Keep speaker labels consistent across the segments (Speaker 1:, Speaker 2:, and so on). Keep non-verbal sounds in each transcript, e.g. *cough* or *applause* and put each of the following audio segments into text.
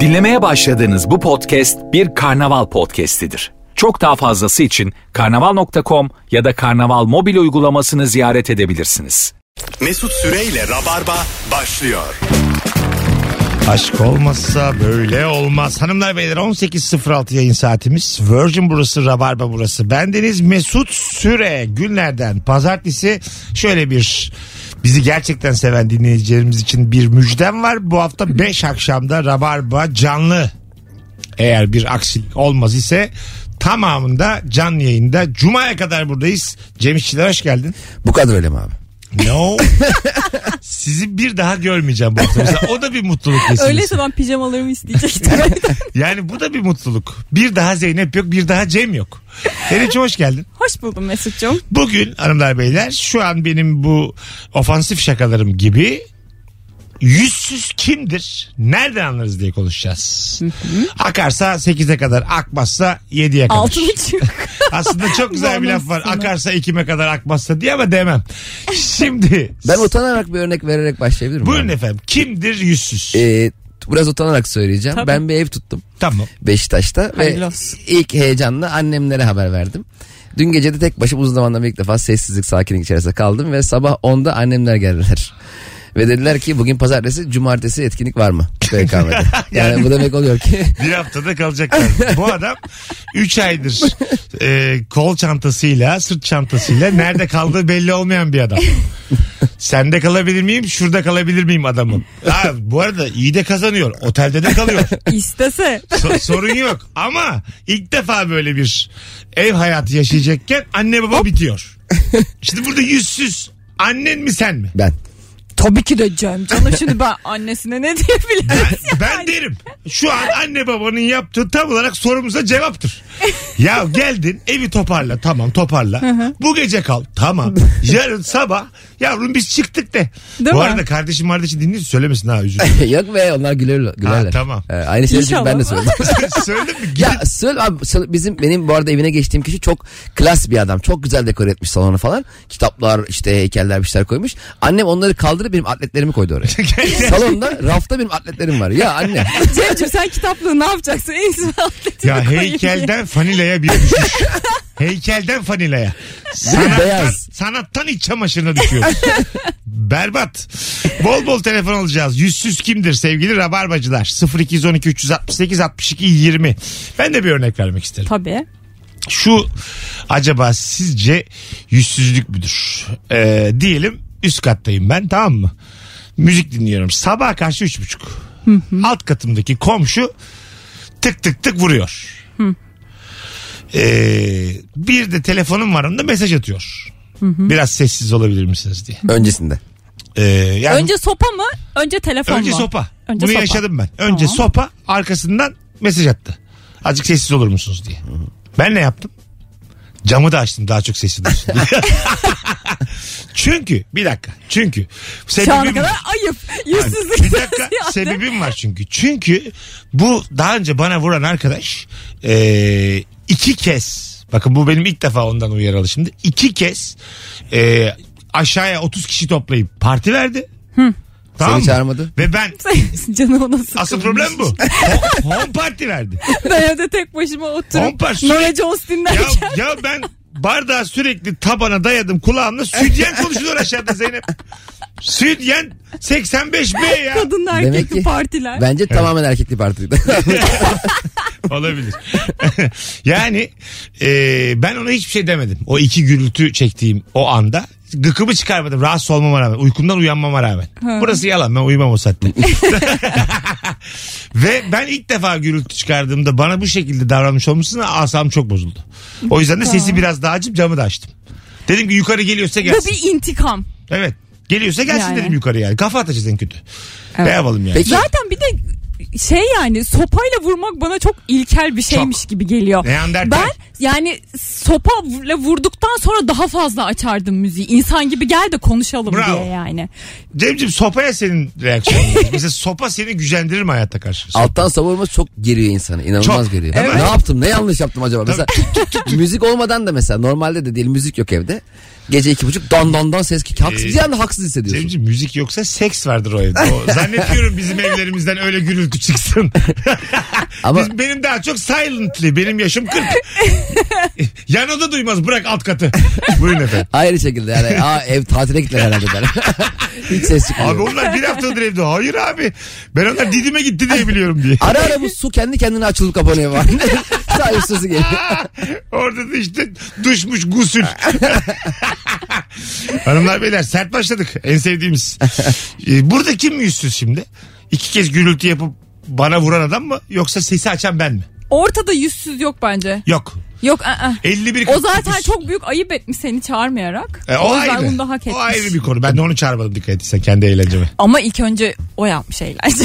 Speaker 1: Dinlemeye başladığınız bu podcast bir karnaval podcastidir. Çok daha fazlası için karnaval.com ya da karnaval mobil uygulamasını ziyaret edebilirsiniz.
Speaker 2: Mesut Süreyle Rabarba başlıyor.
Speaker 3: Aşk olmazsa böyle olmaz. Hanımlar beyler 18.06 yayın saatimiz. Virgin burası, Rabarba burası. Bendeniz Mesut Süre. Günlerden pazartesi şöyle bir bizi gerçekten seven dinleyicilerimiz için bir müjdem var. Bu hafta 5 akşamda Rabarba canlı eğer bir aksilik olmaz ise tamamında canlı yayında. Cuma'ya kadar buradayız. Cem İşçiler hoş geldin.
Speaker 4: Bu kadar öyle mi abi? *laughs*
Speaker 3: No. Sizi bir daha görmeyeceğim bu hafta. Mesela o da bir mutluluk vesilesi.
Speaker 5: Öyleyse ben pijamalarımı isteyecektim. *laughs*
Speaker 3: Yani bu da bir mutluluk. Bir daha Zeynep yok, bir daha Cem yok. Zeynep'ciğim hoş geldin.
Speaker 5: Hoş buldum Mesut'cum.
Speaker 3: Bugün hanımlar beyler şu an benim bu ofansif şakalarım gibi yüzsüz kimdir? Nereden anlarız diye konuşacağız. Akarsa 8'e kadar, akmazsa 7'ye kadar.
Speaker 5: Altın *laughs* buçuk.
Speaker 3: Aslında çok güzel bir laf var.
Speaker 5: Bağımsızsın.
Speaker 3: Akarsa 2'me kadar, akmazsa diye ama demem. Şimdi
Speaker 4: Ben utanarak bir örnek vererek başlayabilir miyim?
Speaker 3: buyurun
Speaker 4: abi?
Speaker 3: efendim. Kimdir yüzsüz?
Speaker 4: Ee, biraz utanarak söyleyeceğim.
Speaker 5: Tabii.
Speaker 4: Ben bir ev tuttum
Speaker 3: tamam.
Speaker 4: Beşiktaş'ta
Speaker 5: Hayırlı
Speaker 4: ve
Speaker 5: olsun.
Speaker 4: ilk heyecanla annemlere haber verdim. Dün gece de tek başıma uzun zamandan bir ilk defa sessizlik sakinlik içerisinde kaldım ve sabah 10'da annemler geldiler. *laughs* Ve dediler ki bugün pazartesi cumartesi etkinlik var mı? BKM'de. yani bu demek oluyor ki *laughs*
Speaker 3: Bir haftada kalacaklar. Bu adam 3 aydır e, kol çantasıyla, sırt çantasıyla nerede kaldığı belli olmayan bir adam. Sende kalabilir miyim, şurada kalabilir miyim adamın? Ha, bu arada iyi de kazanıyor. Otelde de kalıyor.
Speaker 5: İstese.
Speaker 3: So- sorun yok. Ama ilk defa böyle bir ev hayatı yaşayacakken anne baba bitiyor. Şimdi burada yüzsüz. Annen mi sen mi?
Speaker 4: ben. *laughs*
Speaker 5: Tabii ki de Cem. Canım şimdi ben annesine ne *laughs* diyebilirim?
Speaker 3: Ben derim. Şu an anne babanın yaptığı tam olarak sorumuza cevaptır. Ya geldin evi toparla tamam toparla. Bu gece kal
Speaker 5: *laughs*
Speaker 3: tamam. Yarın sabah yavrum biz çıktık de.
Speaker 5: Değil
Speaker 3: Bu
Speaker 5: mi?
Speaker 3: arada kardeşim kardeşi dinliyorsa söylemesin
Speaker 5: *laughs*
Speaker 3: ha üzülür.
Speaker 4: Yok be onlar gülerler. gülerler.
Speaker 3: tamam.
Speaker 4: Ee, aynı şeyi çünkü
Speaker 5: İnşallah.
Speaker 4: ben de söyledim.
Speaker 3: Söyledin mi? Gidip-
Speaker 4: Ya Söyle abi Söyle- bizim benim bu arada evine geçtiğim kişi çok klas bir adam. Çok güzel dekor etmiş salonu falan. Kitaplar işte heykeller bir şeyler koymuş. Annem onları kaldırıp benim atletlerimi koydu
Speaker 3: *laughs*
Speaker 4: oraya. Salonda rafta benim atletlerim var. Ya anne.
Speaker 5: Cem'cim sen kitaplığı ne yapacaksın? En iyisi ben atletimi
Speaker 3: Ya,
Speaker 5: koyayım diye.
Speaker 3: heykelden fanilaya bir düşüş. heykelden fanilaya. Sanattan,
Speaker 4: beyaz.
Speaker 3: sanattan iç çamaşırına düşüyoruz. Berbat. Bol bol telefon alacağız. Yüzsüz kimdir sevgili rabarbacılar? 0212 368 62 20. Ben de bir örnek vermek isterim.
Speaker 5: Tabii.
Speaker 3: Şu acaba sizce yüzsüzlük müdür? Ee, diyelim üst kattayım ben tamam mı? Müzik dinliyorum. Sabah karşı üç buçuk. Alt katımdaki komşu tık tık tık vuruyor. Ee, bir de telefonum var onda mesaj atıyor. Biraz sessiz olabilir misiniz diye.
Speaker 4: Öncesinde.
Speaker 3: Ee, yani
Speaker 5: Önce sopa mı? Önce telefon
Speaker 3: Önce
Speaker 5: mu?
Speaker 3: sopa.
Speaker 5: Önce
Speaker 3: Bunu
Speaker 5: sopa.
Speaker 3: yaşadım ben. Önce
Speaker 5: Tamam.
Speaker 3: sopa arkasından mesaj attı. Azıcık sessiz olur musunuz diye. Ben ne yaptım? Camı da açtım daha çok sessiz olsun diye. *laughs* çünkü bir dakika çünkü
Speaker 5: Şu ana
Speaker 3: sebebim,
Speaker 5: kadar ayıp. Yüzsüzlük.
Speaker 3: bir dakika sebebim var çünkü. Çünkü bu daha önce bana vuran arkadaş e, iki kez bakın bu benim ilk defa ondan uyarı şimdi iki kez e, aşağıya 30 kişi toplayıp parti verdi. Tamam
Speaker 4: Seni
Speaker 3: mı?
Speaker 4: çağırmadı.
Speaker 3: Ve ben
Speaker 5: Canım nasıl?
Speaker 3: Asıl problem bu. Ho- Home party verdi.
Speaker 5: Ben evde tek başıma
Speaker 3: On
Speaker 5: oturup
Speaker 3: par-
Speaker 5: Nora Jones *laughs*
Speaker 3: Ya,
Speaker 5: dinlerken.
Speaker 3: ya ben bardağı sürekli tabana dayadım kulağımla. Sütyen konuşuyor aşağıda Zeynep. Sütyen 85B ya.
Speaker 5: Kadın
Speaker 4: Demek
Speaker 5: erkekli
Speaker 4: ki
Speaker 5: partiler.
Speaker 4: bence tamamen erkekli
Speaker 3: *laughs*
Speaker 4: partiydi.
Speaker 3: Olabilir. *laughs* yani e, ben ona hiçbir şey demedim. O iki gürültü çektiğim o anda gıkımı çıkarmadım rahatsız olmama rağmen uykumdan uyanmama rağmen. Burası yalan ben uyumam o saatte. *laughs* Ve ben ilk defa gürültü çıkardığımda bana bu şekilde davranmış olmuşsun asam çok bozuldu. O yüzden de sesi biraz daha açıp camı da açtım. Dedim ki yukarı geliyorsa
Speaker 5: Bu
Speaker 3: gelsin.
Speaker 5: bir intikam.
Speaker 3: Evet. Geliyorsa gelsin
Speaker 5: Yani.
Speaker 3: dedim yukarı yani. Kafa atacağız en kötü.
Speaker 5: Evet.
Speaker 3: Ne yapalım yani?
Speaker 4: Peki
Speaker 5: Zaten bir de şey yani sopayla vurmak bana çok ilkel bir şeymiş
Speaker 3: Çok.
Speaker 5: gibi geliyor.
Speaker 3: Neandertal.
Speaker 5: Ben yani sopayla vurduktan sonra daha fazla açardım müziği. İnsan gibi gel de konuşalım
Speaker 3: Bravo.
Speaker 5: diye yani.
Speaker 3: Cemcim sopaya senin reaksiyonun. var. Mesela sopa seni gücendirir mi hayatta karşı?
Speaker 4: alttan savurması çok geriyor insanı. İnanılmaz
Speaker 3: Çok.
Speaker 4: geriyor.
Speaker 3: Evet.
Speaker 4: Ne yaptım? Ne yanlış yaptım acaba? Mesela müzik olmadan da mesela normalde de değil müzik yok evde. Gece iki buçuk don don don ses ki
Speaker 3: Ee,
Speaker 4: haksız, yani haksız hissediyorsun.
Speaker 3: Cemciğim müzik yoksa seks vardır o evde. O, zannetmiyorum bizim evlerimizden öyle gürültü çıksın.
Speaker 4: Ama
Speaker 3: Biz- benim daha çok silently. Benim yaşım 40. Yan oda duymaz bırak alt katı. Buyurun efendim.
Speaker 4: ayrı şekilde yani
Speaker 3: *laughs*
Speaker 4: Aa, ev tatile gittiler herhalde der. Hiç ses
Speaker 3: Abi
Speaker 4: çıkmıyor.
Speaker 3: onlar bir haftadır evde. Hayır abi. Ben onlar Didim'e gitti diye biliyorum diye.
Speaker 4: Ara ara bu su kendi kendine açılıp kapanıyor var.
Speaker 3: *laughs*
Speaker 4: Sadece sesi geliyor.
Speaker 3: Orada da işte düşmüş gusül. *laughs* Hanımlar beyler sert başladık. En sevdiğimiz. Ee, Burada kim yüzsüz şimdi? İki kez gürültü yapıp bana vuran adam mı? Yoksa sesi açan ben mi?
Speaker 5: Ortada yüzsüz yok bence.
Speaker 3: Yok.
Speaker 5: Yok ı-ı.
Speaker 3: 51
Speaker 5: O zaten
Speaker 3: 49.
Speaker 5: çok büyük ayıp etmiş seni çağırmayarak.
Speaker 3: E, o,
Speaker 5: yüzden
Speaker 3: ayrı.
Speaker 5: bunu da hak etmiş.
Speaker 3: o ayrı bir konu. Ben de onu çağırmadım dikkat etsen kendi eğlenceme.
Speaker 5: Ama ilk önce o yapmış eğlence.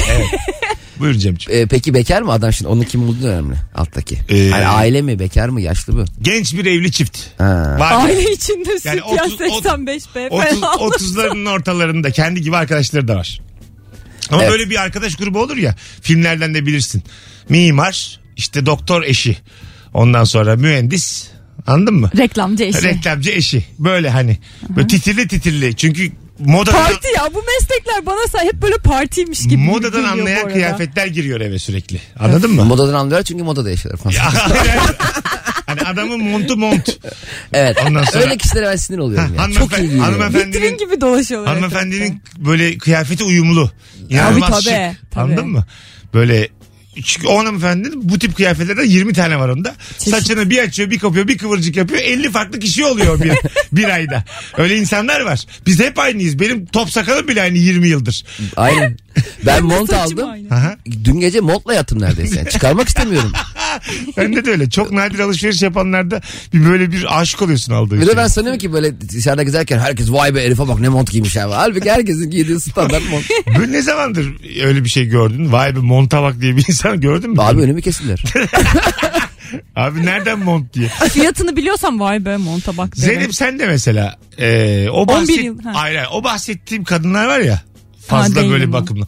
Speaker 5: *laughs*
Speaker 3: Buyur Cemciğim.
Speaker 4: Ee, peki bekar mı adam şimdi? Onun kim olduğu önemli alttaki.
Speaker 3: Ee,
Speaker 4: yani aile mi bekar mı yaşlı mı?
Speaker 3: Genç bir evli çift.
Speaker 4: Ha.
Speaker 3: Var.
Speaker 5: Aile içinde
Speaker 3: Yani
Speaker 5: yani
Speaker 3: otuz- ot-
Speaker 5: 85 B
Speaker 3: 30,
Speaker 5: falan.
Speaker 3: 30'ların ortalarında kendi gibi arkadaşları da var. Ama
Speaker 4: Evet.
Speaker 3: böyle bir arkadaş grubu olur ya filmlerden de bilirsin. Mimar işte doktor eşi ondan sonra mühendis anladın mı?
Speaker 5: Reklamcı eşi.
Speaker 3: Reklamcı eşi böyle hani böyle titirli titirli çünkü moda
Speaker 5: Parti ya bu meslekler bana say hep böyle partiymiş gibi.
Speaker 3: modadan
Speaker 5: geliyor bu
Speaker 3: anlayan
Speaker 5: arada.
Speaker 3: kıyafetler giriyor eve sürekli anladın mı?
Speaker 4: Modadan anlıyorlar çünkü modada yaşıyorlar falan.
Speaker 3: *laughs* hani adamın montu mont.
Speaker 4: evet.
Speaker 3: Ondan sonra-
Speaker 4: Öyle kişilere ben sinir oluyorum. ya. Çok iyi
Speaker 3: Hanımefendi,
Speaker 4: giyiniyor.
Speaker 5: Vitrin
Speaker 3: hanımefendinin
Speaker 5: gibi dolaşıyorlar.
Speaker 3: Hanımefendinin böyle kıyafeti uyumlu. İnanılmaz
Speaker 5: tabii,
Speaker 3: şık.
Speaker 5: tabii.
Speaker 3: Anladın mı? Böyle çünkü o hanımefendinin bu tip kıyafetlerden 20 tane var onda.
Speaker 5: Çeşit.
Speaker 3: Saçını bir açıyor bir kapıyor bir kıvırcık yapıyor. 50 farklı kişi oluyor
Speaker 5: *laughs*
Speaker 3: bir, bir ayda. Öyle insanlar var. Biz hep aynıyız. Benim top sakalım bile aynı 20 yıldır.
Speaker 4: Aynen.
Speaker 3: *laughs*
Speaker 4: Ben mont
Speaker 5: Saçım
Speaker 4: aldım.
Speaker 5: aynı.
Speaker 3: Aha.
Speaker 4: Dün gece montla yattım neredeyse.
Speaker 3: *laughs*
Speaker 4: Yani Çıkarmak istemiyorum.
Speaker 3: Bende de öyle. Çok nadir alışveriş yapanlarda bir böyle bir aşık oluyorsun aldığı
Speaker 4: Bir de
Speaker 3: şeye.
Speaker 4: ben sanıyorum ki böyle dışarıda gezerken herkes vay be herife bak ne mont giymiş abi. Halbuki herkesin giydiği standart
Speaker 3: *laughs*
Speaker 4: mont.
Speaker 3: Böyle ne zamandır öyle bir şey gördün? Vay be monta bak diye bir insan gördün mü?
Speaker 4: Abi önümü
Speaker 3: *laughs*
Speaker 4: kestiler.
Speaker 3: Abi nereden mont diye.
Speaker 5: *laughs* Fiyatını biliyorsan vay be monta bak. derim.
Speaker 3: Zeynep sen de mesela e, o
Speaker 5: 11
Speaker 3: bahset,
Speaker 5: yıl, ha.
Speaker 3: Hayır, hayır, o bahsettiğim kadınlar var ya fazla
Speaker 5: değilim
Speaker 3: böyle
Speaker 5: mi?
Speaker 3: bakımlı.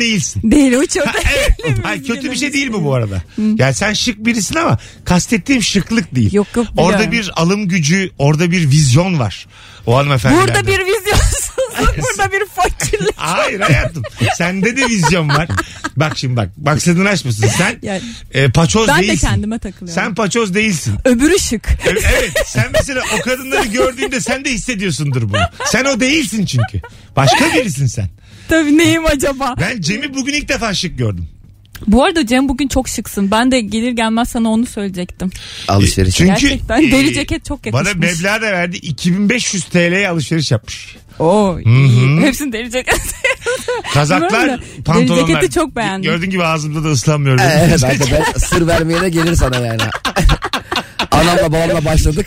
Speaker 5: *laughs*
Speaker 3: değilsin.
Speaker 5: Değil
Speaker 3: *laughs*
Speaker 5: o çok
Speaker 3: Evet. Hayır, kötü bir şey değil bu bu arada. Yani sen şık birisin ama kastettiğim şıklık değil.
Speaker 5: Yok, yok, biliyorum.
Speaker 3: Orada bir alım gücü, orada bir vizyon var. O hanımefendilerde.
Speaker 5: Burada bir
Speaker 3: *laughs*
Speaker 5: vizyonsuzluk, burada bir fakirlik.
Speaker 3: Hayır hayatım. Sende de vizyon var. Bak şimdi bak. Maksadını aşmasın.
Speaker 5: *laughs*
Speaker 3: Sen
Speaker 5: Yani-
Speaker 3: e, paçoz
Speaker 5: Ben de
Speaker 3: değilsin.
Speaker 5: kendime takılıyorum.
Speaker 3: Sen paçoz değilsin.
Speaker 5: Öbürü şık.
Speaker 3: E- Evet sen mesela o kadınları gördüğünde sen de hissediyorsundur bunu. Sen o değilsin çünkü. Başka birisin sen.
Speaker 5: *laughs* Tabii neyim acaba?
Speaker 3: Ben Cem'i bugün ilk defa şık gördüm.
Speaker 5: Bu arada Cem bugün çok şıksın. Ben de gelir gelmez sana onu söyleyecektim.
Speaker 4: Alışveriş.
Speaker 3: Çünkü Ee,
Speaker 5: Gerçekten deri ceket çok
Speaker 3: Bana
Speaker 5: yakışmış.
Speaker 3: meblağ da verdi 2500 TL'ye alışveriş yapmış.
Speaker 5: Oo, iyi. Hepsini deri ceket. *laughs*
Speaker 3: Kazaklar,
Speaker 5: Bilmiyorum da,
Speaker 3: pantolonlar.
Speaker 5: deri ceketi çok beğendim.
Speaker 3: Gördüğün gibi ağzımda da ıslanmıyorum.
Speaker 4: Evet, ben, de- ben sır vermeye de gelir sana
Speaker 5: *laughs*
Speaker 4: yani. Anamla babamla başladık.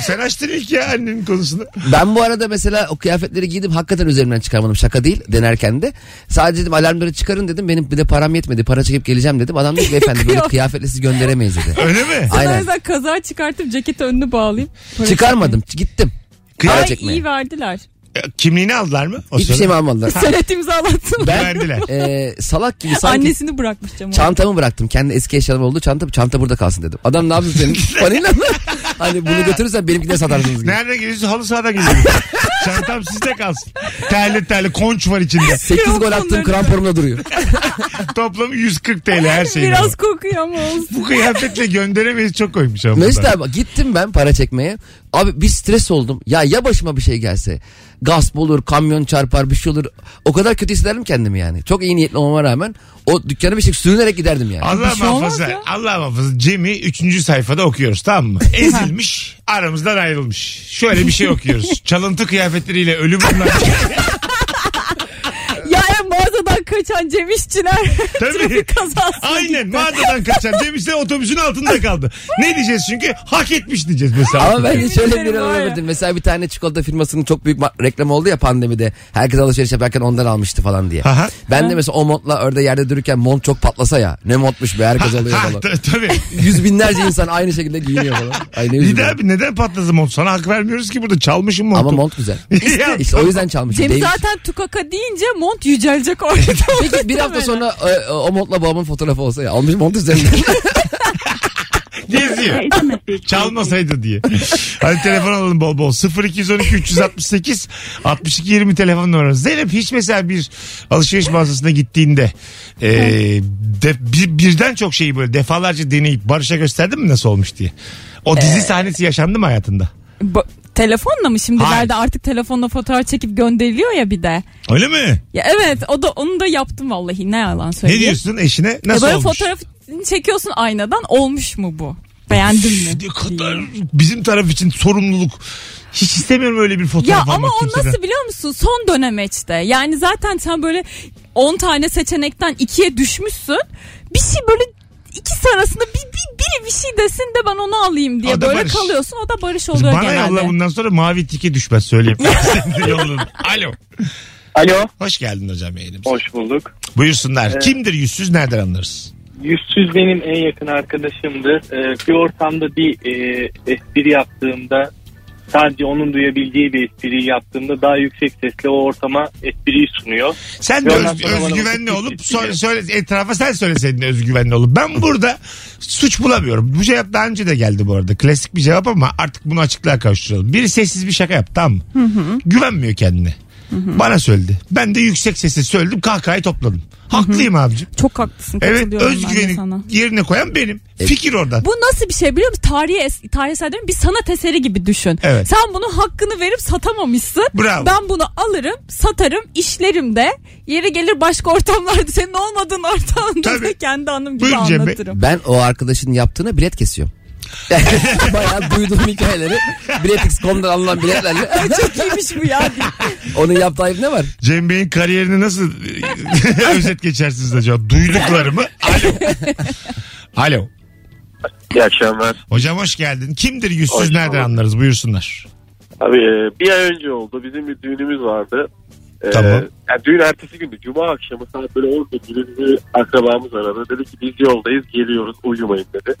Speaker 3: Sen açtın ilk ya annenin konusunu.
Speaker 4: Ben bu arada mesela o kıyafetleri giydim hakikaten üzerimden çıkarmadım. Şaka değil denerken de. Sadece dedim alarmları çıkarın dedim. Benim bir de param yetmedi. Para çekip geleceğim dedim. Adam dedi ki,
Speaker 5: *laughs*
Speaker 4: beyefendi böyle
Speaker 5: Kıyafet.
Speaker 4: kıyafetle sizi gönderemeyiz dedi.
Speaker 3: Öyle mi?
Speaker 5: Aynen. O
Speaker 4: Aynen.
Speaker 5: yüzden kaza çıkartıp ceketi önünü bağlayayım. Para
Speaker 4: Çıkarmadım. Gittim. Para
Speaker 5: Ay
Speaker 4: çekmeye.
Speaker 5: iyi verdiler.
Speaker 3: E, Kimliğini aldılar mı? O
Speaker 4: Hiçbir
Speaker 3: sırada?
Speaker 4: şey mi almadılar?
Speaker 5: *laughs* Senet imzalattım.
Speaker 4: Ben
Speaker 3: Güvendiler.
Speaker 4: e, salak gibi sanki
Speaker 5: Annesini bırakmış Cem. orada.
Speaker 4: çantamı bıraktım. Kendi eski eşyalarım oldu. Çanta, çanta burada kalsın dedim. Adam ne yapsın
Speaker 5: *laughs*
Speaker 4: senin? Parayla mı? hani bunu götürürsen benimkini de satarsınız gibi.
Speaker 3: Nereden geliyorsun? Halı sahadan geliyorsun. Çantam sizde kalsın. Terli terli konç var içinde.
Speaker 4: 8 gol attığım kramporumda duruyor.
Speaker 3: Toplam 140 TL her şeyin.
Speaker 5: Biraz
Speaker 3: var.
Speaker 5: kokuyor ama olsun.
Speaker 3: Bu kıyafetle gönderemeyiz çok koymuş ama.
Speaker 4: Mesut
Speaker 3: bunlar.
Speaker 4: abi gittim ben para çekmeye. Abi bir stres oldum. Ya ya başıma bir şey gelse. Gasp olur, kamyon çarpar, bir şey olur. O kadar kötü hissederim kendimi yani. Çok iyi niyetli olmama rağmen o dükkana bir şey sürünerek giderdim yani.
Speaker 3: Allah
Speaker 5: Bir şey olmaz
Speaker 3: muhafaza.
Speaker 5: ya.
Speaker 3: Allah muhafaza. Cem'i 3. sayfada
Speaker 4: *laughs*
Speaker 3: okuyoruz tamam mı? Ezilmiş, aramızdan ayrılmış. Şöyle bir
Speaker 4: *laughs*
Speaker 3: şey okuyoruz. Çalıntı kıyafetleriyle ölüm bunlar.
Speaker 5: Yani mağazadan kaçan Cem İşçiler *laughs*
Speaker 3: Tabii.
Speaker 5: trafik kazası.
Speaker 3: Aynen mağazadan kaçan Cem işte otobüsün altında kaldı. Ne diyeceğiz çünkü? Hak etmiş diyeceğiz mesela.
Speaker 4: Ama ben hiç öyle bir
Speaker 5: Ürünlerim var ya.
Speaker 4: olamadım. Mesela bir tane çikolata firmasının çok büyük ma- reklamı oldu ya pandemide. Herkes alışveriş yaparken ondan almıştı falan diye.
Speaker 3: Aha.
Speaker 4: Ben de mesela o montla orada yerde dururken mont çok patlasa ya. Ne montmuş be herkes alıyor
Speaker 3: Ha,
Speaker 4: falan.
Speaker 3: ta- tabii.
Speaker 4: Yüz binlerce insan aynı şekilde giyiniyor falan. Ay ne
Speaker 3: Bir de
Speaker 4: üzüldüm.
Speaker 3: abi neden patladı mont? Sana hak vermiyoruz ki burada çalmışım montu.
Speaker 4: Ama mont güzel.
Speaker 3: *laughs* Ya,
Speaker 4: İşte o yüzden çalmışım.
Speaker 5: Cem
Speaker 4: Değil.
Speaker 5: zaten tukaka deyince mont yücelecek orada.
Speaker 4: Peki bir hafta e,
Speaker 5: Muhtemelen. *laughs*
Speaker 4: sonra e, o montla babamın fotoğrafı olsa ya. Almış mont üzerinden.
Speaker 3: Geziyor. Çalmasaydı diye. Hadi telefon alalım bol bol. 0212 368 62 20 telefon numarası. Zeynep hiç mesela bir alışveriş mağazasına gittiğinde e, de, bir- birden çok şeyi böyle defalarca deneyip Barış'a gösterdin mi nasıl olmuş diye. O
Speaker 5: E.
Speaker 3: dizi sahnesi yaşandı mı hayatında?
Speaker 5: Bu- telefonla mı şimdilerde
Speaker 3: Hayır.
Speaker 5: artık telefonla fotoğraf çekip gönderiliyor ya bir de.
Speaker 3: Öyle mi?
Speaker 5: Ya evet o da onu da yaptım vallahi ne yalan
Speaker 3: Ne
Speaker 5: söyleyeyim.
Speaker 3: diyorsun eşine?
Speaker 5: Ya
Speaker 3: Nasıl
Speaker 5: E, böyle
Speaker 3: olmuş?
Speaker 5: fotoğrafını çekiyorsun aynadan olmuş mu bu? Beğendin mi?
Speaker 3: Ne kadar bizim taraf için sorumluluk. Hiç istemiyorum öyle bir fotoğraf
Speaker 5: Ya
Speaker 3: almak
Speaker 5: ama o
Speaker 3: kimseden.
Speaker 5: nasıl biliyor musun? Son dönemeçte. Yani zaten sen böyle 10 tane seçenekten ikiye düşmüşsün. Bir şey böyle ikisi arasında bir, bir, biri bir şey desin de ben onu alayım
Speaker 3: O
Speaker 5: diye
Speaker 3: da
Speaker 5: böyle
Speaker 3: barış.
Speaker 5: kalıyorsun. O da barış oluyor
Speaker 3: Bana
Speaker 5: genelde.
Speaker 3: yolla bundan sonra mavi tike düşmez
Speaker 5: *laughs*
Speaker 3: söyleyeyim. Senin de yolun. Alo.
Speaker 6: Alo.
Speaker 3: Hoş geldin hocam yayınımıza.
Speaker 6: Hoş bulduk.
Speaker 3: Buyursunlar. Kimdir yüzsüz nereden anlarız?
Speaker 6: Yüzsüz benim en yakın arkadaşımdı. Ee, bir ortamda bir e, espri yaptığımda sadece onun duyabildiği bir espriyi yaptığımda daha yüksek sesle o ortama espriyi sunuyor.
Speaker 3: Sen de
Speaker 6: Yok, ben
Speaker 3: öz-
Speaker 6: sonra bana şey
Speaker 3: özgüvenli
Speaker 6: bakıp
Speaker 3: olup
Speaker 6: hiç- hiç-
Speaker 3: söyle, söyle, etrafa sen söyleseydin özgüvenli olup. Ben burada suç bulamıyorum. Bu cevap daha önce de geldi bu arada. Klasik bir cevap ama artık bunu açıklığa kavuşturalım. Biri sessiz bir şaka yaptı tamam mı? Güvenmiyor kendine. Bana söyledi. Ben de yüksek sesle söyledim kahkahayı topladım. Haklıyım abicim.
Speaker 5: Çok haklısın
Speaker 3: Evet
Speaker 5: katılıyorum ben de
Speaker 3: özgüveni
Speaker 5: sana.
Speaker 3: yerine koyan benim.
Speaker 6: E,
Speaker 3: Fikir oradan.
Speaker 5: Bu nasıl bir şey biliyor musun? Tarihi es- tarihsel değil mi? Bir sanat eseri gibi düşün.
Speaker 3: Evet.
Speaker 5: Sen bunun hakkını verip satamamışsın.
Speaker 3: Bravo.
Speaker 5: Ben bunu alırım, satarım, işlerim de. Yeri gelir başka ortamlarda senin olmadığın ortamda da
Speaker 3: Tabii.
Speaker 5: kendi anım gibi
Speaker 3: Buyurun Cem Bey.
Speaker 5: anlatırım.
Speaker 4: Ben o arkadaşın yaptığına bilet kesiyorum. *laughs* Bayağı duyduğum hikayeleri biletix.com'dan
Speaker 5: *laughs*
Speaker 4: alınan biletlerle
Speaker 5: Çok iyiymiş bu ya.
Speaker 4: onun yaptığı ayıp ne var?
Speaker 3: Cem Bey'in kariyerini nasıl e, *laughs* özet geçersiniz acaba? Duyduklarımı. Alo. Alo.
Speaker 7: İyi akşamlar.
Speaker 3: Hocam hoş geldin. Kimdir yüzsüz
Speaker 7: Hoş
Speaker 3: nereden
Speaker 7: bulduk.
Speaker 3: anlarız buyursunlar.
Speaker 7: Abi e, bir ay önce oldu. Bizim bir düğünümüz vardı. E,
Speaker 3: Tamam.
Speaker 7: yani düğün ertesi gündü. Cuma akşamı saat böyle 10 gibi bir akrabamız aradı. Dedi ki biz yoldayız geliyoruz uyumayın dedi.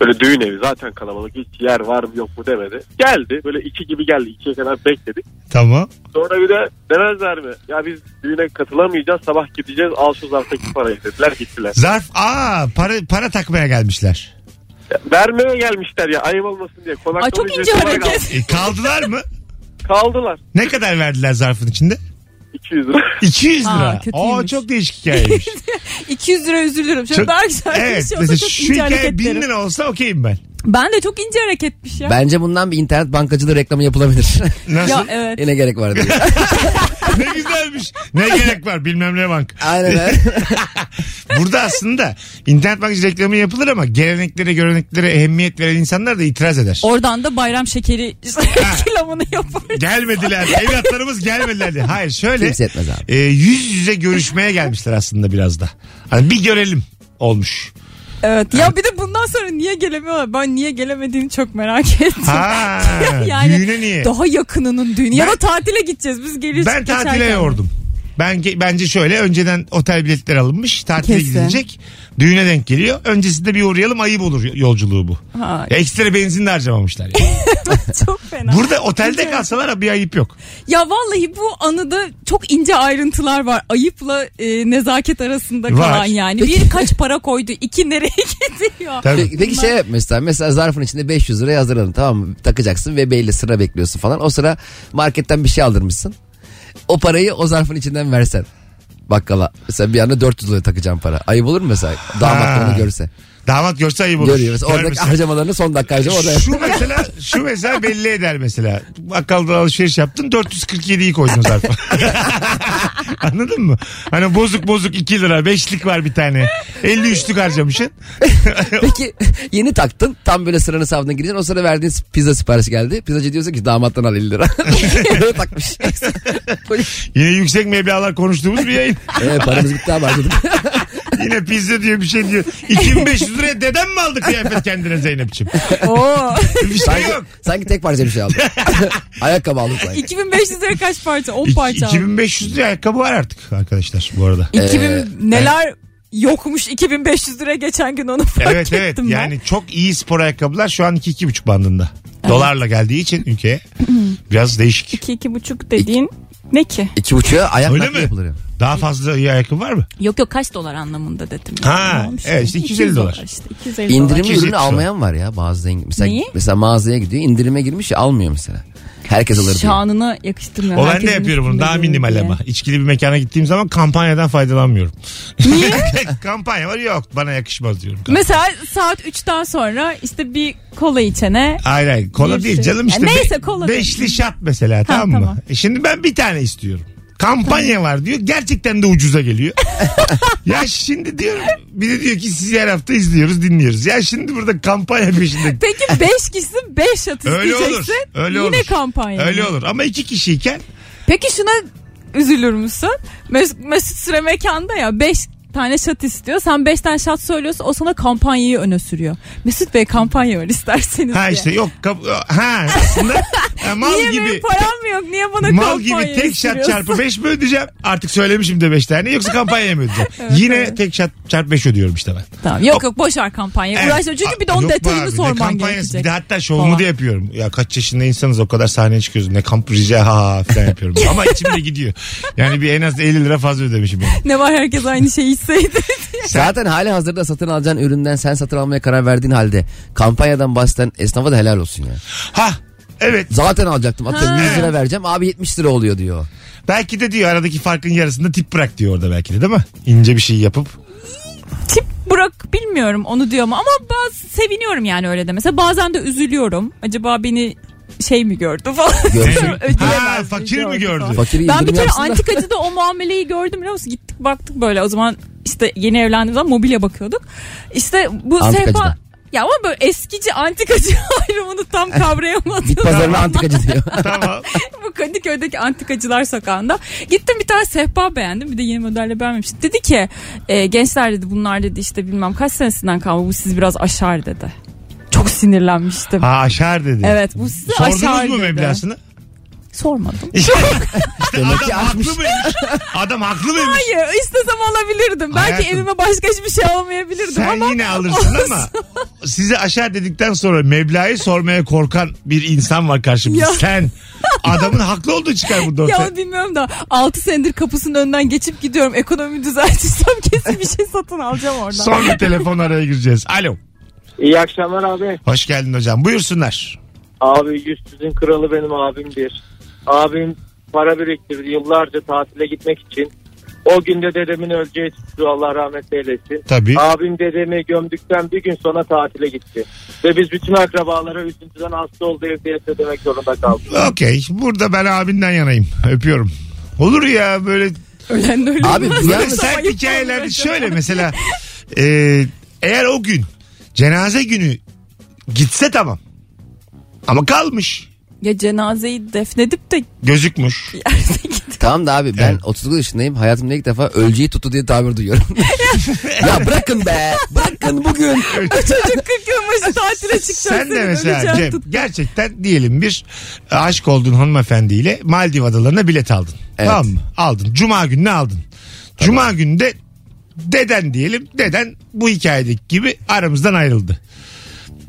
Speaker 7: Böyle düğün evi zaten kalabalık. Hiç yer var mı yok mu demedi. Geldi böyle iki gibi geldi. ikiye kadar bekledik.
Speaker 3: Tamam.
Speaker 7: Sonra bir de demezler mi? Ya biz düğüne katılamayacağız. Sabah gideceğiz. Al şu zarftaki parayı dediler. Gittiler.
Speaker 3: Zarf aa para para takmaya gelmişler.
Speaker 7: Ya, vermeye gelmişler ya. Ayıp olmasın diye. Konaklama
Speaker 5: Ay çok ince
Speaker 7: ücreti olarak
Speaker 5: hareket.
Speaker 3: E, kaldılar mı?
Speaker 7: Kaldılar.
Speaker 3: Ne kadar verdiler zarfın içinde?
Speaker 7: 200 lira.
Speaker 3: 200
Speaker 5: Aa,
Speaker 3: lira. Aa,
Speaker 5: kötüymüş.
Speaker 3: çok değişik hikayeymiş.
Speaker 5: 200 lira üzülürüm. Çok, *laughs*
Speaker 3: Çok-
Speaker 5: daha güzel bir
Speaker 3: evet.
Speaker 5: şey olsa
Speaker 3: mesela
Speaker 5: çok
Speaker 3: şu
Speaker 5: ince
Speaker 3: hikaye 1000
Speaker 5: hareketlerim.
Speaker 3: lira olsa okeyim ben.
Speaker 5: Ben de çok ince hareketmiş ya.
Speaker 4: Bence bundan bir internet bankacılığı reklamı yapılabilir.
Speaker 3: Nasıl?
Speaker 5: Ya evet.
Speaker 4: *laughs* Yine gerek var diye.
Speaker 3: *laughs* ne güzelmiş. Ne gerek var bilmem ne bank.
Speaker 5: *laughs*
Speaker 4: Aynen öyle.
Speaker 3: Burada aslında internet bankacı reklamı yapılır ama geleneklere, göreneklere ehemmiyet veren insanlar da itiraz eder.
Speaker 5: Oradan da bayram
Speaker 3: *laughs*
Speaker 5: şekeri reklamını yapar.
Speaker 3: Gelmediler.
Speaker 5: *laughs*
Speaker 3: Evlatlarımız gelmediler. diye. Hayır şöyle.
Speaker 4: Kimse etmez abi.
Speaker 3: e, yüz yüze görüşmeye gelmişler aslında biraz da. Hani bir görelim olmuş.
Speaker 5: Evet. Ya bir de bundan sonra niye gelemiyorlar? Ben niye gelemediğini çok merak ettim.
Speaker 3: Ha,
Speaker 5: *laughs* yani
Speaker 3: düğüne niye?
Speaker 5: Daha yakınının düğünü. ya
Speaker 3: Ben-
Speaker 5: da tatile gideceğiz. Biz geliriz.
Speaker 3: ben tatile
Speaker 5: geçerken.
Speaker 3: yordum. Ben ge- bence şöyle önceden otel biletleri alınmış, tatile
Speaker 5: Kesin.
Speaker 3: gidilecek. Düğüne denk geliyor. Öncesinde bir uğrayalım ayıp olur yolculuğu bu.
Speaker 5: Ha,
Speaker 3: Ekstra benzin
Speaker 5: *laughs*
Speaker 3: de harcamamışlar. yani.
Speaker 5: *laughs* çok fena.
Speaker 3: Burada otelde kalsalar bir ayıp yok.
Speaker 5: Ya vallahi bu anıda çok ince ayrıntılar var. Ayıpla e, nezaket arasında
Speaker 3: Var.
Speaker 5: kalan yani. Bir kaç para koydu, iki nereye *laughs* gidiyor.
Speaker 3: Tabii.
Speaker 4: Peki, peki şey yap mesela, mesela zarfın içinde 500 lira hazırladın tamam mı? Takacaksın ve belli sıra bekliyorsun falan. O sıra marketten bir şey aldırmışsın. O parayı o zarfın içinden versen bakkala. Mesela bir anda 400 lira takacağım para. Ayıp olur mu mesela? Damat da onu görse.
Speaker 3: Damat görse ayıp olur.
Speaker 4: Görüyor mesela. Oradaki
Speaker 3: Görmese-
Speaker 4: harcamalarını son dakika harcama. Orada
Speaker 3: şu mesela şu mesela belli eder mesela. Bakkalda alışveriş yaptın 447'yi koydun zarfa. *laughs* Anladın mı? Hani bozuk bozuk 2 lira 5'lik var bir tane. 53'lük harcamışsın.
Speaker 4: Peki *laughs* yeni taktın tam böyle sıranın hesabına gireceksin o sırada verdiğin pizza siparişi geldi. Pizzacı diyorsa ki damattan al 50 lira. *laughs* Böyle takmış. *laughs*
Speaker 3: *laughs* Yine yüksek meblağlar konuştuğumuz bir yayın.
Speaker 4: evet Ee, paramız gitti abi
Speaker 3: *laughs*
Speaker 4: harcadık.
Speaker 3: Yine pizza diyor bir şey diyor. 2500 liraya dedem mi aldı kıyafet kendine Zeynep'ciğim?
Speaker 5: Oo. *laughs*
Speaker 3: Bir şey
Speaker 4: Sanki,
Speaker 3: yok.
Speaker 4: sanki tek parça bir şey aldım.
Speaker 3: *laughs*
Speaker 4: Ayakkabı aldım sanki.
Speaker 5: 2500 lira kaç parça? 10
Speaker 3: İki-
Speaker 5: parça.
Speaker 3: 2500 liraya ayakkabı var artık arkadaşlar bu arada.
Speaker 5: 2000 neler yokmuş 2500 lira geçen gün onu fark
Speaker 3: Evet evet
Speaker 5: ettim ben.
Speaker 3: yani çok iyi spor ayakkabılar şu
Speaker 5: *laughs*
Speaker 3: an 2-2,5 bandında. Dolarla geldiği için ülkeye biraz değişik.
Speaker 5: 2 2,5 dediğin Ne ki?
Speaker 4: İki buçuğa ayak
Speaker 3: Öyle
Speaker 4: nakli
Speaker 3: mi?
Speaker 4: yapılır. yani.
Speaker 3: Daha fazla iyi ayakkabı var mı?
Speaker 5: Yok yok kaç dolar anlamında dedim.
Speaker 3: Ha,
Speaker 5: Ne olmuş
Speaker 3: evet,
Speaker 5: yani?
Speaker 3: işte 250 dolar.
Speaker 5: İşte 250 dolar.
Speaker 4: İndirimli
Speaker 3: Çizgi
Speaker 4: ürünü
Speaker 3: kısa.
Speaker 4: almayan var ya bazı zengin. Mesela,
Speaker 5: Neyi?
Speaker 4: mesela mağazaya gidiyor indirime girmiş ya almıyor mesela. Herkes alır diyor.
Speaker 5: Şanına yakıştırmıyor.
Speaker 3: O ben de
Speaker 5: Herkesin
Speaker 3: yapıyorum bunu.
Speaker 5: üstünde
Speaker 3: Daha
Speaker 5: göründüğü
Speaker 3: minimal
Speaker 5: yer.
Speaker 3: ama. İçkili bir mekana gittiğim zaman kampanyadan faydalanmıyorum. Niye? *laughs* Kampanya var yok bana yakışmaz diyorum.
Speaker 5: Mesela saat 3'ten sonra işte bir kola içene
Speaker 3: Hayır hayır kola
Speaker 5: Bir
Speaker 3: değil
Speaker 5: şey.
Speaker 3: canım işte.
Speaker 5: E, neyse,
Speaker 3: Be-
Speaker 5: kola
Speaker 3: Beşli
Speaker 5: değil.
Speaker 3: şat mesela tamam mı?
Speaker 5: tamam.
Speaker 3: E, Şimdi ben bir tane istiyorum. Kampanya var diyor. Gerçekten de
Speaker 5: *laughs*
Speaker 3: ucuza geliyor. ya şimdi diyorum bir de diyor ki sizi her hafta izliyoruz dinliyoruz. Ya şimdi burada kampanya
Speaker 5: *laughs*
Speaker 3: peşinde.
Speaker 5: Peki 5 kişisi 5 at
Speaker 3: Öyle olur.
Speaker 5: isteyecekse
Speaker 3: Öyle
Speaker 5: yine
Speaker 3: olur.
Speaker 5: kampanya.
Speaker 3: Öyle olur ama iki kişiyken
Speaker 5: Peki şuna üzülür müsün? Mes- Mesut Süre mekanda ya 5 tane şat istiyor. Sen 5 tane şat söylüyorsun o sana kampanyayı öne sürüyor. Mesut Bey kampanya öyle isterseniz
Speaker 3: ha
Speaker 5: diye.
Speaker 3: işte yok kap- ha aslında ha, mal
Speaker 5: Niye
Speaker 3: gibi
Speaker 5: benim param mı yok? Niye bana
Speaker 3: Mal
Speaker 5: kampanya
Speaker 3: gibi tek şat
Speaker 5: istiyorsun?
Speaker 3: çarpı 5 mi ödeyeceğim? Artık söylemişim de 5 tane yoksa kampanya
Speaker 5: *laughs*
Speaker 3: mı ödeyeceğim? Yine tek şat çarpı 5 ödüyorum işte ben.
Speaker 5: Tamam. Yok yok boş ver kampanya.
Speaker 3: Evet.
Speaker 5: Uğraşma. Çünkü bir de
Speaker 3: Aa,
Speaker 5: onun
Speaker 3: yok be
Speaker 5: detayını
Speaker 3: abi, ne
Speaker 5: sorman
Speaker 3: kampanyası?
Speaker 5: gerekecek.
Speaker 3: Bir de hatta şovumu
Speaker 5: Falan.
Speaker 3: da yapıyorum. Ya kaç yaşında insanız o kadar sahneye çıkıyoruz. Ne kamp rica ha falan yapıyorum. Ama içimde gidiyor. Yani bir en az 50 lira fazla ödemişim. Yani.
Speaker 5: Ne var herkes aynı şeyi hisseydi.
Speaker 4: Zaten hali hazırda satın alacağın üründen sen satın almaya karar verdiğin halde kampanyadan bahseden esnafa da helal olsun ya.
Speaker 3: Ha evet.
Speaker 4: Zaten alacaktım. Atıyorum
Speaker 5: Ha.
Speaker 4: 100 lira vereceğim. Abi 70 lira oluyor diyor.
Speaker 3: Belki de diyor aradaki farkın yarısında tip bırak diyor orada belki de değil mi? İnce bir şey yapıp.
Speaker 5: tip bırak bilmiyorum onu diyor mu ama bazı seviniyorum yani öyle de mesela bazen de üzülüyorum acaba beni şey mi gördü falan *laughs*
Speaker 4: Görsün.
Speaker 3: ha
Speaker 5: Ödeyemez
Speaker 3: fakir mi gördü?
Speaker 5: falan.
Speaker 4: Fakiri
Speaker 5: ben bir
Speaker 4: indirim
Speaker 5: kere
Speaker 4: yapsın da.
Speaker 5: antikacıda o muameleyi gördüm biliyor musun gittik baktık böyle o zaman işte yeni evlendiğimiz zaman mobilya bakıyorduk işte bu
Speaker 4: Antikacıda.
Speaker 5: sehpa ya ama böyle eskici antikacı *laughs* ayrımını
Speaker 3: *laughs*
Speaker 5: tam kavrayamadım. *laughs*
Speaker 4: Bit pazarına antikacı diyor.
Speaker 3: Tamam.
Speaker 5: Bu Kadıköy'deki Antikacılar Sokağı'nda. Gittim bir tane sehpa beğendim. Bir de yeni modelle beğenmemiştim. Dedi ki e, gençler dedi bunlar dedi işte bilmem kaç senesinden kalma bu sizi biraz aşar dedi. Çok sinirlenmiştim.
Speaker 3: Ha aşar dedi.
Speaker 5: Evet bu sizi aşar
Speaker 3: Sordunuz mu
Speaker 5: dedi.
Speaker 3: meblasını?
Speaker 5: Sormadım.
Speaker 4: Demek ki
Speaker 3: Adam haklı
Speaker 4: açmış.
Speaker 3: mıymış? Adam haklı mıymış?
Speaker 5: Hayır istesem alabilirdim. Belki
Speaker 3: Hayatım.
Speaker 5: evime başka hiçbir şey almayabilirdim
Speaker 3: Sen
Speaker 5: ama.
Speaker 3: yine alırsın ama size aşağı dedikten sonra meblağı sormaya korkan bir insan var karşımızda.
Speaker 5: Ya.
Speaker 3: Sen adamın haklı olduğu çıkar burada
Speaker 5: Ya
Speaker 3: ortaya.
Speaker 5: onu bilmiyorum da 6 senedir kapısının önünden geçip gidiyorum. Ekonomi düzeltirsem kesin bir şey satın alacağım oradan.
Speaker 3: Son bir telefon araya gireceğiz. Alo.
Speaker 6: İyi akşamlar abi.
Speaker 3: Hoş geldin hocam. Buyursunlar.
Speaker 6: Abi yüzsüzün kralı benim abimdir. Abim para biriktirdi yıllarca tatile gitmek için. O günde dedemin öleceği tuttu Allah rahmet eylesin.
Speaker 3: Tabii.
Speaker 6: Abim dedemi gömdükten bir gün sonra tatile gitti. Ve biz bütün akrabalara üzüntüden hasta oldu evde yatıyor demek zorunda kaldık.
Speaker 3: Okey. Burada ben abinden yanayım. Öpüyorum. Olur ya böyle
Speaker 5: Ölen de öyle.
Speaker 4: Abi bu
Speaker 3: böyle
Speaker 4: yalnız
Speaker 3: sert
Speaker 5: ayıp
Speaker 3: hikayeler
Speaker 5: olmuyor.
Speaker 3: şöyle mesela e, eğer o gün cenaze günü gitse tamam. Ama kalmış.
Speaker 5: Ya cenazeyi defnedip de
Speaker 3: Gözükmüş.
Speaker 5: yerde gidiyor.
Speaker 4: Tamam da abi ben
Speaker 3: Evet.
Speaker 4: 39 yaşındayım. Hayatımda ilk defa ölçeği tuttu diye
Speaker 5: *laughs*
Speaker 4: tabir duyuyorum. ya bırakın be. Bırakın bugün.
Speaker 5: Çocuk 40 yıl başı tatile çıkacak.
Speaker 3: Sen de
Speaker 5: senin
Speaker 3: mesela
Speaker 5: öleceğin
Speaker 3: Cem
Speaker 5: tut-
Speaker 3: gerçekten diyelim bir aşık olduğun hanımefendiyle Maldiv adalarına bilet aldın.
Speaker 4: Evet.
Speaker 3: Tamam mı? Aldın. Cuma günü ne aldın? Cuma günü de deden diyelim deden bu hikayedeki gibi aramızdan ayrıldı.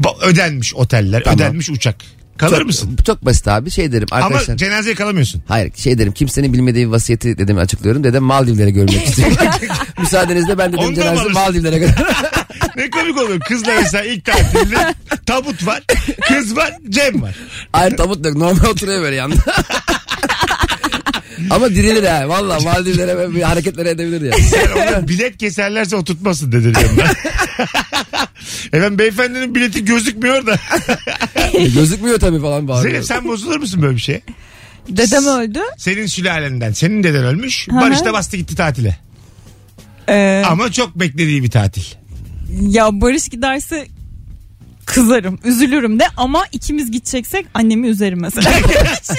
Speaker 3: Ba- Ödenmiş oteller,
Speaker 4: Tamam.
Speaker 3: ödenmiş uçak. Kalır mısın?
Speaker 4: Çok, çok basit abi. Şey derim
Speaker 3: Ama
Speaker 4: arkadaşlar.
Speaker 3: cenazeye kalamıyorsun.
Speaker 4: Hayır şey derim kimsenin bilmediği bir vasiyeti dedemi açıklıyorum. Dedem Maldivlere görmek
Speaker 3: *laughs*
Speaker 4: istiyor. *laughs* Müsaadenizle ben dedim
Speaker 3: Ondan
Speaker 4: cenaze
Speaker 3: alırsın.
Speaker 4: Maldivlere kadar.
Speaker 3: Ne komik olur. Kızla mesela ilk tatilde tabut var, kız var, Cem var.
Speaker 4: Hayır tabut yok normal oturuyor böyle yanda.
Speaker 3: *laughs*
Speaker 4: Ama dirilir ha. Valla Maldivlere böyle bir hareketler edebilir ya.
Speaker 5: *laughs*
Speaker 3: Yani ona bilet keserlerse oturtmasın dedi diyorum ben. *laughs* Efendim beyefendinin bileti gözükmüyor da.
Speaker 4: Gözükmüyor tabii falan bağırıyor.
Speaker 3: Zeynep sen bozulur musun böyle bir şey?
Speaker 5: Dedem öldü.
Speaker 3: Senin sülalenden. Senin deden ölmüş. Barış da bastı gitti tatile.
Speaker 5: Ee,
Speaker 3: Ama çok beklediği bir
Speaker 5: *laughs*
Speaker 3: tatil.
Speaker 5: ya Barış giderse kızarım, üzülürüm de ama ikimiz gideceksek annemi üzerim
Speaker 3: *laughs*
Speaker 5: mesela.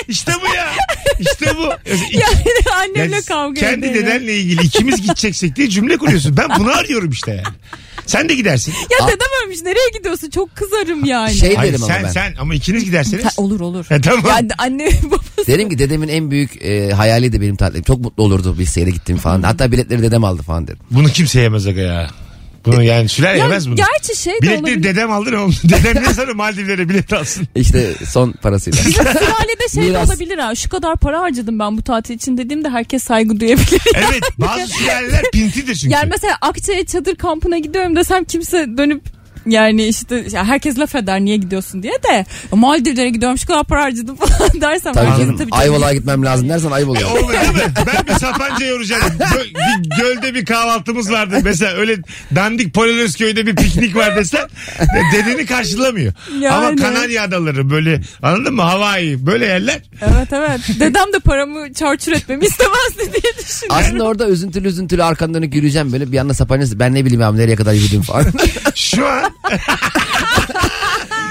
Speaker 3: işte bu ya. İşte bu.
Speaker 5: yani annemle
Speaker 3: Yani
Speaker 5: kavga
Speaker 3: kendi
Speaker 5: ederim.
Speaker 3: dedenle ilgili ikimiz gideceksek diye cümle kuruyorsun. Ben bunu arıyorum işte yani. Sen de gidersin.
Speaker 5: Ya dedem ölmüş nereye gidiyorsun? Çok kızarım yani.
Speaker 4: Şey
Speaker 3: Hayır
Speaker 4: derim ama
Speaker 3: sen
Speaker 4: ben.
Speaker 3: sen ama ikiniz giderseniz.
Speaker 5: Ha, olur olur.
Speaker 3: Ha, E, tamam.
Speaker 5: Ya de- anne *laughs* babası.
Speaker 4: Derim ki dedemin en büyük e, hayali de benim tatilim. Çok mutlu olurdu bilseydi gittiğim falan. Hatta biletleri dedem aldı falan derim.
Speaker 3: Bunu kimse yemez aga ya. Bunu yani Süler
Speaker 5: Ya
Speaker 3: E, yemez bunu.
Speaker 5: gerçi şey de
Speaker 3: Biletleri
Speaker 5: olabilir.
Speaker 3: dedem aldı ne oğlum? *laughs* Dedem ne sana Maldivlere
Speaker 4: *laughs*
Speaker 3: bilet alsın.
Speaker 4: İşte son parasıyla.
Speaker 5: Bizim sülalede şey de
Speaker 4: Miras.
Speaker 5: olabilir ha. Şu kadar para harcadım ben bu tatil için dediğimde herkes saygı duyabilir.
Speaker 3: Evet bazı sülaleler pintidir çünkü.
Speaker 5: yani mesela Akça'ya çadır kampına gidiyorum desem kimse dönüp yani işte ya herkes laf eder niye gidiyorsun diye de Maldivlere gidiyorum şu kadar para harcadım *laughs* falan dersem.
Speaker 4: Tabii
Speaker 5: herkes
Speaker 4: canım.
Speaker 5: tabii
Speaker 4: Ayvalık'a gitmem lazım dersen ayıp *laughs* oluyor.
Speaker 3: Olmadı E, değil mi? Ben bir Sapanca yoracağım. Gö- bir gölde bir kahvaltımız vardı. Mesela öyle dandik Polonez köyde bir piknik var desen de- dedeni karşılamıyor.
Speaker 5: Yani.
Speaker 3: Ama Kanarya Adaları böyle anladın mı? Hawaii böyle yerler.
Speaker 5: Evet evet. Dedem de paramı çarçur etmemi istemezdi *laughs* diye düşünüyorum.
Speaker 4: Aslında orada üzüntülü üzüntülü arkandan dönüp yürüyeceğim böyle bir anda sapanca ben ne bileyim abi nereye kadar yürüdüm falan. *laughs*
Speaker 3: Şu an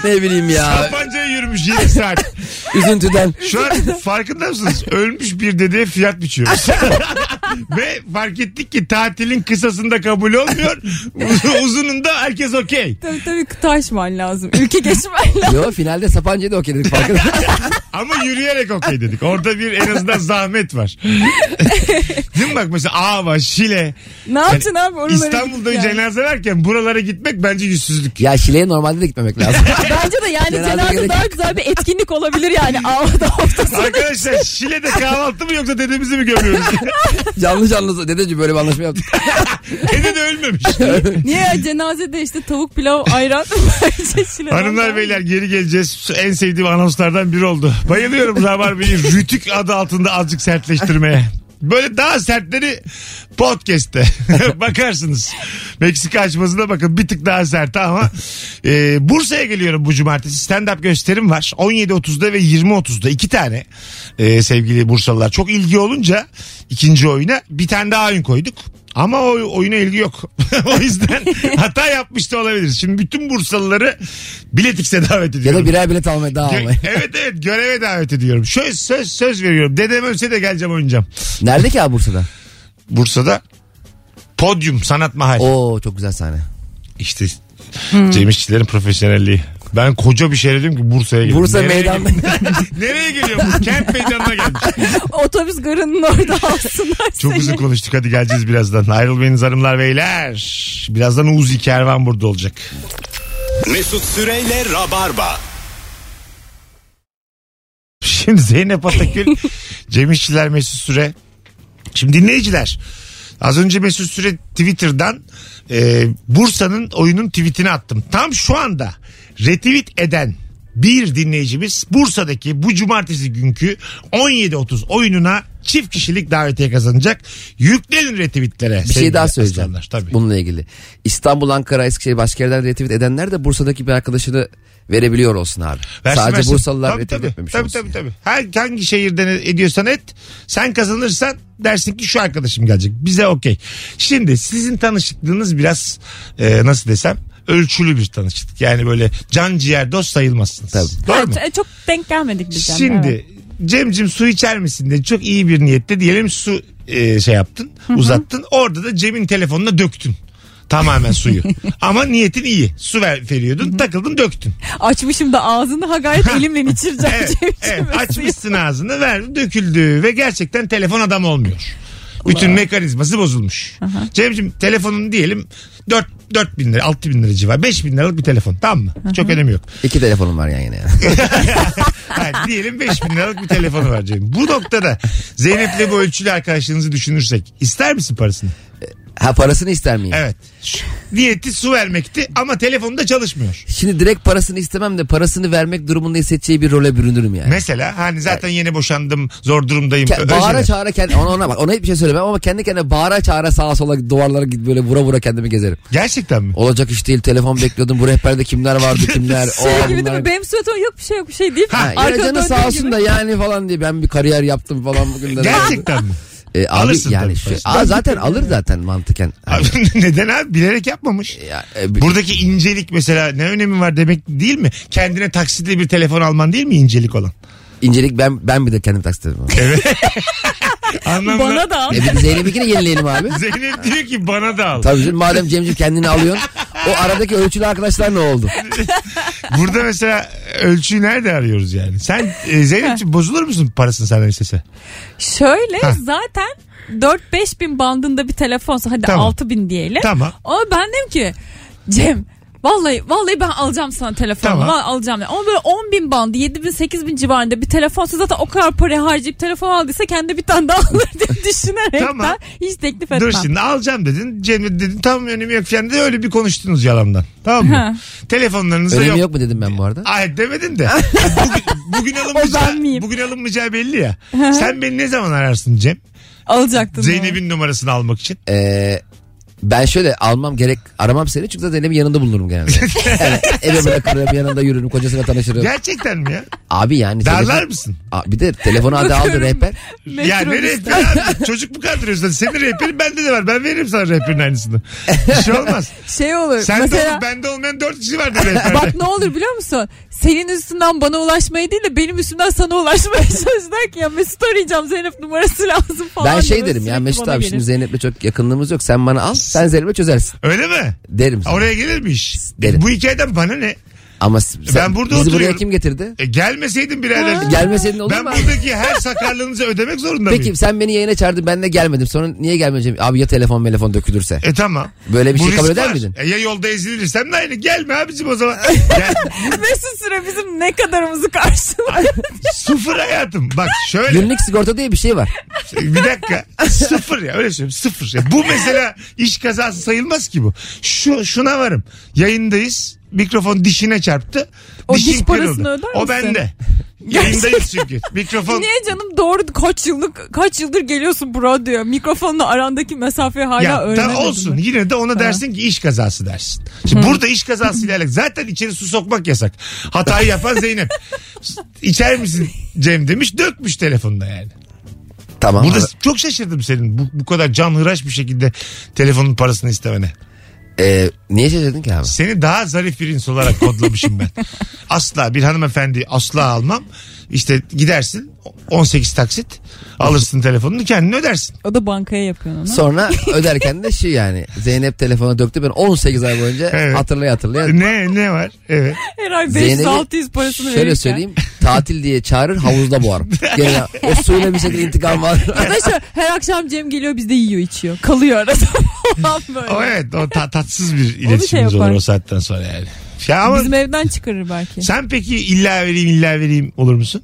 Speaker 4: ne bileyim ya
Speaker 3: Sapanca'ya yürümüş 7 saat.
Speaker 4: üzüntüden.
Speaker 3: Şu an
Speaker 5: *laughs*
Speaker 3: farkında mısınız? Ölmüş bir dedeye fiyat biçiyoruz. *laughs* Ve fark ettik ki tatilin kısasında kabul olmuyor. *laughs* Uzununda herkes okey.
Speaker 5: Tabii tabii kıta aşman lazım. Ülke geçmen *laughs* lazım.
Speaker 4: Yo finalde Sapanca'yı da okey dedik farkında. *laughs*
Speaker 3: Ama yürüyerek okey dedik. Orada bir en azından
Speaker 5: *laughs*
Speaker 3: zahmet var. Değil mi bak mesela Ava, Şile.
Speaker 5: Ne yapacaksın abi? Oralara
Speaker 3: İstanbul'da
Speaker 5: gidip yani.
Speaker 3: cenaze verken buralara gitmek bence yüzsüzlük.
Speaker 4: ya Şile'ye normalde de gitmemek *laughs* lazım.
Speaker 5: Bence de yani
Speaker 4: Cenaze
Speaker 5: cenaze
Speaker 4: gerek-
Speaker 5: daha güzel bir etkinlik olabilir
Speaker 3: *laughs*
Speaker 5: yani. Avda haftası.
Speaker 3: Arkadaşlar Şile'de kahvaltı mı yoksa dedemizi
Speaker 5: *laughs*
Speaker 3: mi gömüyoruz?
Speaker 4: canlı canlı dedeciğim böyle bir anlaşma yaptık.
Speaker 3: Dede de ölmemiş.
Speaker 5: Niye ya cenazede işte tavuk pilav ayran. *laughs* Bence Şile'den
Speaker 3: Hanımlar
Speaker 5: daha-
Speaker 3: beyler geri geleceğiz. En sevdiğim anonslardan biri oldu. Bayılıyorum *laughs* Rabarbe'yi Rütük adı altında azıcık sertleştirmeye. Böyle daha sertleri podcast'te *laughs* bakarsınız. Meksika açmasına bakın bir tık daha sert ama e, Bursa'ya geliyorum bu cumartesi stand up gösterim var 17.30'da ve 20.30'da iki tane e, sevgili Bursalılar çok ilgi olunca ikinci oyuna bir tane daha oyun koyduk ama o oyuna ilgi yok. *laughs* o yüzden hata yapmış da olabilir. Şimdi bütün Bursalıları biletikse davet
Speaker 4: ya
Speaker 3: ediyorum.
Speaker 4: da birer bilet almaya daha
Speaker 3: Gö-
Speaker 4: almaya.
Speaker 3: *laughs* evet evet göreve davet ediyorum. Söz söz söz veriyorum. Dedem ölse de geleceğim oynayacağım.
Speaker 4: Nerede ki abi Bursa'da?
Speaker 3: Bursa'da podyum sanat mahal.
Speaker 4: Oo çok güzel sahne.
Speaker 3: İşte Cem İşçilerin profesyonelliği. Ben koca bir şey dedim ki Bursa'ya geldim.
Speaker 4: Bursa
Speaker 3: Nereye
Speaker 4: meydanında.
Speaker 3: gel- *laughs* Nereye geliyor bu? Kent meydanına gelmiş.
Speaker 5: Otobüs garının orada alsınlar
Speaker 3: Çok
Speaker 5: seni.
Speaker 3: uzun konuştuk hadi geleceğiz birazdan. Ayrılmayınız hanımlar beyler. Birazdan Uzi Kervan burada olacak.
Speaker 2: Mesut Süreyle Rabarba.
Speaker 3: *laughs* Şimdi Zeynep Atakül, Cem İşçiler, Mesut Süre. Şimdi dinleyiciler. Az önce Mesut Süre Twitter'dan e, Bursa'nın oyunun tweetini attım. Tam şu anda retweet eden bir dinleyicimiz Bursa'daki bu cumartesi günkü 17.30 oyununa çift kişilik davetiye kazanacak. Yüklenin retweetlere.
Speaker 4: Bir şey daha söyleyeceğim.
Speaker 3: Tabii.
Speaker 4: Bununla ilgili. İstanbul, Ankara, Eskişehir başka yerlerde retweet edenler de Bursa'daki bir arkadaşını verebiliyor olsun abi.
Speaker 3: Versin,
Speaker 4: Sadece
Speaker 3: versin.
Speaker 4: Bursalılar
Speaker 3: Tabii,
Speaker 4: retweet
Speaker 3: tabii,
Speaker 4: etmemiş
Speaker 3: tabii,
Speaker 4: olsun.
Speaker 3: Tabii tabii. Her, hangi şehirden ediyorsan et. Sen kazanırsan dersin ki şu arkadaşım gelecek. Bize okey. Şimdi sizin tanışıklığınız biraz e, nasıl desem ölçülü bir tanışıklık. Yani böyle can ciğer dost sayılmazsınız.
Speaker 4: Tabii.
Speaker 3: Doğru mu?
Speaker 5: Evet, e, çok denk gelmedik biz. yani,
Speaker 3: Şimdi
Speaker 5: evet.
Speaker 3: Cem'cim su içer misin diye çok iyi bir niyette diyelim su e, şey yaptın uzattın. Orada da Cem'in telefonuna döktün.
Speaker 5: *laughs*
Speaker 3: Tamamen suyu. Ama niyetin iyi. Su ver, veriyordun takıldın döktün.
Speaker 5: Açmışım da ağzını ha gayret elimle içireceğim.
Speaker 3: Evet,
Speaker 5: Cem
Speaker 3: evet.
Speaker 5: içmesin.
Speaker 3: açmışsın ağzını ver döküldü ve gerçekten telefon adam olmuyor. Bütün mekanizması bozulmuş. Cemciğim telefonun diyelim 4, 4 bin lira 6 bin lira civarı 5 bin liralık bir telefon tamam mı? Çok önemi yok.
Speaker 4: İki telefonum var yani. yani.
Speaker 3: Hayır, diyelim 5 bin liralık bir telefonu var Cem. Bu noktada Zeynep'le bu ölçülü arkadaşınızı düşünürsek ister misin parasını?
Speaker 4: *laughs* ha parasını ister miyim?
Speaker 3: Evet. Şu- Niyeti su vermekti ama telefonu da çalışmıyor.
Speaker 4: Şimdi direkt parasını istemem de parasını vermek durumunda hissedeceği bir role bürünürüm yani.
Speaker 3: Mesela hani zaten yeni boşandım zor durumdayım.
Speaker 4: Ke-
Speaker 3: Özel-
Speaker 4: bağıra çağıra kendi ona ona bak ona hiçbir şey söylemem ama kendi kendine bağıra çağıra sağa sola duvarlara git böyle vura vura kendimi gezerim.
Speaker 3: Gerçekten mi?
Speaker 4: Olacak iş değil telefon bekliyordum bu rehberde kimler vardı
Speaker 3: *laughs*
Speaker 4: kimler.
Speaker 5: Şey
Speaker 4: o
Speaker 5: gibi değil
Speaker 4: bunlar-
Speaker 5: mi? Benim suratım yok bir şey yok bir şey değil.
Speaker 4: Ha, ya
Speaker 5: Arkada
Speaker 4: canı
Speaker 5: döndüğü
Speaker 4: sağ olsun
Speaker 5: gibi.
Speaker 4: da yani falan diye ben bir kariyer yaptım falan bugünlerde.
Speaker 3: Gerçekten mi?
Speaker 4: E, abi
Speaker 3: Alırsın tabii
Speaker 4: yani şey-
Speaker 3: parasını.
Speaker 4: Aa, zaten alır zaten mantıken.
Speaker 3: Abi, *laughs* neden abi? Bilerek yapmamış.
Speaker 4: Ya, e, bir-
Speaker 3: Buradaki incelik mesela ne önemi var demek değil mi? Kendine taksitli bir telefon alman değil mi incelik olan?
Speaker 4: incelik ben ben bir de kendim taksit ederim.
Speaker 5: *laughs*
Speaker 3: Anlamda.
Speaker 5: Bana da.
Speaker 4: e, bir Zeynep'inkini yenileyelim abi.
Speaker 3: *laughs* Zeynep diyor ki bana da al.
Speaker 4: Tabii canım madem Cemciğim kendini alıyorsun O aradaki ölçülü arkadaşlar ne oldu?
Speaker 3: Burada mesela ölçüyü nerede arıyoruz yani? Sen e, Zeynep'ciğim bozulur musun parasını senden istese?
Speaker 5: Şöyle
Speaker 3: Ha.
Speaker 5: zaten 4-5 bin bandında bir telefonsa hadi
Speaker 3: Tamam.
Speaker 5: 6 bin diyelim.
Speaker 3: Tamam.
Speaker 5: Ama ben dedim ki Cem Vallahi vallahi ben alacağım sana telefonu.
Speaker 3: Tamam.
Speaker 5: Vallahi alacağım. Ama böyle 10 bin bandı, 7 bin, 8 bin civarında bir telefonsa zaten o kadar para harcayıp telefon aldıysa kendi bir tane daha alır *laughs* diye düşünerek
Speaker 3: Tamam.
Speaker 5: hiç teklif etmem.
Speaker 3: Dur şimdi alacağım dedin. Cem de dedin tamam önüm yok falan diye öyle bir konuştunuz yalandan. Tamam mı? Telefonlarınızda yok.
Speaker 4: Önemi yok mu dedim ben bu arada?
Speaker 3: Ay
Speaker 5: *laughs*
Speaker 3: demedin de. bugün, bugün
Speaker 5: O ben
Speaker 3: alınmayacağı,
Speaker 5: miyim?
Speaker 3: bugün alınmayacağı belli ya. Sen beni ne zaman ararsın Cem?
Speaker 5: Alacaktın. onu.
Speaker 3: Zeynep'in numarasını almak için.
Speaker 4: Ee, ben şöyle almam gerek aramam seni çünkü zaten evimin yanında bulunurum
Speaker 3: *laughs*
Speaker 4: genelde. yani eve bırakırım yanında yürürüm kocasına tanışırım.
Speaker 3: Gerçekten mi ya?
Speaker 4: Abi yani.
Speaker 3: Darlar
Speaker 4: telefon-
Speaker 3: mısın?
Speaker 4: Aa, Bir de telefonu adı aldı
Speaker 5: Bakıyorum.
Speaker 4: rehber.
Speaker 3: Ya ne
Speaker 5: Metrobüste.
Speaker 3: rehber abi? Çocuk mu kandırıyorsun? Senin rehberin bende de var. Ben veririm sana rehberin aynısını. Bir şey olmaz.
Speaker 5: Şey olur.
Speaker 3: Sen de
Speaker 5: mesela...
Speaker 3: ol, bende olmayan dört kişi vardı
Speaker 5: *laughs*
Speaker 3: rehberde.
Speaker 5: Bak ne olur biliyor musun? Senin üstünden bana ulaşmayı değil de benim üstümden sana *laughs* ulaşmaya çalıştılar ki ya Mesut arayacağım Zeynep numarası lazım falan.
Speaker 4: Ben
Speaker 5: diye
Speaker 4: şey derim ya
Speaker 5: sürekli
Speaker 4: Mesut
Speaker 5: bana
Speaker 4: abi
Speaker 5: gelir.
Speaker 4: şimdi Zeynep'le çok yakınlığımız yok. Sen bana al sen Zeynep'le çözersin
Speaker 3: Öyle mi?
Speaker 4: derim. sana.
Speaker 3: Oraya gelir mi iş?
Speaker 4: Derim.
Speaker 3: Bu hikayeden bana ne?
Speaker 4: Ama s- sen,
Speaker 3: Ben burada
Speaker 4: bizi buraya
Speaker 3: oturuyorum.
Speaker 4: kim getirdi?
Speaker 3: E, gelmeseydin birader.
Speaker 4: Gelmeseydin olur
Speaker 3: Ben
Speaker 4: mu?
Speaker 3: buradaki her sakarlığınızı ödemek zorunda mıyım?
Speaker 4: Peki sen beni yayına çağırdın ben de gelmedim. Sonra niye gelmeyeceğim? Abi ya telefon telefon dökülürse.
Speaker 3: E tamam.
Speaker 4: Böyle bir
Speaker 3: Bu
Speaker 4: şey kabul
Speaker 3: risk
Speaker 4: eder
Speaker 3: var.
Speaker 4: miydin?
Speaker 3: E, ya yolda ezilirsem de aynı. Gelme abicim
Speaker 4: *laughs*
Speaker 3: o zaman. Gel.
Speaker 5: Mesut Süre bizim ne kadarımızı *laughs* karşıladı.
Speaker 3: Sıfır hayatım. Bak şöyle.
Speaker 4: Günlük sigorta diye bir şey var.
Speaker 3: bir dakika. Sıfır ya öyle söyleyeyim sıfır. Ya. Bu mesela iş kazası sayılmaz ki bu. Şu şuna varım. Yayındayız. Mikrofon dişine çarptı.
Speaker 5: O
Speaker 3: Dişin
Speaker 5: diş parasını
Speaker 3: kırıldı.
Speaker 5: öder
Speaker 3: O
Speaker 5: misin? *laughs*
Speaker 3: bende. Yayındayız çünkü. Mikrofon
Speaker 5: Niye canım doğru kaç yıllık kaç yıldır geliyorsun bu radyoya. Mikrofonla arandaki mesafeyi hala
Speaker 3: ya
Speaker 5: öğrenemedim.
Speaker 3: tamam olsun
Speaker 5: ben.
Speaker 3: yine de ona dersin ki iş kazası dersin. Şimdi burada iş kazası ile alakalı zaten içeri su sokmak yasak. Hatayı yapan Zeynep. İçer misin Cem demiş dökmüş telefonda yani.
Speaker 4: Tamam.
Speaker 3: Burada çok şaşırdım senin bu, bu kadar canhıraş bir şekilde telefonun parasını istemene.
Speaker 4: Ee, niye şaşırdın ki abi?
Speaker 3: Seni daha zarif bir insan olarak kodlamışım ben. asla bir hanımefendi asla almam. İşte gidersin 18 taksit alırsın telefonunu kendin ödersin.
Speaker 5: O da bankaya yapıyor onu.
Speaker 4: Sonra öderken de şu yani Zeynep telefona döktü ben 18 ay boyunca
Speaker 3: Evet.
Speaker 4: hatırlaya hatırlaya
Speaker 3: Ne ne var? Evet.
Speaker 5: Her ay
Speaker 4: Zeynep'i
Speaker 5: 500-600 parasını
Speaker 4: şöyle
Speaker 5: verirken.
Speaker 4: söyleyeyim tatil diye çağırır havuzda boğar.
Speaker 3: *laughs*
Speaker 4: Gene o suyla bir şekilde intikam var.
Speaker 5: Ya da şöyle, her akşam Cem geliyor bizde yiyor içiyor. Kalıyor arada *laughs* falan böyle.
Speaker 3: O evet o ta- tatsız bir iletişimimiz
Speaker 5: yapar.
Speaker 3: olur o saatten sonra yani. Ya ama
Speaker 5: Bizim evden çıkarır belki.
Speaker 3: sen peki illa vereyim illa vereyim olur musun?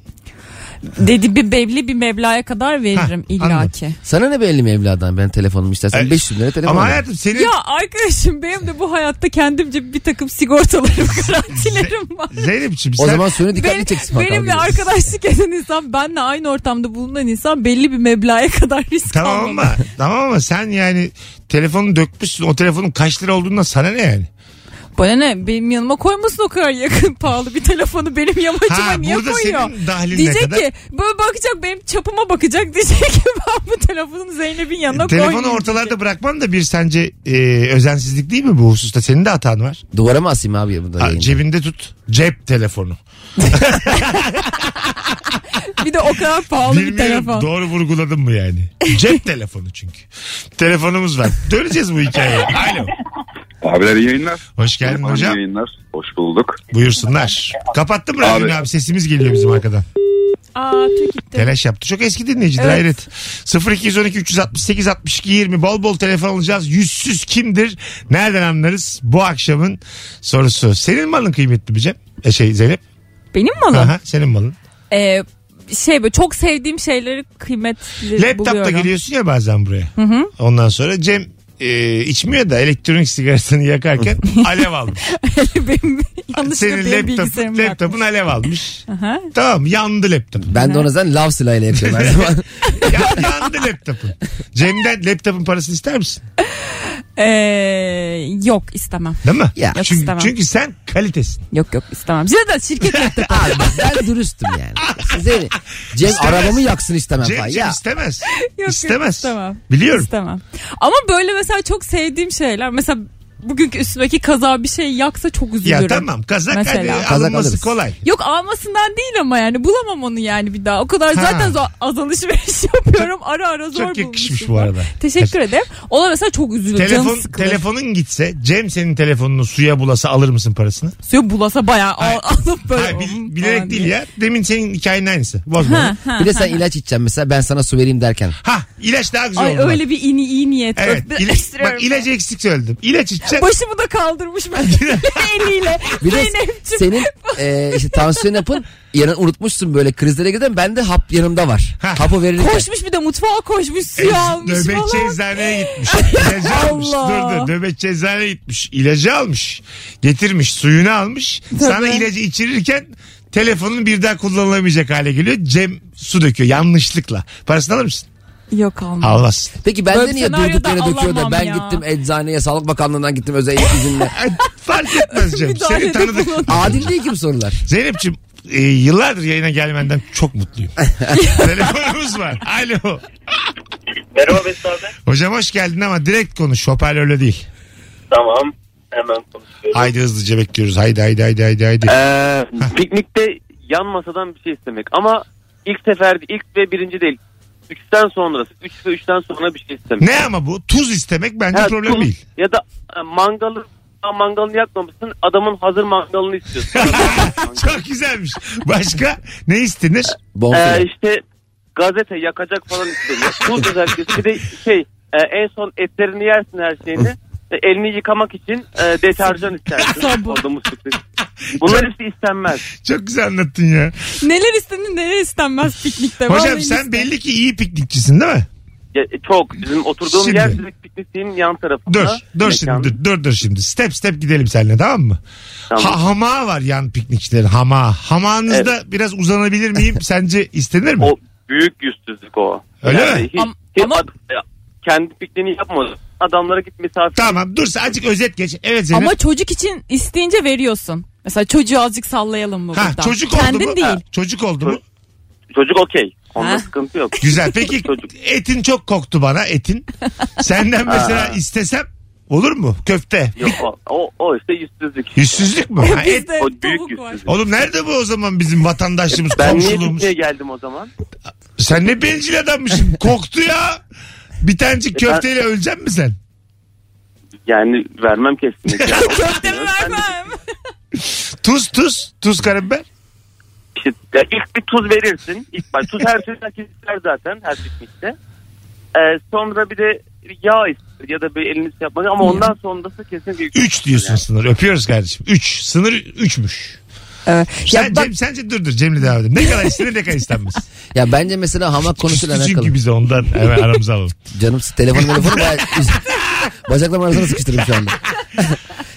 Speaker 5: Dedi bir belli bir mevlaya kadar veririm
Speaker 3: Hah,
Speaker 5: illaki.
Speaker 4: Sana ne belli mi evladan ben telefonumu istersen
Speaker 3: Evet.
Speaker 4: 500 lira telefon
Speaker 3: E, ama
Speaker 4: al.
Speaker 3: hayatım senin
Speaker 5: Ya arkadaşım benim de bu hayatta kendimce bir takım sigortalarım, *laughs* garantilerim var.
Speaker 3: Zeynep'ciğim
Speaker 4: O
Speaker 3: sen-
Speaker 4: zaman suyunu dikkatli
Speaker 5: Benim,
Speaker 4: çeksin. bakalım.
Speaker 5: benimle arkadaşlık eden insan, benle aynı ortamda bulunan insan belli bir meblağa kadar risk
Speaker 3: Tamam
Speaker 5: almalı.
Speaker 3: ama tamam ama sen yani telefonu dökmüşsün. O telefonun kaç lira olduğundan sana ne yani?
Speaker 5: Bana ne benim yanıma koymasın o kadar yakın *laughs* pahalı bir telefonu benim yamacıma
Speaker 3: Ha,
Speaker 5: niye
Speaker 3: burada
Speaker 5: koyuyor?
Speaker 3: senin dahlin ne
Speaker 5: Diyecek
Speaker 3: kadar?
Speaker 5: ki böyle bakacak benim çapıma bakacak *laughs* diyecek ki ben bu telefonu Zeynep'in yanına koymayayım.
Speaker 3: E, Telefonu
Speaker 5: diyecek.
Speaker 3: ortalarda bırakman da bir sence e, özensizlik değil mi bu hususta? Senin de hatan var.
Speaker 4: Duvara mı asayım abi bunu da
Speaker 3: Ha,
Speaker 4: yayında?
Speaker 3: cebinde tut. Cep telefonu.
Speaker 5: *laughs* Bir de o kadar pahalı bir
Speaker 3: Bilmiyorum,
Speaker 5: telefon.
Speaker 3: Doğru vurguladım mı yani? Cep *laughs* telefonu çünkü. Telefonumuz var. Döneceğiz bu hikayeye. Alo.
Speaker 8: Abiler iyi yayınlar.
Speaker 3: Hoş geldin
Speaker 8: Hanım,
Speaker 3: hocam.
Speaker 8: iyi yayınlar. Hoş bulduk.
Speaker 3: Buyursunlar. Kapattın mı
Speaker 8: Abi.
Speaker 3: radyonu abi? Sesimiz geliyor bizim arkadan.
Speaker 5: Aa tüy gitti.
Speaker 3: Telaş yaptı. Çok eski dinleyicidir
Speaker 5: Evet.
Speaker 3: hayret. 0212 368 62 20 bol bol telefon alacağız. Yüzsüz kimdir? Nereden anlarız? Bu akşamın sorusu. Senin malın kıymetli mi Cem? E şey Zeynep.
Speaker 5: Benim malım.
Speaker 3: Aha, senin malın.
Speaker 5: Ee, şey böyle çok sevdiğim şeyleri kıymetli
Speaker 3: Laptopla
Speaker 5: buluyorum.
Speaker 3: geliyorsun ya bazen buraya. Ondan sonra Cem e, içmiyor da elektronik
Speaker 5: *laughs*
Speaker 3: sigarasını yakarken alev almış.
Speaker 5: Benim yanlışlıkla
Speaker 3: Senin
Speaker 5: benim
Speaker 3: laptopun,
Speaker 5: bilgisayarımı yaktım.
Speaker 3: laptopun alev almış. tamam yandı laptop.
Speaker 4: Ben
Speaker 3: *laughs*
Speaker 4: de ona zaten lav silahıyla yapıyorum her zaman.
Speaker 5: *laughs*
Speaker 3: Ya, yandı laptopun. Cem'den laptopun parasını ister misin?
Speaker 5: Ee, E, yok istemem.
Speaker 3: Değil mi?
Speaker 4: Ya.
Speaker 5: Yok,
Speaker 3: çünkü,
Speaker 5: istemem.
Speaker 3: çünkü sen kalitesin.
Speaker 5: Yok yok istemem. Size de şirket laptopu.
Speaker 4: Abi ben dürüstüm yani. Size Cem
Speaker 3: İstemez.
Speaker 4: arabamı yaksın istemem
Speaker 3: Cem,
Speaker 4: falan.
Speaker 3: Cem
Speaker 4: Ya.
Speaker 3: istemez.
Speaker 5: *laughs* yok,
Speaker 3: istemez.
Speaker 5: istemem.
Speaker 3: Biliyorum.
Speaker 5: istemem. Ama böyle mesela çok sevdiğim şeyler. Mesela bugünkü üstümdeki kaza bir şey yaksa çok üzülürüm.
Speaker 3: Ya tamam kazak
Speaker 5: Mesela.
Speaker 3: hadi
Speaker 4: Kazak
Speaker 3: alınması
Speaker 4: alırız.
Speaker 3: kolay.
Speaker 5: Yok almasından değil ama yani bulamam onu yani bir daha. O kadar
Speaker 3: Ha.
Speaker 5: zaten zor, az alışveriş *laughs* yapıyorum. Ara ara zor
Speaker 3: Çok yakışmış
Speaker 5: bulmuşum.
Speaker 3: bu arada.
Speaker 5: Teşekkür ederim. Ona mesela çok üzülür. Canı
Speaker 3: Telefon,
Speaker 5: sıkılır.
Speaker 3: telefonun gitse Cem senin telefonunu suya bulasa alır mısın parasını?
Speaker 5: Suyu bulasa bayağı al, alıp böyle.
Speaker 3: Hayır, bil-
Speaker 5: "Hmm"
Speaker 3: bilerek
Speaker 5: falan
Speaker 3: değil
Speaker 5: diye.
Speaker 3: ya. Demin senin hikayenin aynısı. Bozma.
Speaker 5: Ha,
Speaker 3: Ha.
Speaker 5: ha.
Speaker 4: Bir
Speaker 5: *laughs*
Speaker 4: de sen ilaç içeceksin mesela ben sana su vereyim derken.
Speaker 3: ilaç daha güzel
Speaker 5: Ay
Speaker 3: oldu.
Speaker 5: öyle bir iyi, iyi niyet.
Speaker 3: Evet.
Speaker 5: Öptü-
Speaker 3: il-
Speaker 5: öptürüyorum
Speaker 3: bak
Speaker 5: ben.
Speaker 3: ilacı eksik söyledim. İlaç içeceksin.
Speaker 5: Başımı da kaldırmış
Speaker 3: *laughs*
Speaker 5: ben *laughs* eliyle.
Speaker 4: Bir de
Speaker 5: Zeynep'ciğim.
Speaker 4: senin e, işte tansiyon yapın yarın unutmuşsun böyle krizlere giden bende hap yanımda var.
Speaker 3: Ha.
Speaker 4: Hapı verirken.
Speaker 5: Koşmuş bir de mutfağa koşmuş
Speaker 3: E,
Speaker 5: suyu almış
Speaker 3: Nöbetçi
Speaker 5: falan.
Speaker 3: eczaneye gitmiş. İlacı *laughs* almış.
Speaker 5: Allah.
Speaker 3: Dur dur. Nöbetçi eczaneye gitmiş. İlacı almış. Getirmiş. Suyunu almış. Sana ilacı içirirken telefonun bir daha kullanılamayacak hale geliyor. Cem su döküyor yanlışlıkla. Parasını alır mısın?
Speaker 5: Yok almam.
Speaker 3: Almazsın.
Speaker 4: Peki
Speaker 5: Böyle
Speaker 4: bende
Speaker 5: bir
Speaker 4: niye
Speaker 5: senaryoda
Speaker 4: durduk yere döküyor da
Speaker 5: alamam
Speaker 4: ben
Speaker 5: ya.
Speaker 4: gittim eczaneye sağlık bakanlığından gittim özel
Speaker 5: *laughs*
Speaker 4: izinle.
Speaker 3: *laughs* Ay, Fark etmez Cem. Seni
Speaker 5: Müdahalede
Speaker 3: tanıdık.
Speaker 5: bulun.
Speaker 4: Adil değil ki bu sorular.
Speaker 3: Zeynep'ciğim e, yıllardır yayına gelmenden çok *laughs* mutluyum. Telefonumuz var. Alo.
Speaker 6: Merhaba Mesut abi.
Speaker 3: Hocam hoş geldin ama direkt konuş. Hoparlörle değil.
Speaker 6: Tamam. Hemen konuşuyorum.
Speaker 3: Haydi hızlıca bekliyoruz. Haydi haydi haydi haydi. haydi.
Speaker 9: Ee, piknikte yan masadan bir şey istemek ama ilk seferde ilk ve birinci değil. Üçten sonrası. Üç ve üçten sonra bir şey istemek.
Speaker 3: Ne ama bu? Tuz istemek bence
Speaker 9: Ha,
Speaker 3: problem
Speaker 9: kum-
Speaker 3: değil.
Speaker 9: Ya da e, mangalı daha mangalını yakmamışsın adamın hazır mangalını
Speaker 3: *laughs*
Speaker 9: istiyorsun. E,
Speaker 3: Çok güzelmiş. Başka ne istenir?
Speaker 4: Bonfile.
Speaker 9: ee, işte gazete yakacak falan istemiyor. Tuz özellikle bir de şey e, en son etlerini yersin her şeyini. E, Elini yıkamak için e, deterjan
Speaker 3: *laughs*
Speaker 9: istersin. Orada muslukta. Bunlar hepsi istenmez.
Speaker 3: Çok güzel anlattın ya.
Speaker 5: Neler istenir neler istenmez
Speaker 9: E,
Speaker 5: piknikte.
Speaker 3: Hocam
Speaker 5: Vallahi
Speaker 3: sen
Speaker 5: liste.
Speaker 3: belli ki iyi piknikçisin değil mi?
Speaker 9: Ya, e, çok. Bizim oturduğum
Speaker 3: Şimdi.
Speaker 9: yer direkt pikniğin yan tarafında.
Speaker 3: Dur. Dur
Speaker 9: Mekan.
Speaker 3: şimdi. Dur, dur dur şimdi. Step step gidelim seninle tamam mı?
Speaker 9: Tamam.
Speaker 3: Ha, hama var yan piknikçilerin. Hama. Hamağınızda biraz
Speaker 9: *laughs*
Speaker 3: uzanabilir miyim? Sence istenir mi?
Speaker 9: O büyük yüzsüzlük o.
Speaker 3: Öyle mi?
Speaker 9: Hiç,
Speaker 5: Am-
Speaker 9: hiç
Speaker 5: ama-
Speaker 9: ad- ya, kendi pikniğini yapmadı. Adamlara git misafir.
Speaker 3: Tamam dur azıcık özet geç. Evet Zeynep.
Speaker 5: Ama çocuk için isteyince veriyorsun. Mesela çocuğu azıcık sallayalım mı
Speaker 3: ha,
Speaker 5: buradan?
Speaker 3: çocuk oldu
Speaker 5: Kendin
Speaker 3: mu?
Speaker 5: değil.
Speaker 3: Ha, Çocuk oldu mu?
Speaker 9: Çocuk okey. Onda
Speaker 5: Ha.
Speaker 9: sıkıntı yok.
Speaker 3: Güzel.
Speaker 9: *laughs*
Speaker 3: Peki
Speaker 9: Çocuk.
Speaker 3: etin çok koktu
Speaker 9: *laughs*
Speaker 3: bana etin. Senden mesela istesem olur mu? Köfte.
Speaker 9: yok o, o, o işte yüzsüzlük.
Speaker 5: *laughs*
Speaker 3: Yüzsüzlük mü? Ha, e, et-
Speaker 5: Bizde
Speaker 9: O büyük
Speaker 5: tavuk var.
Speaker 9: yüzsüzlük.
Speaker 3: Oğlum nerede bu o zaman bizim vatandaşlığımız,
Speaker 9: Ben niye
Speaker 3: komşuluğumuz?
Speaker 9: pikniğe geldim o zaman?
Speaker 3: Sen ne bencil adammışsın.
Speaker 9: *laughs*
Speaker 3: Koktu ya. Bir tanecik
Speaker 9: E ben-
Speaker 3: köfteyle ölecek mi sen?
Speaker 9: Yani vermem *laughs* kesinlikle. Yani
Speaker 5: Köftemi vermem.
Speaker 3: Tuz tuz. Tuz karabiber.
Speaker 9: işte, ya ilk bir tuz verirsin. İlk baş. Tuz her türlü herkes ister zaten her piknikte. Ee, sonra bir de yağ ister ya da bir elini şey yapmak ama ondan sonrası kesinlikle
Speaker 3: Üç diyorsun
Speaker 9: Yani.
Speaker 3: sınır. Öpüyoruz kardeşim. Üç. Sınır üçmüş.
Speaker 5: Evet.
Speaker 3: Sen,
Speaker 5: Ya bak
Speaker 3: Cem, sence dur dur Cem'le devam edelim. Ne
Speaker 5: *laughs*
Speaker 3: kadar istenir ne kadar istenmez.
Speaker 4: Ya bence mesela hamak konusuyla
Speaker 3: Küstü
Speaker 4: alakalı.
Speaker 3: Çünkü bize ondan hemen
Speaker 5: *laughs*
Speaker 3: aramıza alalım.
Speaker 4: Canım
Speaker 3: *laughs*
Speaker 4: telefonu telefonu bayağı bacaklarım arasına sıkıştırdım şu anda. *laughs*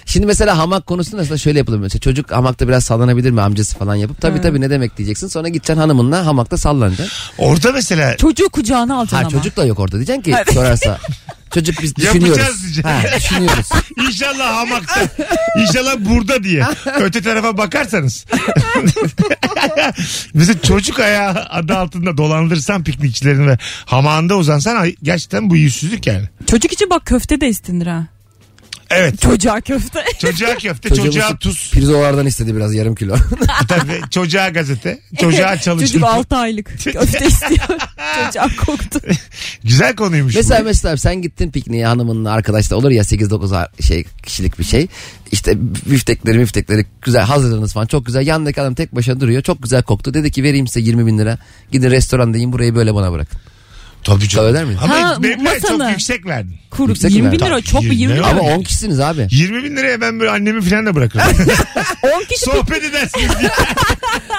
Speaker 4: Şimdi mesela hamak konusunda aslında şöyle yapılır. Mesela çocuk hamakta biraz sallanabilir mi amcası falan yapıp. Tabii tabii ne demek diyeceksin. Sonra gideceksin hanımınla hamakta sallanacaksın.
Speaker 3: Orada mesela
Speaker 5: çocuğu kucağına alacaksın
Speaker 4: Ha
Speaker 5: ama.
Speaker 4: çocuk da yok orada diyeceksin ki sorarsa. Çocuk biz
Speaker 3: *laughs* Yapacağız
Speaker 4: düşünüyoruz.
Speaker 3: diyeceksin.
Speaker 4: Ha, düşünüyoruz.
Speaker 3: *laughs* İnşallah hamakta. İnşallah burada diye. Öte tarafa bakarsanız. *laughs* Mesela çocuk ayağı adı altında dolandırsan piknikçilerini ve hamağında uzansan ay- gerçekten bu yüzsüzlük yani.
Speaker 5: Çocuk için bak köfte de istenir ha.
Speaker 3: Evet.
Speaker 5: Çocuğa köfte.
Speaker 3: Çocuğa köfte,
Speaker 4: Çocuğumuz
Speaker 3: çocuğa tuz,
Speaker 4: Pirzolardan istedi biraz yarım kilo.
Speaker 3: tabii, çocuğa gazete,
Speaker 5: *laughs*
Speaker 3: çocuğa
Speaker 5: Çocuk
Speaker 3: çalışma.
Speaker 5: 6 aylık köfte istiyor.
Speaker 3: *laughs*
Speaker 5: Çocuğa koktu.
Speaker 3: Güzel konuymuş
Speaker 4: Mesela
Speaker 3: bu.
Speaker 4: mesela sen gittin pikniğe hanımınla arkadaşla olur ya 8-9 ar- şey kişilik bir şey. İşte müftekleri müftekleri güzel hazırladınız falan çok güzel. Yandaki adam tek başına duruyor çok güzel koktu. Dedi ki vereyim size 20 bin lira. Gidin restoranda yiyin burayı böyle bana bırakın.
Speaker 3: Tabii canım.
Speaker 4: Kabul eder miyiz?
Speaker 3: Ama
Speaker 5: Ha,
Speaker 3: beklenti çok
Speaker 5: masanı.
Speaker 3: yüksek verdin.
Speaker 5: Kuru.
Speaker 4: Yüksek
Speaker 5: 20 bin
Speaker 4: mi?
Speaker 5: lira çok
Speaker 3: Tabii,
Speaker 5: 20
Speaker 3: ne
Speaker 5: lira.
Speaker 3: var?
Speaker 4: Ama 10 kişisiniz
Speaker 3: *laughs*
Speaker 4: abi.
Speaker 3: 20 bin liraya ben böyle annemi falan da bırakırım.
Speaker 5: 10 kişi
Speaker 3: Sohbet edersiniz diye.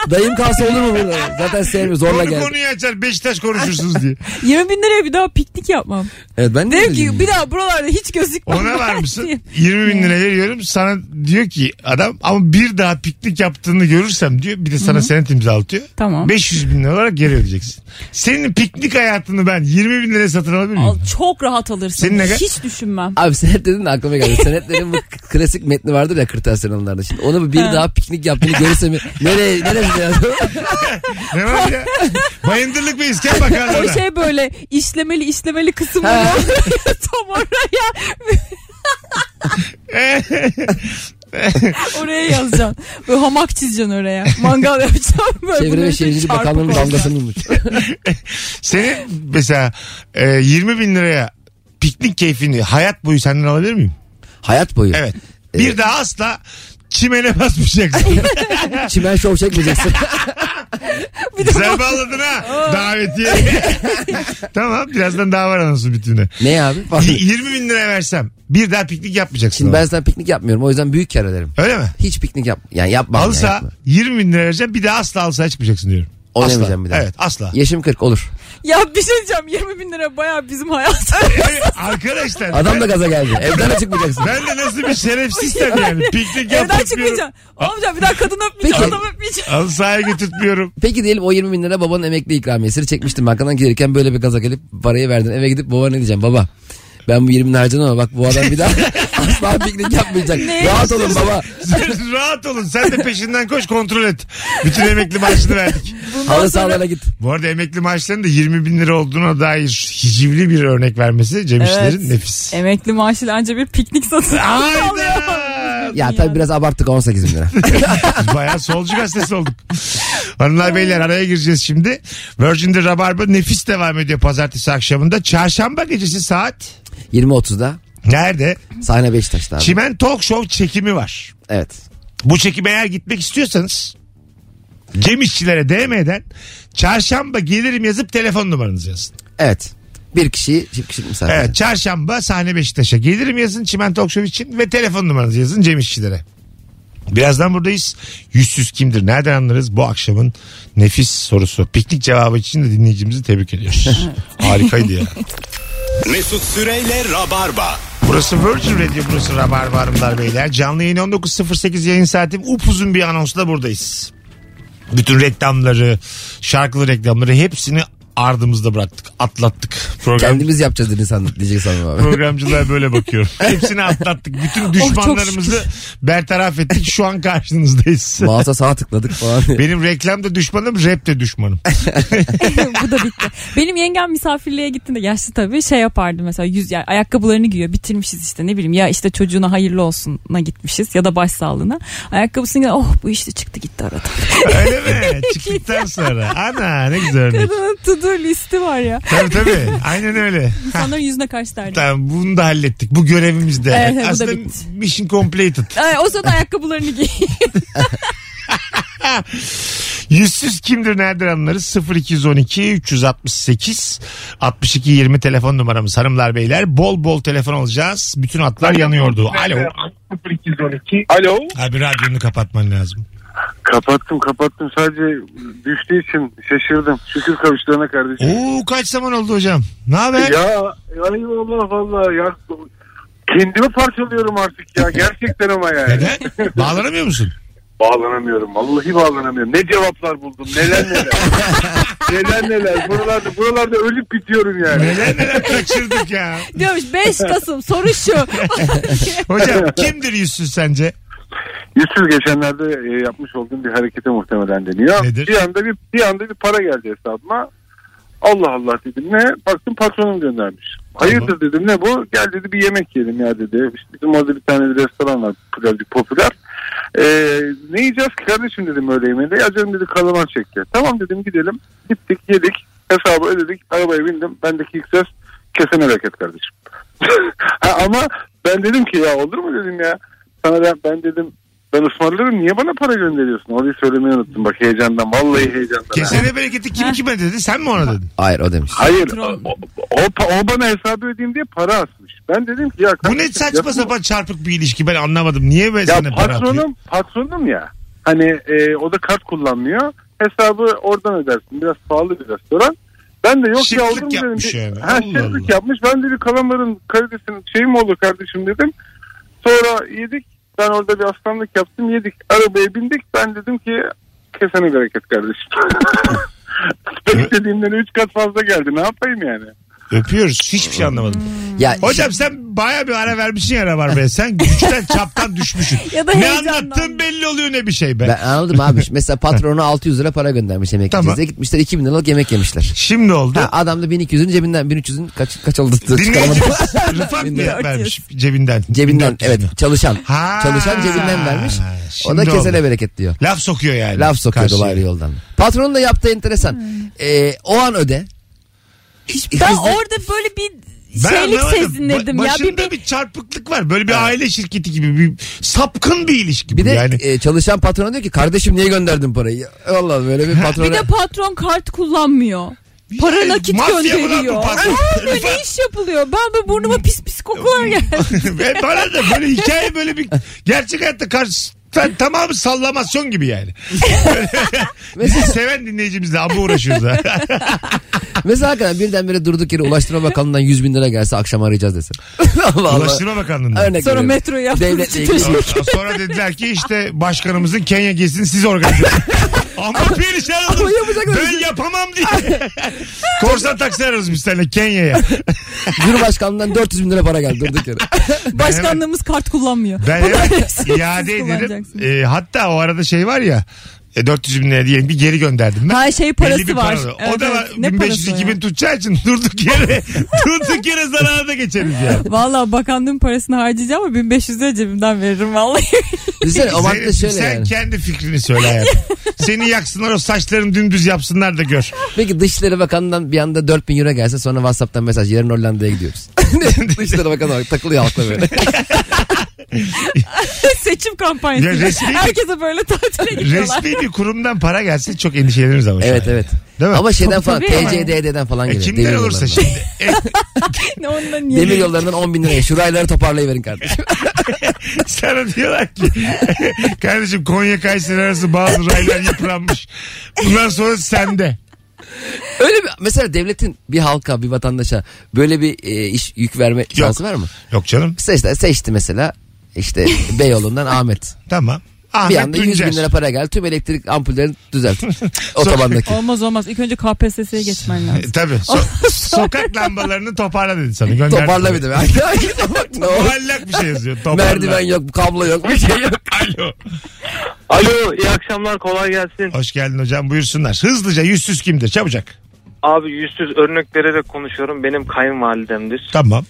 Speaker 4: Dayım kalsa olur mu burada? Zaten sevmiyor zorla
Speaker 3: Konu
Speaker 4: gel.
Speaker 3: konuyu açar Beşiktaş konuşursunuz diye.
Speaker 5: 20 bin liraya bir daha piknik yapmam.
Speaker 4: Evet ben de
Speaker 5: Derim
Speaker 4: dedim.
Speaker 5: ki bir daha buralarda hiç gözükmem.
Speaker 3: Ona var mısın?
Speaker 5: *laughs* Diyeyim.
Speaker 3: 20 bin lira veriyorum. Sana diyor ki adam ama bir daha piknik yaptığını görürsem diyor. Bir de sana senet imzalatıyor.
Speaker 5: Tamam.
Speaker 3: 500 bin lira olarak geri ödeyeceksin. Senin piknik hayatını ben 20 bin liraya satın alabilir miyim?
Speaker 5: Al, çok rahat alırsın.
Speaker 3: Senin ne kadar-
Speaker 5: Hiç düşünmem.
Speaker 4: Abi senet dedin de aklıma geldi. Senetlerin bu klasik metni vardır ya kırtasiye anılarda. Şimdi onu bir daha piknik yaptığını görürse
Speaker 3: *laughs*
Speaker 4: mi? Nereye, nereye gidiyorsun?
Speaker 3: Ne var
Speaker 5: *laughs*
Speaker 3: ya? Bayındırlık ve iskan
Speaker 5: O
Speaker 3: bakanlığına.
Speaker 5: şey böyle
Speaker 3: *laughs*
Speaker 5: işlemeli işlemeli kısımları
Speaker 4: Ha.
Speaker 5: tam oraya Oraya yazacaksın. Böyle hamak çizeceksin oraya. Mangal yapacaksın. Böyle
Speaker 4: Çevre ve
Speaker 5: bunların
Speaker 4: Şehircilik
Speaker 5: çarpık
Speaker 4: Bakanlığı'nın
Speaker 5: olacak.
Speaker 4: damgasını vurmuş.
Speaker 3: Senin mesela e, 20 bin liraya piknik keyfini hayat boyu senden alabilir miyim?
Speaker 4: Hayat boyu.
Speaker 3: Evet.
Speaker 5: E-
Speaker 3: Bir daha asla
Speaker 5: *laughs*
Speaker 3: çimene basmayacaksın.
Speaker 4: Çimen şov *laughs* çekmeyeceksin.
Speaker 3: Güzel bağladın ha davetiye. *laughs* tamam birazdan daha var anonsun bütününe.
Speaker 4: ne abi? Pardon.
Speaker 3: Y- 20 bin liraya versem bir daha piknik yapmayacaksın.
Speaker 4: Şimdi
Speaker 3: ama.
Speaker 4: ben zaten piknik yapmıyorum. O yüzden büyük kar ederim.
Speaker 3: Öyle mi?
Speaker 4: Hiç piknik yap. Yani yapmam. ya,
Speaker 3: Alsa
Speaker 4: yapma.
Speaker 3: 20 bin lira vereceğim bir daha asla alsa çıkmayacaksın diyorum.
Speaker 4: Oynamayacağım
Speaker 3: asla.
Speaker 4: bir daha.
Speaker 3: Evet asla.
Speaker 4: Yaşım 40 olur.
Speaker 5: Ya bir şey diyeceğim 20 bin lira baya bizim hayat.
Speaker 3: Yani arkadaşlar
Speaker 4: Adam da
Speaker 3: ben,
Speaker 4: gaza
Speaker 3: *laughs*
Speaker 4: geldi. Evden de çıkmayacaksın.
Speaker 3: ben de nasıl bir şerefsizsem
Speaker 4: *laughs*
Speaker 3: yani. Piknik
Speaker 5: Evden
Speaker 3: yaptırmıyorum.
Speaker 5: çıkmayacaksın. Olmayacak bir daha kadın öpmeyeceksin
Speaker 4: Peki.
Speaker 5: adam öpmeyeceksin.
Speaker 3: Halı sahaya götürtmüyorum. *laughs*
Speaker 4: Peki diyelim o 20 bin lira babanın emekli ikramiyesini çekmiştim. Arkadan gelirken böyle bir gaza gelip parayı verdin. Eve gidip baba ne diyeceğim baba. Ben bu 20 bin harcadım ama bak bu adam bir daha
Speaker 3: *laughs*
Speaker 4: asla piknik yapmayacak.
Speaker 5: Ne
Speaker 4: Rahat olun baba.
Speaker 3: Rahat olun. Sen de peşinden koş kontrol et. Bütün emekli maaşını verdik.
Speaker 4: Halı sahalara git.
Speaker 3: Bu arada emekli maaşlarının da 20 bin lira olduğuna dair hicivli bir örnek vermesi Cem İşler'in nefis.
Speaker 5: Emekli maaşıyla anca bir piknik satın.
Speaker 3: Hayda.
Speaker 4: Ya tabii biraz abarttık 18
Speaker 3: *laughs*
Speaker 4: bin lira.
Speaker 3: Biz Bayağı solcu gazetesi olduk. Hanımlar beyler araya gireceğiz şimdi. Virgin'de Rabarba nefis devam ediyor pazartesi akşamında. Çarşamba gecesi saat
Speaker 4: 20-30'da
Speaker 3: nerede?
Speaker 4: sahne Beşiktaş'ta abi.
Speaker 3: Çimen Talk Show çekimi var.
Speaker 4: Evet.
Speaker 3: Bu çekime eğer gitmek istiyorsanız Cem İşçilere DM'den çarşamba gelirim yazıp telefon numaranızı yazın.
Speaker 4: Evet. Bir kişi çift kişilik misafir.
Speaker 3: Evet çarşamba sahne Beşiktaş'a gelirim yazın Çimen Talk Show için ve telefon numaranızı yazın Cem İşçilere. Birazdan buradayız. Yüzsüz kimdir? Nereden anlarız? Bu akşamın nefis sorusu. Piknik cevabı için de dinleyicimizi tebrik ediyoruz. Harikaydı ya.
Speaker 2: Mesut Süreyle Rabarba.
Speaker 3: Burası Virgin Radio, burası Rabarba Hanımlar Beyler. Canlı yayın 19.08 yayın saatim. Upuzun bir anonsla buradayız. Bütün reklamları, şarkılı reklamları hepsini ardımızda bıraktık. Atlattık. Program,
Speaker 4: Kendimiz yapacağız dedin sandım diyecek sandım abi.
Speaker 3: *laughs* programcılara böyle
Speaker 5: *laughs*
Speaker 3: bakıyorum. hepsini atlattık. Bütün düşmanlarımızı bertaraf ettik. Şu
Speaker 5: *laughs*
Speaker 3: an karşınızdayız.
Speaker 4: Mouse'a sağ tıkladık falan.
Speaker 3: Benim reklam da düşmanım, rap de düşmanım.
Speaker 5: *laughs* Bu da bitti. Benim yengem misafirliğe gittiğinde yaşlı tabii şey yapardı mesela yüz yani ayakkabılarını giyiyor bitirmişiz işte ne bileyim ya işte çocuğuna hayırlı olsun'a gitmişiz ya da başsağlığına. Ayakkabısını giyiyor, oh bu işte çıktı gitti *laughs* arada.
Speaker 3: Öyle mi? Çıktıktan sonra. Ana ne güzel örnek.
Speaker 5: Kadının to do listi var ya.
Speaker 3: Tabii tabii. Aynen öyle.
Speaker 5: İnsanların yüzüne karşı derdi.
Speaker 3: Tamam bunu da hallettik. Bu görevimiz de.
Speaker 5: Evet, bu da
Speaker 3: Aslında
Speaker 5: bitti.
Speaker 3: mission completed.
Speaker 5: Ay, o zaman ayakkabılarını
Speaker 3: *laughs*
Speaker 5: giy.
Speaker 3: Yüzsüz kimdir nereden anlarız? 0212 368 62 20 telefon numaramız hanımlar beyler. Bol bol telefon alacağız. Bütün hatlar yanıyordu. Alo.
Speaker 7: Alo.
Speaker 3: Abi radyonu kapatman lazım.
Speaker 8: Kapattım kapattım sadece düştüğü için şaşırdım. Şükür kavuşlarına kardeşim.
Speaker 3: Oo kaç zaman oldu hocam? Ne haber?
Speaker 8: Ya eyvallah valla ya. Kendimi parçalıyorum artık ya gerçekten ama yani.
Speaker 3: Neden? Bağlanamıyor musun?
Speaker 8: Bağlanamıyorum vallahi bağlanamıyorum. Ne cevaplar buldum neler
Speaker 3: *laughs*
Speaker 8: neler. neler neler buralarda buralarda ölüp bitiyorum yani.
Speaker 3: Neler neler kaçırdık ya.
Speaker 5: Diyormuş 5 Kasım soru
Speaker 3: *laughs*
Speaker 5: şu.
Speaker 3: Hocam kimdir yüzsüz sence?
Speaker 8: Yüzsüz geçenlerde e, yapmış olduğum bir harekete muhtemelen deniyor.
Speaker 3: Nedir?
Speaker 8: Bir anda bir bir anda bir para geldi hesabıma. Allah Allah dedim ne? Baktım patronum göndermiş. Hayırdır dedim ne bu? Gel dedi bir yemek yiyelim ya dedi. İşte bizim orada bir tane bir restoran var birazcık popüler. Ee, ne yiyeceğiz ki kardeşim dedim öğle yemeğinde. Ya canım dedi kalamar çekti. Tamam dedim gidelim. Gittik yedik. Hesabı ödedik. Arabaya bindim. Bendeki ilk ses kesen hareket kardeşim. *laughs* ha, ama ben dedim ki ya olur mu dedim ya. Sana ben, ben dedim ben ısmarlarım niye bana para gönderiyorsun? Orayı söylemeyi unuttum bak heyecandan. Vallahi heyecandan. ha.
Speaker 3: Kesene bereketi kim kime dedi? Sen mi ona dedin?
Speaker 4: Hayır o demiş.
Speaker 8: Hayır o,
Speaker 5: Patron.
Speaker 8: o, o bana hesabı ödeyeyim diye para asmış. Ben dedim ki ya
Speaker 3: Bu ne
Speaker 8: kardeşim,
Speaker 3: saçma
Speaker 8: yapma.
Speaker 3: sapan çarpık bir ilişki ben anlamadım. Niye ben
Speaker 8: Ya
Speaker 3: sana para atıyor?
Speaker 8: patronum patronum ya. Hani e, o da kart kullanmıyor. Hesabı oradan ödersin. Biraz pahalı bir restoran. Ben de yok
Speaker 3: Şıklık
Speaker 8: ya olur mu dedim.
Speaker 3: yapmış
Speaker 8: Bir-
Speaker 3: yani.
Speaker 8: Ha,
Speaker 3: Allah
Speaker 8: şıklık
Speaker 3: Allah.
Speaker 8: yapmış. Ben de bir kalamarın karidesinin şey mi olur kardeşim dedim. Sonra yedik. Ben orada bir aslanlık yaptım. Yedik. Arabaya bindik. Ben dedim ki kesene
Speaker 3: *laughs*
Speaker 8: bereket kardeşim. Beklediğimden 3 kat fazla geldi. Ne yapayım yani?
Speaker 3: Öpüyoruz. Hiçbir şey anlamadım.
Speaker 5: Hmm.
Speaker 4: Ya
Speaker 3: Hocam sen baya bir ara vermişsin ya Rabarba'ya.
Speaker 5: *laughs*
Speaker 3: Sen güçten çaptan düşmüşsün.
Speaker 5: Ya da
Speaker 3: ne
Speaker 5: heyecandan.
Speaker 3: anlattığın belli oluyor ne bir şey be.
Speaker 4: ben anladım abi. Mesela patronu 600 lira para göndermiş yemek
Speaker 3: Tamam.
Speaker 4: yiyeceğiz diye. Gitmişler 2000 liralık yemek yemişler.
Speaker 3: Şimdi oldu.
Speaker 4: Ha, adam da 1200'ün cebinden 1300'ün kaç, kaç oldu çıkaramadı.
Speaker 3: Dinleyicimiz Rıfat mı vermiş cebinden?
Speaker 4: Cebinden
Speaker 3: 1400
Speaker 4: evet
Speaker 3: mü?
Speaker 4: çalışan.
Speaker 3: Ha,
Speaker 4: çalışan cebinden vermiş. O
Speaker 3: şimdi
Speaker 4: da kesene
Speaker 3: oldu.
Speaker 4: bereket diyor.
Speaker 3: Laf sokuyor yani.
Speaker 4: Laf sokuyor
Speaker 3: Karşıya.
Speaker 4: dolaylı yoldan. Patronun da yaptığı enteresan. Ee, o an öde. Hiç,
Speaker 5: Ben
Speaker 4: hiç-
Speaker 5: orada böyle bir
Speaker 3: Ben
Speaker 5: şeylik
Speaker 3: anlamadım.
Speaker 5: sezinledim
Speaker 3: Ba-
Speaker 5: ya.
Speaker 3: Başında
Speaker 5: Bir,
Speaker 3: bir,
Speaker 5: bir,
Speaker 3: çarpıklık var. Böyle bir aile şirketi gibi bir sapkın bir ilişki.
Speaker 4: bir
Speaker 3: bu
Speaker 4: de
Speaker 3: yani.
Speaker 4: e, çalışan patrona diyor ki kardeşim niye gönderdin parayı? Ya, Allah böyle bir patrona.
Speaker 5: bir de patron kart kullanmıyor. Para nakit
Speaker 3: şey, Mafya mı lan bu
Speaker 5: gönderiyor.
Speaker 3: patron?
Speaker 5: Aa, böyle
Speaker 3: Rıfat-
Speaker 5: iş yapılıyor. Ben böyle burnuma pis pis kokular
Speaker 3: *laughs*
Speaker 5: geldi.
Speaker 4: e-
Speaker 3: Ve bana da böyle hikaye böyle bir gerçek hayatta karşı ben tamamı sallamasyon
Speaker 4: *laughs*
Speaker 3: gibi yani. Bizi seven dinleyicimizle abla
Speaker 4: *laughs*
Speaker 3: uğraşıyoruz ha.
Speaker 4: Mesela hakikaten birdenbire durduk yere Ulaştırma Bakanlığı'ndan 100 bin lira gelse akşam arayacağız
Speaker 3: *laughs*
Speaker 4: desin. Allah Allah.
Speaker 3: Ulaştırma Bakanlığı'nda.
Speaker 4: Örnek
Speaker 5: Sonra
Speaker 4: veriyorum.
Speaker 5: metro yaptığınız *laughs*
Speaker 4: Devletle
Speaker 5: için
Speaker 4: ilgili.
Speaker 5: teşekkür
Speaker 3: Sonra dediler ki işte başkanımızın Kenya gezisini siz organize edin.
Speaker 4: *laughs*
Speaker 3: Ama perişan oldum.
Speaker 4: ama yapacak öyle
Speaker 3: Ben yapamam diye. *laughs* Korsan taksi ararız biz seninle Kenya'ya.
Speaker 4: Cumhurbaşkanlığından 400 bin lira para geldi durduk
Speaker 3: *laughs*
Speaker 4: yere.
Speaker 5: Başkanlığımız kart kullanmıyor.
Speaker 3: Ben
Speaker 5: Bu da
Speaker 3: hemen
Speaker 5: hepsini
Speaker 3: iade
Speaker 5: siz
Speaker 3: ederim.
Speaker 5: kullanacaksınız.
Speaker 3: Ee, hatta o arada şey var ya e, 400 bin lira diyelim bir geri gönderdim ben.
Speaker 5: Ha, şey
Speaker 3: Belli
Speaker 5: parası
Speaker 3: bir
Speaker 5: var.
Speaker 3: O
Speaker 5: Evet,
Speaker 3: da
Speaker 5: evet.
Speaker 3: var.
Speaker 5: Ne
Speaker 3: 1500
Speaker 5: parası o
Speaker 3: 2000
Speaker 5: ya?
Speaker 3: tutacağı için durduk yere *laughs* durduk yere zarara da geçeriz yani.
Speaker 5: Valla bakanlığın parasını harcayacağım ama 1500 lira cebimden veririm vallahi. *laughs*
Speaker 4: Düşünsene o
Speaker 3: Zeynep'ciğim,
Speaker 4: madde şöyle
Speaker 3: sen
Speaker 4: yani.
Speaker 3: kendi fikrini
Speaker 5: *laughs*
Speaker 3: söyle hayatım. Seni yaksınlar o saçlarını dümdüz yapsınlar da gör.
Speaker 4: Peki Dışişleri Bakanı'ndan bir anda 4000 euro gelse sonra Whatsapp'tan mesaj yarın Hollanda'ya
Speaker 3: *laughs*
Speaker 4: gidiyoruz. Dışişleri Bakanı olarak takılıyor halkla böyle.
Speaker 5: Seçim kampanyası.
Speaker 3: Ya
Speaker 5: gibi.
Speaker 3: resmi-
Speaker 5: Herkese böyle tatile gidiyorlar. *laughs*
Speaker 3: Resmi bir kurumdan para gelse çok endişeleniriz ama. şu
Speaker 4: evet
Speaker 3: an.
Speaker 4: evet.
Speaker 3: Değil mi?
Speaker 4: Ama şeyden
Speaker 5: Tabii,
Speaker 4: falan
Speaker 5: tabii.
Speaker 4: TCDD'den falan
Speaker 3: e,
Speaker 4: geliyor.
Speaker 3: kimden
Speaker 4: demir
Speaker 3: olursa
Speaker 4: yollarından.
Speaker 3: şimdi. *laughs* E,
Speaker 5: ne ondan niye?
Speaker 4: Demir yollarından 10 bin liraya şurayları toparlayıverin
Speaker 3: *laughs*
Speaker 4: kardeşim.
Speaker 3: sana diyorlar ki *laughs* kardeşim Konya Kayseri arası bazı raylar yıpranmış. Bundan sonra sende.
Speaker 4: Öyle bir mesela devletin bir halka bir vatandaşa böyle bir e, iş yük verme şansı var mı?
Speaker 3: Yok canım.
Speaker 4: Seçti, seçti mesela
Speaker 3: *laughs*
Speaker 4: işte Beyoğlu'ndan Ahmet.
Speaker 3: Tamam.
Speaker 4: Bir
Speaker 3: Ahmet
Speaker 4: anda 100
Speaker 3: Tuncer.
Speaker 4: bin lira para geldi. Tüm elektrik ampullerini düzelt.
Speaker 3: *laughs*
Speaker 4: Otobandaki.
Speaker 5: Olmaz olmaz. İlk önce KPSS'ye geçmen lazım.
Speaker 3: E,
Speaker 4: *laughs*
Speaker 3: tabii. So- sokak lambalarını toparla dedi sana. Gönderdi.
Speaker 4: Toparla bir de. *laughs* Ne
Speaker 3: *laughs*
Speaker 4: olur.
Speaker 3: Muallak bir
Speaker 4: *laughs*
Speaker 3: şey yazıyor. Toparla.
Speaker 4: Merdiven yok, kablo yok, bir şey yok.
Speaker 3: Alo.
Speaker 9: Alo iyi akşamlar kolay gelsin.
Speaker 3: Hoş geldin hocam buyursunlar. Hızlıca yüzsüz kimdir çabucak.
Speaker 9: Abi yüzsüz örnek vererek konuşuyorum. Benim kayınvalidemdir.
Speaker 3: Tamam.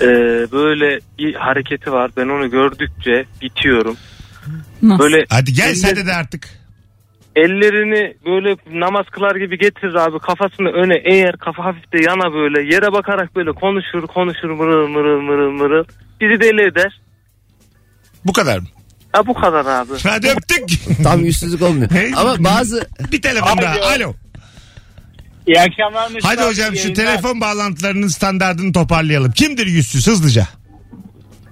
Speaker 9: Ee, böyle bir hareketi var. Ben onu gördükçe bitiyorum.
Speaker 5: Nasıl?
Speaker 9: Böyle
Speaker 3: Hadi gel
Speaker 9: Elle-
Speaker 3: sen de, de artık.
Speaker 9: ellerini böyle namaz kılar gibi getirir abi. Kafasını öne eğer kafa hafif de yana böyle yere bakarak böyle konuşur konuşur mırıl mırıl mırıl mırıl. Bizi deli eder.
Speaker 3: Bu kadar mı?
Speaker 9: Ha bu kadar abi.
Speaker 3: Hadi öptük. *laughs*
Speaker 4: Tam yüzsüzlük olmuyor.
Speaker 3: Hey.
Speaker 4: Ama bazı
Speaker 3: bir telefon daha. Alo.
Speaker 6: İyi akşamlar Mesut
Speaker 3: Hadi
Speaker 6: abi,
Speaker 3: hocam
Speaker 6: iyi
Speaker 3: şu
Speaker 6: yayınlar.
Speaker 3: telefon bağlantılarının standartını toparlayalım. Kimdir yüzsüz hızlıca?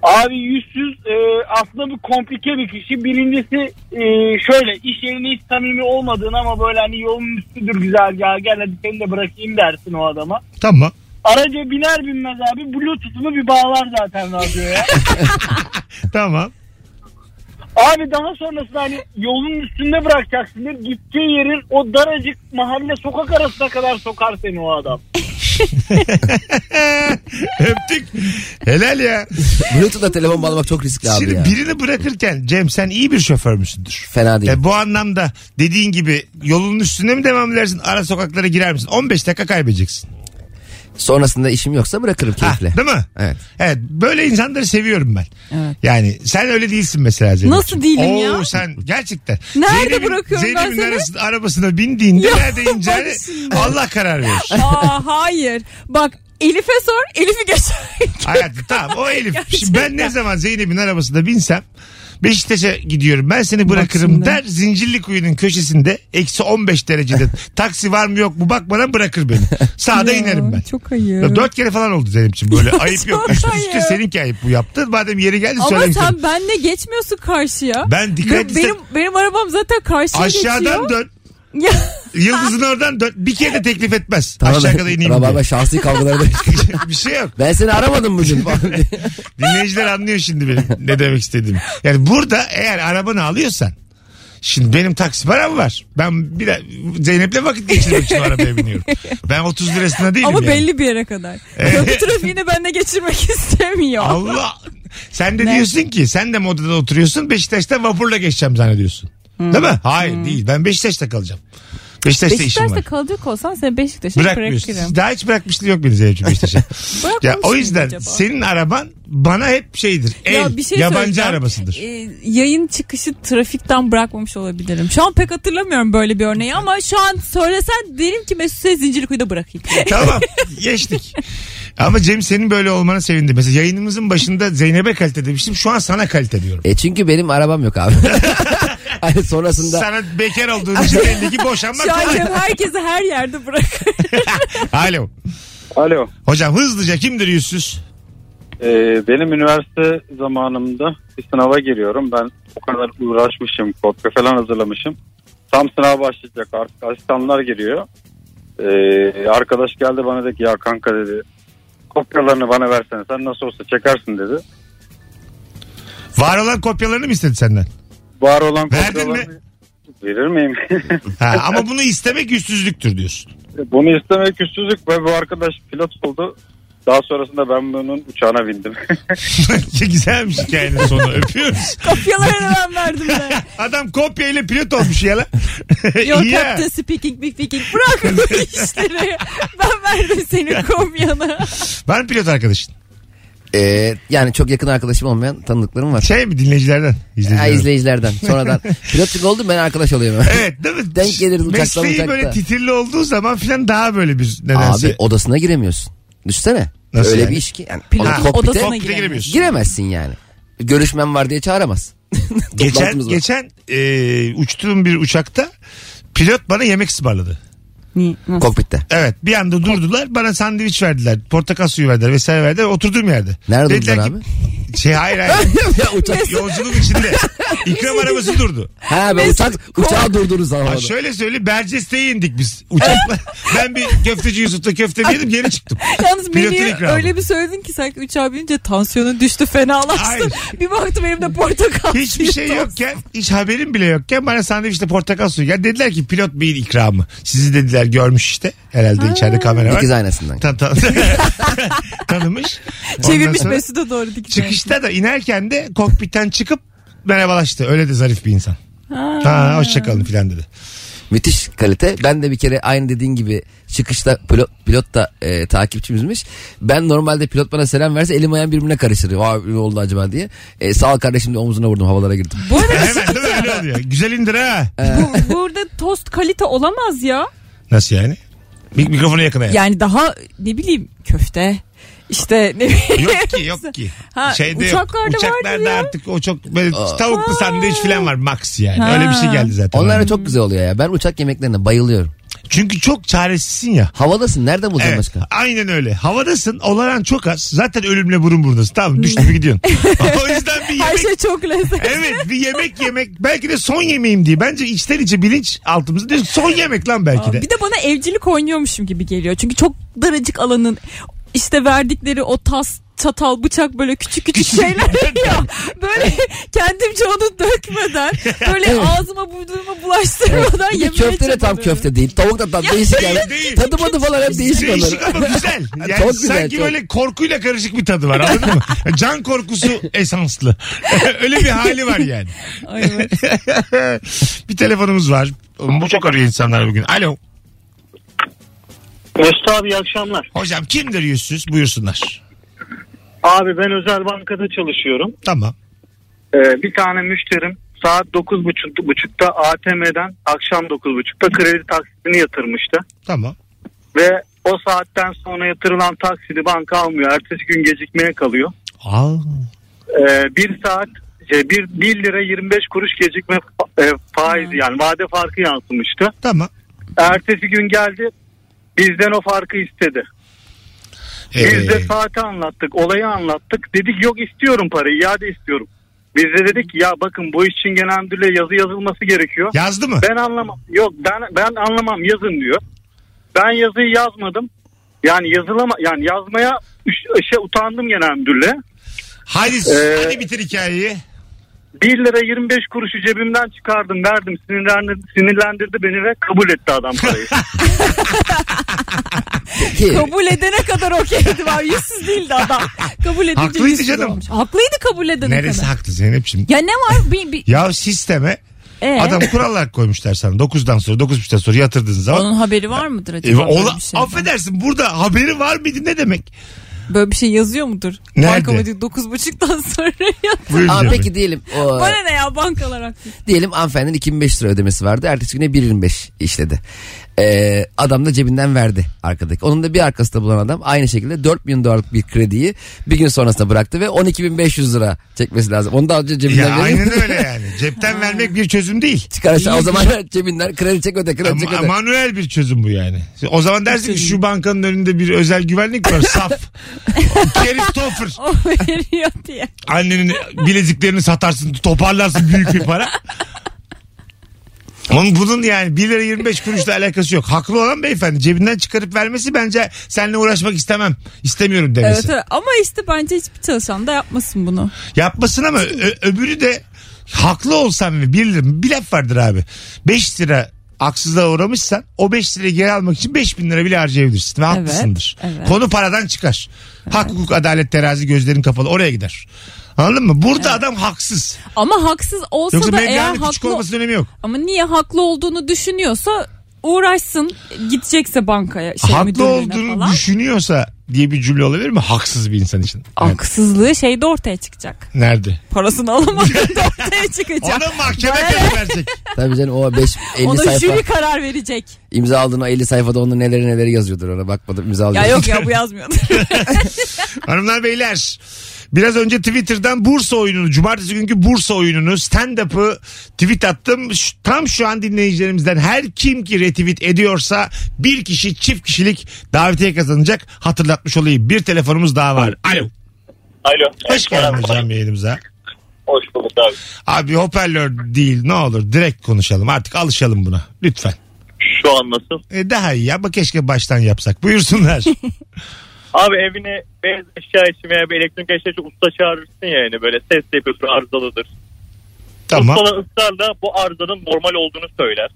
Speaker 6: Abi yüzsüz e, aslında bu komplike bir kişi. Birincisi e, şöyle iş yerine hiç samimi olmadığını ama böyle hani yolun üstüdür güzel ya gel hadi seni de bırakayım dersin o adama.
Speaker 3: Tamam.
Speaker 6: Araca biner binmez abi bluetooth'unu bir bağlar zaten
Speaker 10: *laughs*
Speaker 6: radyoya.
Speaker 3: Tamam. *laughs*
Speaker 6: Abi daha sonrasında hani yolun üstünde bırakacaksın diye gittiği yerin o daracık mahalle sokak arasına kadar sokar seni o adam.
Speaker 3: öptük. Helal ya.
Speaker 4: Bluetooth'la telefon bağlamak çok riskli abi
Speaker 3: Şimdi
Speaker 4: ya.
Speaker 3: birini bırakırken Cem sen iyi bir şoför müsündür?
Speaker 4: Fena değil.
Speaker 3: E, bu anlamda dediğin gibi yolun üstüne mi devam edersin ara sokaklara girer misin? 15 dakika kaybedeceksin.
Speaker 4: Sonrasında işim yoksa bırakırım
Speaker 3: Ha,
Speaker 4: keyifle.
Speaker 3: değil mi?
Speaker 4: Evet.
Speaker 3: Evet böyle insanları seviyorum ben.
Speaker 5: Evet.
Speaker 3: Yani sen öyle değilsin mesela Zeynep.
Speaker 5: Nasıl değilim ya?
Speaker 3: sen gerçekten.
Speaker 5: Nerede bırakıyorum ben
Speaker 3: Zeynep'in
Speaker 5: seni?
Speaker 3: arası- arabasına bindiğinde
Speaker 5: Ya,
Speaker 3: nerede ineceğini
Speaker 5: bak şimdi.
Speaker 3: Allah
Speaker 5: *laughs*
Speaker 3: karar verir.
Speaker 5: Aa hayır. Bak Elif'e sor. Elif'i geçer.
Speaker 3: Hayatım tamam
Speaker 5: *laughs*
Speaker 3: o Elif.
Speaker 5: Gerçekten.
Speaker 3: Şimdi ben ne zaman Zeynep'in arabasına binsem Beşiktaş'a gidiyorum ben seni bırakırım
Speaker 5: şimdi.
Speaker 3: der zincirli kuyunun köşesinde eksi 15 derecede
Speaker 5: *laughs*
Speaker 3: taksi var mı yok mu bakmadan bırakır beni. Sağda
Speaker 5: Ya,
Speaker 3: inerim ben.
Speaker 5: Çok hayır.
Speaker 3: Ya Dört kere falan oldu Zeynep'ciğim böyle
Speaker 5: *laughs*
Speaker 3: ayıp yok.
Speaker 5: çok
Speaker 3: Üst üste
Speaker 5: ayıp.
Speaker 3: seninki ayıp bu yaptı. Madem yeri geldi
Speaker 5: Ama
Speaker 3: söylemiştim.
Speaker 5: sen benle geçmiyorsun karşıya.
Speaker 3: şey. Ben dikkat
Speaker 5: Ve
Speaker 3: etsem-
Speaker 5: benim, benim arabam zaten karşıya
Speaker 3: Aşağıdan
Speaker 5: şey geçiyor.
Speaker 3: dön.
Speaker 5: Ya,
Speaker 3: Yıldızın oradan dön. Bir kere de teklif etmez.
Speaker 4: Tamam,
Speaker 3: Aşağı kadar ineyim
Speaker 5: *laughs*
Speaker 4: Rabarba
Speaker 3: diye. *laughs*
Speaker 4: şahsi kavgalarda.
Speaker 3: bir şey yok.
Speaker 4: ben seni aramadım bugün falan diye.
Speaker 3: Dinleyiciler anlıyor şimdi benim ne demek istediğimi. Yani burada eğer arabanı alıyorsan Şimdi benim taksi param var. Ben bir de Zeynep'le vakit geçirmek için arabaya biniyorum. Ben 30 lirasına değilim
Speaker 5: Ama
Speaker 3: yani. Ee.
Speaker 5: belli bir yere kadar. Köprü trafiğini ben de geçirmek *laughs* istemiyor.
Speaker 3: Allah. Sen de
Speaker 5: Ne?
Speaker 3: diyorsun ki sen de modada oturuyorsun Beşiktaş'ta vapurla geçeceğim zannediyorsun.
Speaker 5: Hmm.
Speaker 3: Değil mi? Hayır değil. Ben Beşiktaş'ta kalacağım. Beşiktaş'ta, işim
Speaker 5: Beşiktaş'ta
Speaker 3: var.
Speaker 5: kalacak olsan seni Beşiktaş'a
Speaker 3: Bırakmıyorsun.
Speaker 5: bırakırım.
Speaker 3: Daha hiç bırakmışlığı yok beni Zeynep'ciğim
Speaker 5: *laughs*
Speaker 3: Beşiktaş'a.
Speaker 5: Bırakmamış
Speaker 3: ya, o
Speaker 5: mıydı
Speaker 3: yüzden
Speaker 5: acaba?
Speaker 3: senin araban bana hep şeydir. El,
Speaker 5: Ya bir şey
Speaker 3: yabancı
Speaker 5: söyleyeceğim.
Speaker 3: arabasıdır.
Speaker 5: Ee, yayın çıkışı trafikten bırakmamış olabilirim. Şu an pek hatırlamıyorum böyle bir örneği ama şu an söylesen derim ki Mesut'u Zincirlikuyu'da
Speaker 3: *laughs*
Speaker 5: bırakayım.
Speaker 3: tamam geçtik. Ama Cem senin böyle olmana sevindim. Mesela yayınımızın başında Zeynep'e kalite demiştim. Şu an sana kalite diyorum.
Speaker 4: E çünkü benim arabam yok
Speaker 3: *laughs*
Speaker 4: abi. hani sonrasında
Speaker 3: Sana bekar olduğun için belli ki boşanmak
Speaker 5: Şu an
Speaker 3: kolay.
Speaker 5: Cem herkesi her yerde bırakır.
Speaker 3: Alo.
Speaker 10: Alo.
Speaker 3: Hocam hızlıca kimdir yüzsüz?
Speaker 10: Ee, benim üniversite zamanımda bir sınava giriyorum. Ben o kadar uğraşmışım, kopya falan hazırlamışım. Tam sınav başlayacak artık asistanlar geliyor. Ee, arkadaş geldi bana dedi ki ya kanka dedi kopyalarını bana versene sen nasıl olsa çekersin dedi.
Speaker 3: Var olan kopyalarını mı istedi senden?
Speaker 10: Var olan
Speaker 3: Verdin mi?
Speaker 10: kopyalarını verir
Speaker 11: *laughs*
Speaker 10: miyim?
Speaker 3: Ha, ama bunu istemek yüzsüzlüktür diyorsun. *laughs*
Speaker 10: Bunu istemek üstsüzlük ve bu arkadaş pilot oldu. Daha sonrasında ben bunun uçağına
Speaker 11: *laughs*
Speaker 10: bindim.
Speaker 3: Ne Güzelmiş hikayenin sonu. Öpüyoruz. *laughs*
Speaker 5: Kopyalarını ben verdim ben.
Speaker 3: Adam kopya ile pilot olmuş ya lan. *laughs*
Speaker 5: Yok
Speaker 3: İyi ha.
Speaker 5: Captain Speaking Big Speaking. Bırak
Speaker 3: *laughs*
Speaker 5: bu işleri. Ben verdim senin komyanı.
Speaker 3: Var mı pilot arkadaşın?
Speaker 4: e, yani çok yakın arkadaşım olmayan tanıdıklarım var.
Speaker 3: Şey mi dinleyicilerden?
Speaker 4: Ha,
Speaker 3: İzleyicilerden.
Speaker 4: izleyicilerden
Speaker 3: *laughs*
Speaker 4: sonradan. Pilotluk oldum ben arkadaş oluyorum.
Speaker 3: Evet değil mi?
Speaker 4: Denk geliriz uçakla
Speaker 3: Mesleği
Speaker 4: uçakta.
Speaker 3: böyle titirli olduğu zaman filan daha böyle bir nedense.
Speaker 4: Abi odasına giremiyorsun. Düşsene.
Speaker 3: Nasıl
Speaker 4: Öyle
Speaker 3: yani?
Speaker 4: bir iş ki. Yani
Speaker 5: Pilotun
Speaker 4: o- kokpite
Speaker 5: odasına
Speaker 3: Kokpite giremiyorsun.
Speaker 4: giremezsin yani. Görüşmem var diye
Speaker 3: *laughs*
Speaker 4: çağıramaz.
Speaker 3: Geçen,
Speaker 4: Toplantımız var.
Speaker 3: geçen e, uçtuğum bir uçakta pilot bana yemek ısmarladı.
Speaker 5: Niye? Nasıl?
Speaker 4: Kokpitte.
Speaker 3: Evet bir anda durdular bana sandviç verdiler portakal suyu verdiler vesaire verdiler oturduğum yerde.
Speaker 4: Nerede
Speaker 3: Dediler
Speaker 4: durdular
Speaker 3: ki- Şey hayır
Speaker 4: *laughs*
Speaker 3: hayır
Speaker 4: ya
Speaker 3: *laughs*
Speaker 4: uçak.
Speaker 3: yolculuk içinde İkram arabası durdu.
Speaker 4: Ha ben uçak uçağı durdururuz
Speaker 3: Ha,
Speaker 4: havada.
Speaker 3: şöyle söyle Berceste'ye indik biz
Speaker 4: *laughs*
Speaker 3: uçakla. ben bir köfteci Yusuf'ta köfte mi yedim geri çıktım.
Speaker 5: Yalnız
Speaker 3: Pilotun
Speaker 5: menüyü
Speaker 3: ikramı.
Speaker 5: öyle bir söyledin ki sanki uçağa binince tansiyonun düştü fenalaştın.
Speaker 3: Hayır.
Speaker 5: bir baktım elimde portakal.
Speaker 3: Hiçbir
Speaker 5: suyu
Speaker 3: şey
Speaker 5: toz.
Speaker 3: yokken hiç haberim bile yokken bana sandviçte portakal suyu. Ya dediler ki pilot beyin ikramı. Sizi dediler görmüş işte. Herhalde içeride kamera var.
Speaker 4: Dikiz aynasından.
Speaker 3: Tan- *laughs* tan- tanımış. Ondan
Speaker 5: Çevirmiş
Speaker 3: sonra
Speaker 5: Mesut'a doğru dikti.
Speaker 3: Çıkışta da inerken de kokpitten çıkıp merhabalaştı. Öyle de zarif bir insan. Ha, hoşçakalın filan
Speaker 5: *laughs*
Speaker 3: dedi.
Speaker 4: Müthiş kalite. Ben de bir kere aynı dediğin gibi çıkışta pilot, pilot da e, takipçimizmiş. Ben normalde pilot bana selam verse elim ayağım birbirine karışır. Vay ne oldu acaba diye. E, sağ ol kardeşim de omzuna vurdum havalara girdim.
Speaker 5: Bu arada
Speaker 3: Hemen değil mi? Öyle oluyor. Güzel indir ha.
Speaker 5: bu, burada tost kalite olamaz ya.
Speaker 3: Nasıl yani? Mik mikrofona yakın ayak.
Speaker 5: Yani daha ne bileyim köfte işte ne bileyim. *laughs*
Speaker 3: Yok ki yok ki.
Speaker 5: Ha,
Speaker 3: Şeyde
Speaker 5: uçaklarda
Speaker 3: yok.
Speaker 5: vardı
Speaker 3: Uçaklarda
Speaker 5: ya.
Speaker 3: artık o çok böyle tavuklu sandviç falan var max yani.
Speaker 5: Ha.
Speaker 3: Öyle bir şey geldi zaten.
Speaker 4: Onlar da çok güzel oluyor ya. Ben uçak yemeklerine bayılıyorum.
Speaker 3: Çünkü çok çaresizsin ya.
Speaker 4: Havadasın. Nereden bulacaksın
Speaker 3: Evet, *laughs*
Speaker 4: başka?
Speaker 3: aynen öyle. Havadasın, olaran çok az. Zaten ölümle burun burunasın. Tamam düştü mü gidiyorsun. o yüzden bir
Speaker 5: Her
Speaker 3: yemek
Speaker 5: şey çok lezzetli.
Speaker 3: Evet bir yemek yemek belki de son yemeğim diye. Bence içten içe bilinç altımızda diyor ki, son yemek lan belki de.
Speaker 5: Bir de bana evcilik oynuyormuşum gibi geliyor. Çünkü çok daracık alanın işte verdikleri o tas çatal bıçak böyle küçük küçük şeyler ya böyle kendimce onu dökmeden böyle
Speaker 4: Evet.
Speaker 5: ağzıma burnuma bulaştırmadan
Speaker 4: Bir de
Speaker 5: yemeye
Speaker 4: köfte de tam
Speaker 5: çabalıyorum.
Speaker 4: köfte değil. Tavuk da tam
Speaker 5: Ya
Speaker 4: değişik yani.
Speaker 3: şey değil, Şey değil.
Speaker 4: Tadı madı falan hep değişik
Speaker 3: Değişik
Speaker 4: onların.
Speaker 3: ama güzel. Yani
Speaker 4: Çok güzel,
Speaker 3: sanki
Speaker 4: çok.
Speaker 3: böyle korkuyla karışık bir tadı var anladın mı? Can korkusu esanslı. *laughs* Öyle bir hali var yani.
Speaker 5: Ay evet.
Speaker 3: bir telefonumuz var. Bu çok arıyor insanlar bugün. Alo.
Speaker 11: Mesut abi iyi akşamlar.
Speaker 3: Hocam kimdir yüzsüz? Buyursunlar.
Speaker 11: Abi ben özel bankada çalışıyorum.
Speaker 3: Tamam.
Speaker 11: Ee, bir tane müşterim saat 9.30'da ATM'den akşam 9.30'da kredi taksitini yatırmıştı.
Speaker 3: Tamam.
Speaker 11: Ve o saatten sonra yatırılan taksidi banka almıyor. Ertesi gün gecikmeye kalıyor.
Speaker 3: Aa,
Speaker 11: Ee, bir saat şey, bir, 1 lira 25 kuruş gecikme fa- e, faizi yani vade farkı yansımıştı.
Speaker 3: tamam.
Speaker 11: Ertesi gün geldi bizden o farkı istedi. Biz de
Speaker 3: Ee,
Speaker 11: saati anlattık, olayı anlattık. Dedik yok istiyorum parayı, iade istiyorum. Biz de dedik ki, ya bakın bu iş için genel müdürlüğe yazı yazılması gerekiyor.
Speaker 3: yazdı mı?
Speaker 11: Ben anlamam. Yok ben ben anlamam yazın diyor. Ben yazıyı yazmadım. Yani yazılama yani yazmaya üş- şey, utandım genel müdürle.
Speaker 3: Hadi,
Speaker 11: Ee,
Speaker 3: hadi bitir hikayeyi.
Speaker 6: 1 lira 25 kuruşu cebimden çıkardım verdim sinirlendirdi, sinirlendirdi beni ve kabul etti adam parayı.
Speaker 4: Peki
Speaker 5: Kabul edene kadar okeydi var. Yüzsüz değildi adam. Kabul edince
Speaker 3: Haklıydı
Speaker 5: yüzsüz
Speaker 3: canım.
Speaker 5: olmuş. Haklıydı kabul edene
Speaker 3: Neresi
Speaker 5: kadar.
Speaker 3: haklı Zeynep'ciğim?
Speaker 5: Ya ne var? Bir, bir,
Speaker 3: Ya sisteme
Speaker 5: Ee?
Speaker 3: adam kurallar koymuşlar sana. 9'dan sonra 9.30'dan sonra yatırdığın zaman.
Speaker 5: Onun haberi var mıdır acaba?
Speaker 3: E,
Speaker 5: böyle,
Speaker 3: ola,
Speaker 5: bir şey şeyden?
Speaker 3: affedersin burada haberi var mıydı ne demek?
Speaker 5: böyle bir şey yazıyor mudur?
Speaker 3: Nerede?
Speaker 5: Bankamatik 9.30'dan sonra yatır.
Speaker 3: Buyurun
Speaker 4: Aa,
Speaker 3: canım.
Speaker 4: peki diyelim
Speaker 3: *laughs*
Speaker 4: o,
Speaker 5: Bana ne ya bankalar haklı. *laughs*
Speaker 4: diyelim hanımefendinin 2500 lira ödemesi vardı. Ertesi güne 1.25 işledi. Ee, adam da cebinden verdi arkadaki. Onun da bir arkasında bulan adam aynı şekilde 4000 dolarlık bir krediyi bir gün sonrasında bıraktı ve 12.500 lira çekmesi lazım. Onu da önce cebinden
Speaker 3: Ya
Speaker 4: verip *laughs*
Speaker 3: aynen öyle
Speaker 5: *laughs*
Speaker 3: yani. Cepten vermek bir çözüm değil.
Speaker 4: çıkarırsa o zaman *laughs* cebinden kredi çek öde kredi çek
Speaker 3: Ama,
Speaker 4: öde.
Speaker 3: manuel bir çözüm bu yani. O zaman dersin ki şu bankanın önünde bir özel güvenlik
Speaker 5: *laughs*
Speaker 3: var saf. Christopher.
Speaker 5: O veriyor diye.
Speaker 3: Annenin bileziklerini satarsın toparlarsın büyük bir para. Onun bunun yani 1 lira 25 kuruşla alakası yok. Haklı olan beyefendi cebinden çıkarıp vermesi bence seninle uğraşmak istemem. istemiyorum demesi.
Speaker 5: Evet, evet. Ama işte bence hiçbir çalışan da yapmasın bunu.
Speaker 3: Yapmasın ama ö- öbürü de haklı olsan ve 1 lira bir laf vardır abi. 5 lira haksızlığa uğramışsan o 5 lirayı geri almak için 5000 lira bile harcayabilirsin ve haklısındır.
Speaker 5: evet.
Speaker 3: Konu paradan çıkar. Hak, hukuk, adalet, terazi gözlerin kapalı oraya gider. Anladın mı? Burada adam haksız.
Speaker 5: Ama haksız olsa
Speaker 3: Yoksa
Speaker 5: da eğer
Speaker 3: medyanın küçük
Speaker 5: haklı
Speaker 3: olmasının önemi yok.
Speaker 5: ama niye haklı olduğunu düşünüyorsa uğraşsın gidecekse bankaya şey
Speaker 3: haklı
Speaker 5: müdürlüğüne
Speaker 3: olduğunu
Speaker 5: falan.
Speaker 3: düşünüyorsa diye bir cümle olabilir mi? Haksız bir insan için. Evet.
Speaker 5: Haksızlığı şeyde ortaya çıkacak.
Speaker 3: Nerede?
Speaker 5: Parasını
Speaker 3: *laughs*
Speaker 5: alamadığında ortaya çıkacak.
Speaker 3: Ona mahkeme
Speaker 5: *laughs*
Speaker 3: karar verecek.
Speaker 4: Tabii canım o 5 50
Speaker 5: Ona
Speaker 4: sayfa
Speaker 5: jüri karar verecek.
Speaker 4: imza aldığın o 50 sayfada onun neleri neleri yazıyordur ona bakmadım imza
Speaker 5: Ya
Speaker 4: alıyor.
Speaker 5: yok ya bu
Speaker 3: *laughs*
Speaker 5: yazmıyordur.
Speaker 3: Hanımlar beyler biraz önce Twitter'dan Bursa oyununu cumartesi günkü Bursa oyununu stand-up'ı tweet attım. Şu- Tam şu an dinleyicilerimizden her kim ki retweet ediyorsa bir kişi çift kişilik davetiye kazanacak. Hatırlatmış olayım bir telefonumuz daha var. Alo.
Speaker 7: Alo.
Speaker 3: Hoş geldin hocam yayınımıza.
Speaker 7: Hoş bulduk abi.
Speaker 3: Abi hoparlör değil ne olur direkt konuşalım artık alışalım buna lütfen.
Speaker 7: Şu an nasıl?
Speaker 3: E daha iyi ama keşke baştan
Speaker 5: *laughs*
Speaker 3: yapsak. Buyursunlar.
Speaker 7: Abi evine beyaz eşya için veya bir elektronik eşya için usta çağırırsın ya yani böyle ses yapıyordur arızalıdır.
Speaker 3: tamam.
Speaker 7: Ustalar ısrarla bu arızanın normal olduğunu söyler.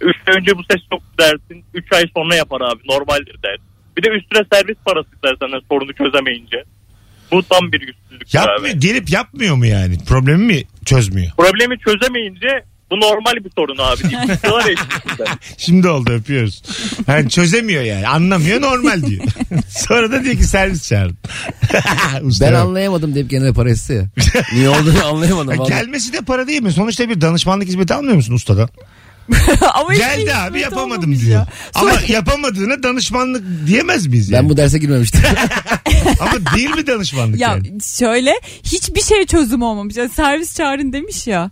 Speaker 7: Üstüne önce bu ses yok dersin. 3 ay sonra yapar abi normaldir der. Bir de üstüne servis parası der sana sorunu çözemeyince. Bu tam bir güçsüzlük
Speaker 3: Yapmıyor,
Speaker 7: abi.
Speaker 3: gelip yapmıyor mu yani? Problemi mi çözmüyor?
Speaker 7: Problemi çözemeyince bu normal bir sorun abi deyip istiyorlar ya işimizden.
Speaker 3: Şimdi oldu öpüyoruz. Yani çözemiyor yani. Anlamıyor normal diyor. *laughs* Sonra da diyor ki servis çağırın. *laughs*
Speaker 4: *laughs*
Speaker 3: Usta
Speaker 4: Ben
Speaker 3: yok.
Speaker 4: anlayamadım deyip kendine para istiyor.
Speaker 5: *laughs*
Speaker 4: Niye olduğunu anlayamadım.
Speaker 3: Ha,
Speaker 4: vallahi.
Speaker 3: Gelmesi de para değil mi? Sonuçta bir danışmanlık hizmeti almıyor musun ustadan?
Speaker 5: ama hiç
Speaker 3: Geldi
Speaker 5: bir
Speaker 3: abi
Speaker 5: hizmet
Speaker 3: yapamadım
Speaker 5: olmamış
Speaker 3: diyor.
Speaker 5: ya.
Speaker 3: Ama yapamadığına danışmanlık diyemez miyiz yani?
Speaker 4: Ben bu
Speaker 5: *laughs*
Speaker 4: derse girmemiştim.
Speaker 3: Ama değil mi danışmanlık
Speaker 5: Ya
Speaker 3: yani?
Speaker 5: şöyle hiçbir şey çözüm olmamış. Yani servis çağırın demiş ya.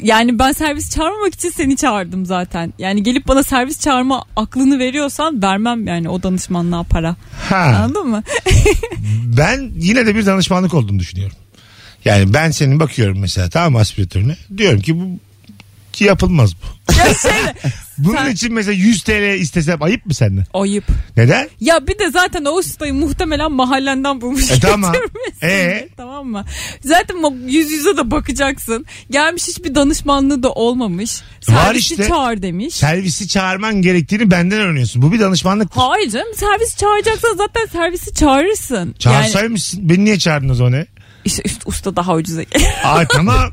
Speaker 5: Yani ben servis çağırmamak için seni çağırdım zaten. Yani gelip bana servis çağırma aklını veriyorsan vermem yani o danışmanlığa para.
Speaker 3: Ha,
Speaker 5: Anladın mı? *laughs*
Speaker 3: ben yine de bir danışmanlık olduğunu düşünüyorum. Yani ben senin bakıyorum mesela tamam mı aspiratörüne. Diyorum ki bu ki yapılmaz bu.
Speaker 5: ya şöyle
Speaker 3: *laughs* Bunun
Speaker 5: Sen-
Speaker 3: için mesela 100 TL istesem ayıp mı senden?
Speaker 5: ayıp.
Speaker 3: Neden?
Speaker 5: Ya bir de zaten o ustayı muhtemelen mahallenden bulmuş.
Speaker 3: E, tamam.
Speaker 5: getirmişsin.
Speaker 3: E?
Speaker 5: Tamam mı? Zaten ma- yüz yüze de bakacaksın. Gelmiş hiçbir danışmanlığı da olmamış.
Speaker 3: Var
Speaker 5: Servisi
Speaker 3: işte.
Speaker 5: çağır demiş.
Speaker 3: servisi çağırman gerektiğini benden öğreniyorsun. Bu bir danışmanlık.
Speaker 5: Hayır canım servis çağıracaksan zaten servisi çağırırsın. Yani,
Speaker 3: Çağırsaymışsın. Beni niye çağırdın o zaman? he?
Speaker 5: işte, işte usta daha ucuza gelir.
Speaker 4: *laughs*
Speaker 5: *laughs*
Speaker 3: Aa tamam.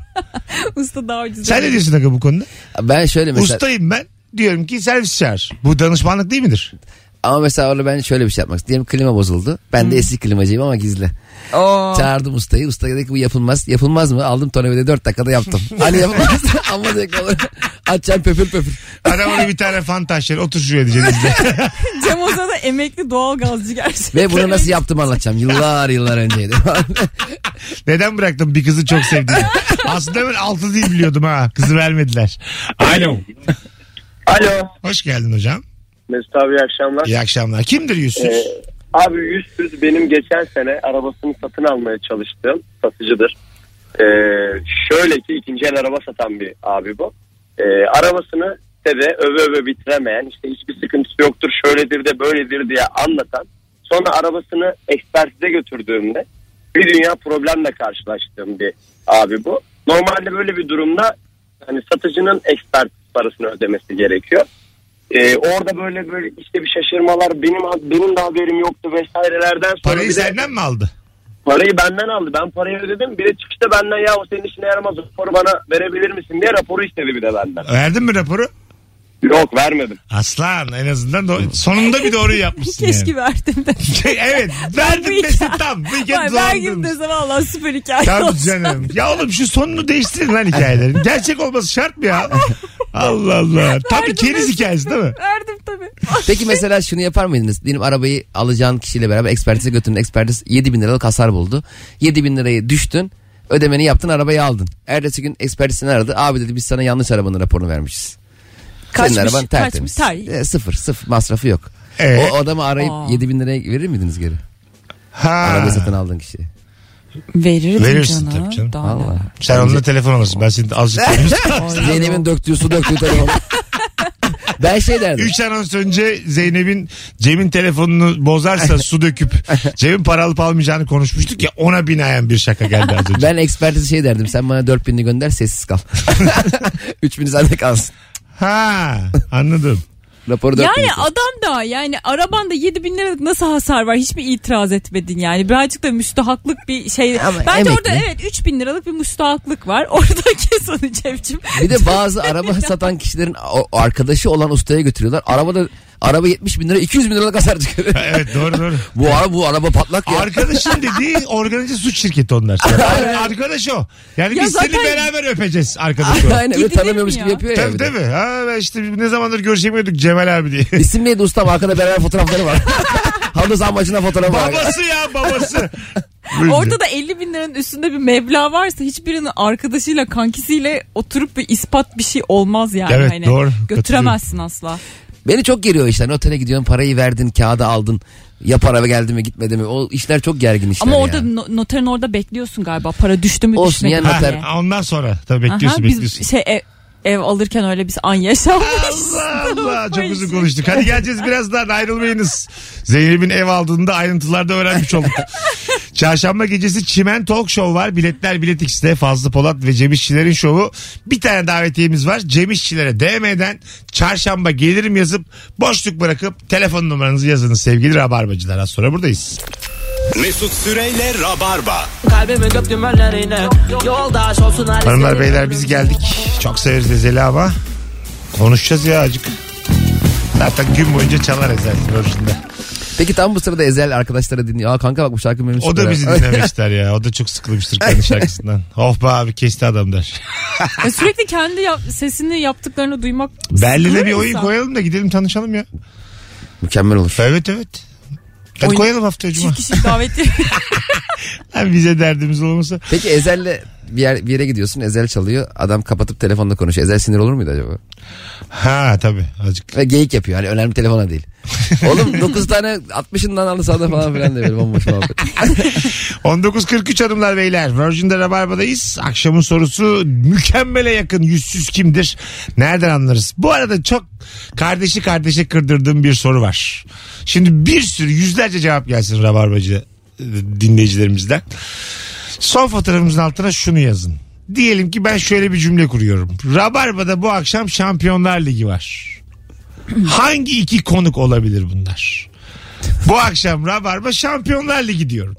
Speaker 5: usta daha ucuza
Speaker 3: Sen ne
Speaker 5: gelir.
Speaker 3: diyorsun Aga bu konuda?
Speaker 4: ben şöyle mesela.
Speaker 3: Ustayım ben. Diyorum ki servis çağır. Bu danışmanlık değil midir?
Speaker 4: Ama mesela orada ben şöyle bir şey yapmak istedim. Diyelim klima bozuldu. Ben de eski klimacıyım ama gizli.
Speaker 5: Oo.
Speaker 4: Çağırdım ustayı. Usta dedi ki bu yapılmaz. Yapılmaz mı? Aldım tornavida 4
Speaker 5: *laughs*
Speaker 4: dakikada yaptım. hani yapılmaz. *laughs* ama dedi ki olur. Açacağım pöpür pöpür.
Speaker 3: Adam ona bir tane fan taşları otur şuraya diyeceksin.
Speaker 5: Cem Ozan'a emekli doğalgazcı gerçekten.
Speaker 4: Ve bunu nasıl yaptığımı anlatacağım. Yıllar yıllar önceydi. *laughs*
Speaker 3: Neden bıraktım bir kızı
Speaker 5: *laughs*
Speaker 3: çok sevdiğimi? Aslında ben altı değil biliyordum ha. Kızı vermediler. Alo.
Speaker 6: Alo.
Speaker 3: Hoş geldin hocam.
Speaker 6: Mesut abi iyi akşamlar.
Speaker 3: İyi akşamlar. Kimdir yüzsüz?
Speaker 6: Ee, abi yüzsüz benim geçen sene arabasını satın almaya çalıştığım satıcıdır. Ee, şöyle ki ikinci el araba satan bir abi bu. Ee, arabasını de öve öve bitiremeyen işte hiçbir sıkıntısı yoktur şöyledir de böyledir diye anlatan sonra arabasını ekspertize götürdüğümde bir dünya problemle karşılaştığım bir abi bu.
Speaker 9: Normalde böyle bir durumda hani satıcının expert parasını ödemesi gerekiyor. Ee, orada böyle böyle işte bir şaşırmalar benim benim de haberim yoktu vesairelerden sonra
Speaker 3: Parayı
Speaker 9: bir de
Speaker 3: senden mi aldı?
Speaker 9: parayı benden aldı. Ben parayı ödedim. Bir de çıkışta benden ya o senin işine yaramaz o raporu bana verebilir misin diye raporu istedi bir de benden.
Speaker 3: Verdin mi raporu?
Speaker 9: Yok vermedim.
Speaker 3: Aslan en azından do- sonunda bir doğruyu yapmışsın
Speaker 5: *laughs*
Speaker 3: yani.
Speaker 5: Keşke verdim de.
Speaker 3: *laughs* evet
Speaker 5: bu
Speaker 3: verdim
Speaker 5: hikaye-
Speaker 3: mesela tam. Bu hikaye
Speaker 5: Vay, verdim
Speaker 3: dolandırmış.
Speaker 5: dese valla süper hikaye
Speaker 3: Tabii
Speaker 5: olsa.
Speaker 3: canım. Ya oğlum şu sonunu değiştirin lan hikayelerin. Gerçek olması şart mı ya? Allah Allah. Tam bir keriz hikayesi değil mi?
Speaker 5: Verdim tabii.
Speaker 4: Peki mesela şunu yapar mıydınız? Diyelim arabayı alacağın kişiyle beraber ekspertize götürdün. Ekspertiz 7 bin liralık hasar buldu. 7 bin lirayı düştün. Ödemeni yaptın arabayı aldın. Ertesi gün ekspertizini aradı. Abi dedi biz sana yanlış arabanın raporunu vermişiz.
Speaker 5: Kaçmış,
Speaker 4: Senin araban tertemiz.
Speaker 5: kaçmış, ter-
Speaker 4: E, sıfır sıfır masrafı yok.
Speaker 3: Ee?
Speaker 4: O adamı arayıp
Speaker 5: Aa.
Speaker 4: 7 bin liraya verir miydiniz geri?
Speaker 3: Ha.
Speaker 4: Arabayı satın aldığın kişiye.
Speaker 5: Verirdim
Speaker 3: Verirsin
Speaker 5: canım.
Speaker 3: tabii canım.
Speaker 5: Daha ne?
Speaker 4: Valla.
Speaker 3: Sen onunla telefon alırsın. Ben seni azıcık
Speaker 4: Zeynep'in döktüğü su
Speaker 5: *laughs*
Speaker 4: döktüğü telefon. ben şey derdim.
Speaker 3: 3 anons önce Zeynep'in Cem'in telefonunu bozarsa su döküp Cem'in paralı almayacağını konuşmuştuk ya ona binaen bir şaka geldi az önce.
Speaker 4: Ben ekspertize şey derdim. Sen bana 4000'ini gönder sessiz kal. *laughs* 3000'i sende kalsın.
Speaker 3: Ha anladım.
Speaker 4: Raporu 4000'i
Speaker 5: Yani adam da yani arabanda 7 bin liralık nasıl hasar var hiç mi itiraz etmedin yani birazcık da müstahaklık bir şey.
Speaker 4: Ama
Speaker 5: Bence
Speaker 4: emekli.
Speaker 5: orada evet 3 bin liralık bir müstahaklık var *laughs* oradaki sonu Cevcim.
Speaker 4: Bir de bazı araba satan kişilerin o- o arkadaşı olan ustaya götürüyorlar. Arabada araba 70 bin lira 200 bin liralık hasar çıkarıyor.
Speaker 3: Evet doğru doğru.
Speaker 4: bu araba bu araba patlak ya.
Speaker 3: Arkadaşın dediği organize suç şirketi onlar. Arkadaş o. Yani
Speaker 5: Ya
Speaker 3: biz seni
Speaker 5: zaten-
Speaker 3: beraber öpeceğiz arkadaş
Speaker 4: *laughs*
Speaker 3: o.
Speaker 4: Aynen böyle
Speaker 5: Gidilir
Speaker 4: tanımıyormuş
Speaker 5: mi ya?
Speaker 4: gibi yapıyor ya.
Speaker 3: Tabii
Speaker 4: bir de.
Speaker 3: tabii. Ha, ben işte ne zamandır görüşemiyorduk Cemal abi diye.
Speaker 4: İsim neydi ustam arkada beraber fotoğrafları
Speaker 3: *laughs*
Speaker 4: var. Halı saha maçına fotoğrafı var.
Speaker 3: babası ya babası. Buyurun.
Speaker 5: Orada da 50 bin liranın üstünde bir meblağ varsa hiçbirinin arkadaşıyla kankisiyle oturup bir ispat bir şey olmaz yani.
Speaker 3: Evet,
Speaker 5: hani.
Speaker 3: doğru.
Speaker 5: Götüremezsin asla.
Speaker 4: Beni çok geriyor işte. Hani otele gidiyorsun parayı verdin kağıdı aldın. Ya para geldi mi gitmedi mi? O işler çok gergin işler
Speaker 5: Ama
Speaker 4: ya.
Speaker 5: orada no- noterin orada bekliyorsun galiba para düştü mü
Speaker 4: Olsun
Speaker 5: düşmedi
Speaker 4: yani
Speaker 5: mi
Speaker 4: noter-
Speaker 5: diye.
Speaker 3: Ha, ondan sonra tabii bekliyorsun
Speaker 5: Aha,
Speaker 3: bekliyorsun.
Speaker 5: Biz şey ev, ev alırken öyle biz an yaşamışız.
Speaker 3: Allah Allah çok uzun
Speaker 5: işi.
Speaker 3: konuştuk. Hadi geleceğiz birazdan ayrılmayınız. Zeynep'in ev aldığında ayrıntılarda öğrenmiş olduk. Çarşamba gecesi Çimen Talk Show var. Biletler Bilet X'de Fazlı Polat ve Cem İşçilerin şovu. Bir tane davetiyemiz var. Cem İşçilere DM'den çarşamba gelirim yazıp boşluk bırakıp telefon numaranızı yazınız sevgili rabarbacılar. Az sonra buradayız.
Speaker 2: Mesut Süreyle Rabarba.
Speaker 12: Kalbimi döktüm önlerine Yoldaş olsun her
Speaker 3: Hanımlar beyler biz geldik. Çok severiz Ezeli ama konuşacağız ya acık. Zaten gün boyunca çalar Ezel Virgin'de.
Speaker 4: Peki tam bu sırada Ezel arkadaşları dinliyor. Aa kanka bak bu şarkı benim
Speaker 3: O da
Speaker 5: *laughs*
Speaker 4: süper *laughs*
Speaker 3: bizi
Speaker 4: ha.
Speaker 3: dinlemişler ya. O da çok sıkılmıştır kendi şarkısından. Of be abi kesti adam der.
Speaker 5: Ya sürekli kendi yap- sesini yaptıklarını duymak
Speaker 3: Berlin'e
Speaker 5: sıkılır
Speaker 3: bir oyun
Speaker 5: insan.
Speaker 3: koyalım da gidelim tanışalım ya.
Speaker 4: Mükemmel olur.
Speaker 3: Evet evet. Hadi
Speaker 5: Oyun-
Speaker 3: koyalım haftaya cuma.
Speaker 5: Çift kişilik
Speaker 4: *laughs*
Speaker 5: daveti.
Speaker 3: Hem bize derdimiz olmasa.
Speaker 4: Peki Ezel'le bir, yer, bir yere gidiyorsun Ezel çalıyor adam kapatıp telefonla konuşuyor. Ezel sinir olur muydu acaba?
Speaker 3: Ha tabii azıcık.
Speaker 4: Ve geyik yapıyor hani önemli telefona
Speaker 3: *laughs*
Speaker 4: değil. Oğlum 9 tane 60'ından alı sağda falan filan diye böyle bomboş muhabbet.
Speaker 3: 19.43 hanımlar beyler. Virgin'de Rabarba'dayız. Akşamın sorusu mükemmele yakın. Yüzsüz kimdir? Nereden anlarız? Bu arada çok kardeşi kardeşe kırdırdığım bir soru var. Şimdi bir sürü yüzlerce cevap gelsin Rabarbacı e, dinleyicilerimizden. Son fotoğrafımızın altına şunu yazın. Diyelim ki ben şöyle bir cümle kuruyorum. Rabarba'da bu akşam Şampiyonlar Ligi var. Hangi iki konuk olabilir bunlar? Bu akşam Rabarba Şampiyonlar Ligi diyorum.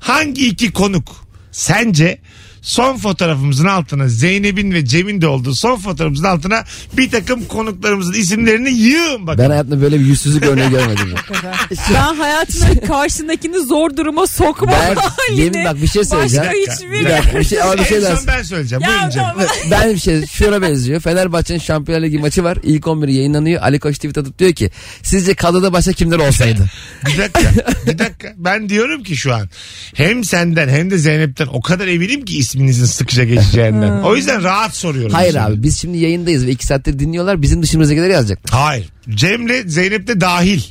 Speaker 3: Hangi iki konuk sence son fotoğrafımızın altına Zeynep'in ve Cem'in de olduğu son fotoğrafımızın altına bir takım konuklarımızın isimlerini yığın
Speaker 4: Ben
Speaker 3: bakın.
Speaker 4: hayatımda böyle bir yüzsüzlük örneği görmedim. ben.
Speaker 5: ben hayatımda karşındakini zor duruma sokma *laughs*
Speaker 4: Ben-
Speaker 5: haline.
Speaker 4: yemin bak bir şey söyleyeceğim.
Speaker 5: Başka
Speaker 4: Bir
Speaker 5: hiçbir.
Speaker 4: bir dakika bir şey, ama bir şey
Speaker 3: en
Speaker 4: dersin.
Speaker 3: son ben söyleyeceğim.
Speaker 5: Ya
Speaker 3: Buyurun Cem.
Speaker 5: tamam.
Speaker 4: *laughs* Ben bir şey şuna benziyor. Fenerbahçe'nin Şampiyonlar Ligi maçı var. İlk 11 yayınlanıyor. Ali Koç tweet atıp diyor ki sizce kadroda başka kimler olsaydı?
Speaker 3: Bir dakika. Bir dakika. Ben diyorum ki şu an hem senden hem de Zeynep'ten o kadar eminim ki isminizin sıkıca geçeceğinden. o yüzden rahat soruyorum.
Speaker 4: Hayır
Speaker 3: şimdi.
Speaker 4: abi biz şimdi yayındayız ve 2 saattir dinliyorlar. Bizim dışımızdakileri yazacak.
Speaker 3: Hayır. Cem'le Zeynep de dahil.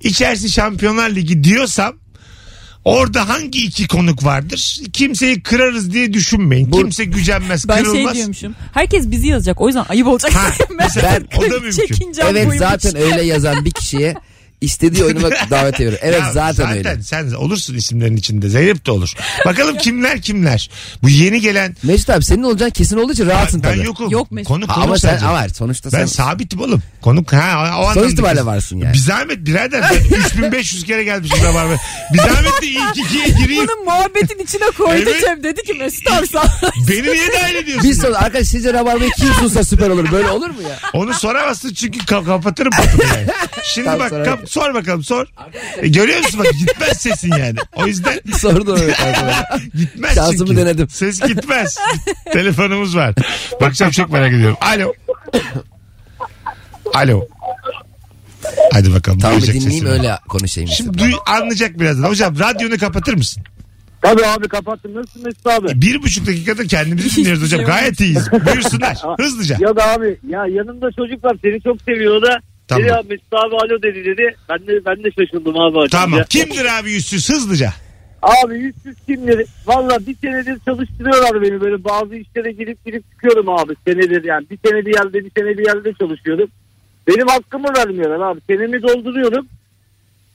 Speaker 3: İçerisi Şampiyonlar Ligi diyorsam orada hangi iki konuk vardır? Kimseyi kırarız diye düşünmeyin.
Speaker 4: Bu-
Speaker 3: Kimse gücenmez,
Speaker 5: Ben şey
Speaker 3: kırılmaz.
Speaker 5: diyormuşum. Herkes bizi
Speaker 4: *laughs*
Speaker 5: yazacak. O yüzden ayıp olacak.
Speaker 3: Ha,
Speaker 5: *laughs* ben
Speaker 3: mesela o da mümkün.
Speaker 5: çekincem
Speaker 4: evet
Speaker 5: buymuş.
Speaker 4: zaten öyle yazan bir kişiye istediği oyunuma davet ediyor. Evet
Speaker 3: Ya
Speaker 4: zaten, öyle.
Speaker 3: sen olursun isimlerin içinde. Zeynep de olur.
Speaker 4: *laughs*
Speaker 3: Bakalım kimler kimler. Bu yeni gelen
Speaker 4: Mesut abi senin olacağın kesin olduğu için rahatsın
Speaker 3: ben
Speaker 4: tabii.
Speaker 3: yokum.
Speaker 5: Yok Mesut.
Speaker 3: Konuk,
Speaker 4: Ha,
Speaker 3: konuk
Speaker 4: ama sen
Speaker 3: sadece.
Speaker 4: ama hayır, sonuçta
Speaker 3: Ben
Speaker 4: sen
Speaker 3: sabitim oğlum. Konuk ha o
Speaker 4: Sonuç
Speaker 3: anlamda
Speaker 4: itibariyle
Speaker 3: biz-
Speaker 4: varsın yani.
Speaker 3: Bir zahmet birader.
Speaker 4: *laughs*
Speaker 3: Ben 3500 kere gelmişim rabarba. Bir zahmet de ilk ikiye gireyim.
Speaker 5: Bunun muhabbetin içine koydu
Speaker 3: Evet.
Speaker 5: Cem. Dedi ki Mesut abi sağ
Speaker 3: Beni niye dahil ediyorsun?
Speaker 4: biz sonra arkadaş sizce rabarbayı kim sunsa süper olur. Böyle olur mu ya?
Speaker 3: Onu soramazsın çünkü ka- kapatırım patını
Speaker 4: *laughs*
Speaker 3: yani. Şimdi
Speaker 4: Tamam,
Speaker 3: bak
Speaker 4: sonra-
Speaker 3: kap- sor bakalım sor. E, görüyor musun bak gitmez sesin yani.
Speaker 4: *laughs*
Speaker 3: O yüzden
Speaker 4: Sordu evet arkadaş.
Speaker 3: *laughs* gitmez
Speaker 4: Şansımı
Speaker 3: çünkü.
Speaker 4: denedim.
Speaker 3: Ses gitmez. *laughs* Telefonumuz var. Bakacağım çok merak ediyorum. Alo. Alo. Hadi bakalım.
Speaker 4: Tam bir
Speaker 3: duyacak
Speaker 4: dinleyeyim
Speaker 3: sesini.
Speaker 4: öyle konuşayım.
Speaker 3: Şimdi duy, anlayacak birazdan. Hocam radyonu kapatır mısın?
Speaker 7: *laughs* Tabii abi kapattım. Nasılsın Mesut abi?
Speaker 3: Bir buçuk dakikadır kendimizi dinliyoruz hocam. Gayet iyiyiz. Buyursunlar. Hızlıca.
Speaker 7: Ya da abi ya yanımda çocuk var seni çok seviyor o da.
Speaker 3: Tamam.
Speaker 7: Dedi abi Mesut abi alo dedi dedi. Ben de, ben de şaşırdım abi. açınca.
Speaker 3: Tamam. Kimdir abi yüzsüz? Hızlıca.
Speaker 7: Abi yüzsüz kimleri? Valla bir senedir çalıştırıyorlar beni böyle bazı işlere girip girip çıkıyorum abi senedir yani. Bir sene bir yerde bir sene bir yerde çalışıyordum. Benim hakkımı vermiyorlar abi. Senemi dolduruyorum.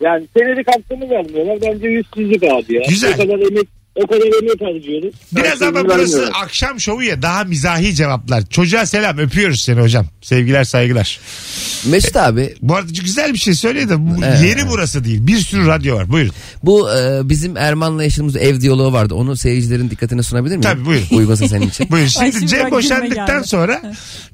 Speaker 7: Yani senelik hakkımı vermiyorlar. Bence yüzsüzlük abi ya.
Speaker 3: Güzel.
Speaker 7: O kadar emek o kadar emek harcıyoruz.
Speaker 3: Biraz
Speaker 7: Hakkımı
Speaker 3: ama burası
Speaker 7: vermiyorlar.
Speaker 3: akşam şovu ya daha mizahi cevaplar. Çocuğa selam öpüyoruz seni hocam. Sevgiler saygılar.
Speaker 4: Mesut abi
Speaker 3: Bu arada güzel bir şey söyle de bu
Speaker 4: Evet.
Speaker 3: yeri burası değil. Bir sürü radyo var. Buyurun.
Speaker 4: bu e, bizim Erman'la yaşadığımız ev diyaloğu vardı. Onu seyircilerin dikkatine sunabilir miyim?
Speaker 3: Tabii, buyurun.
Speaker 4: Uygunsa senin
Speaker 3: *laughs*
Speaker 4: için.
Speaker 3: Buyurun.
Speaker 5: Ay,
Speaker 3: Şimdi
Speaker 5: şimdi
Speaker 3: Cem
Speaker 5: bak gülme
Speaker 3: boşandıktan
Speaker 5: geldi.
Speaker 3: sonra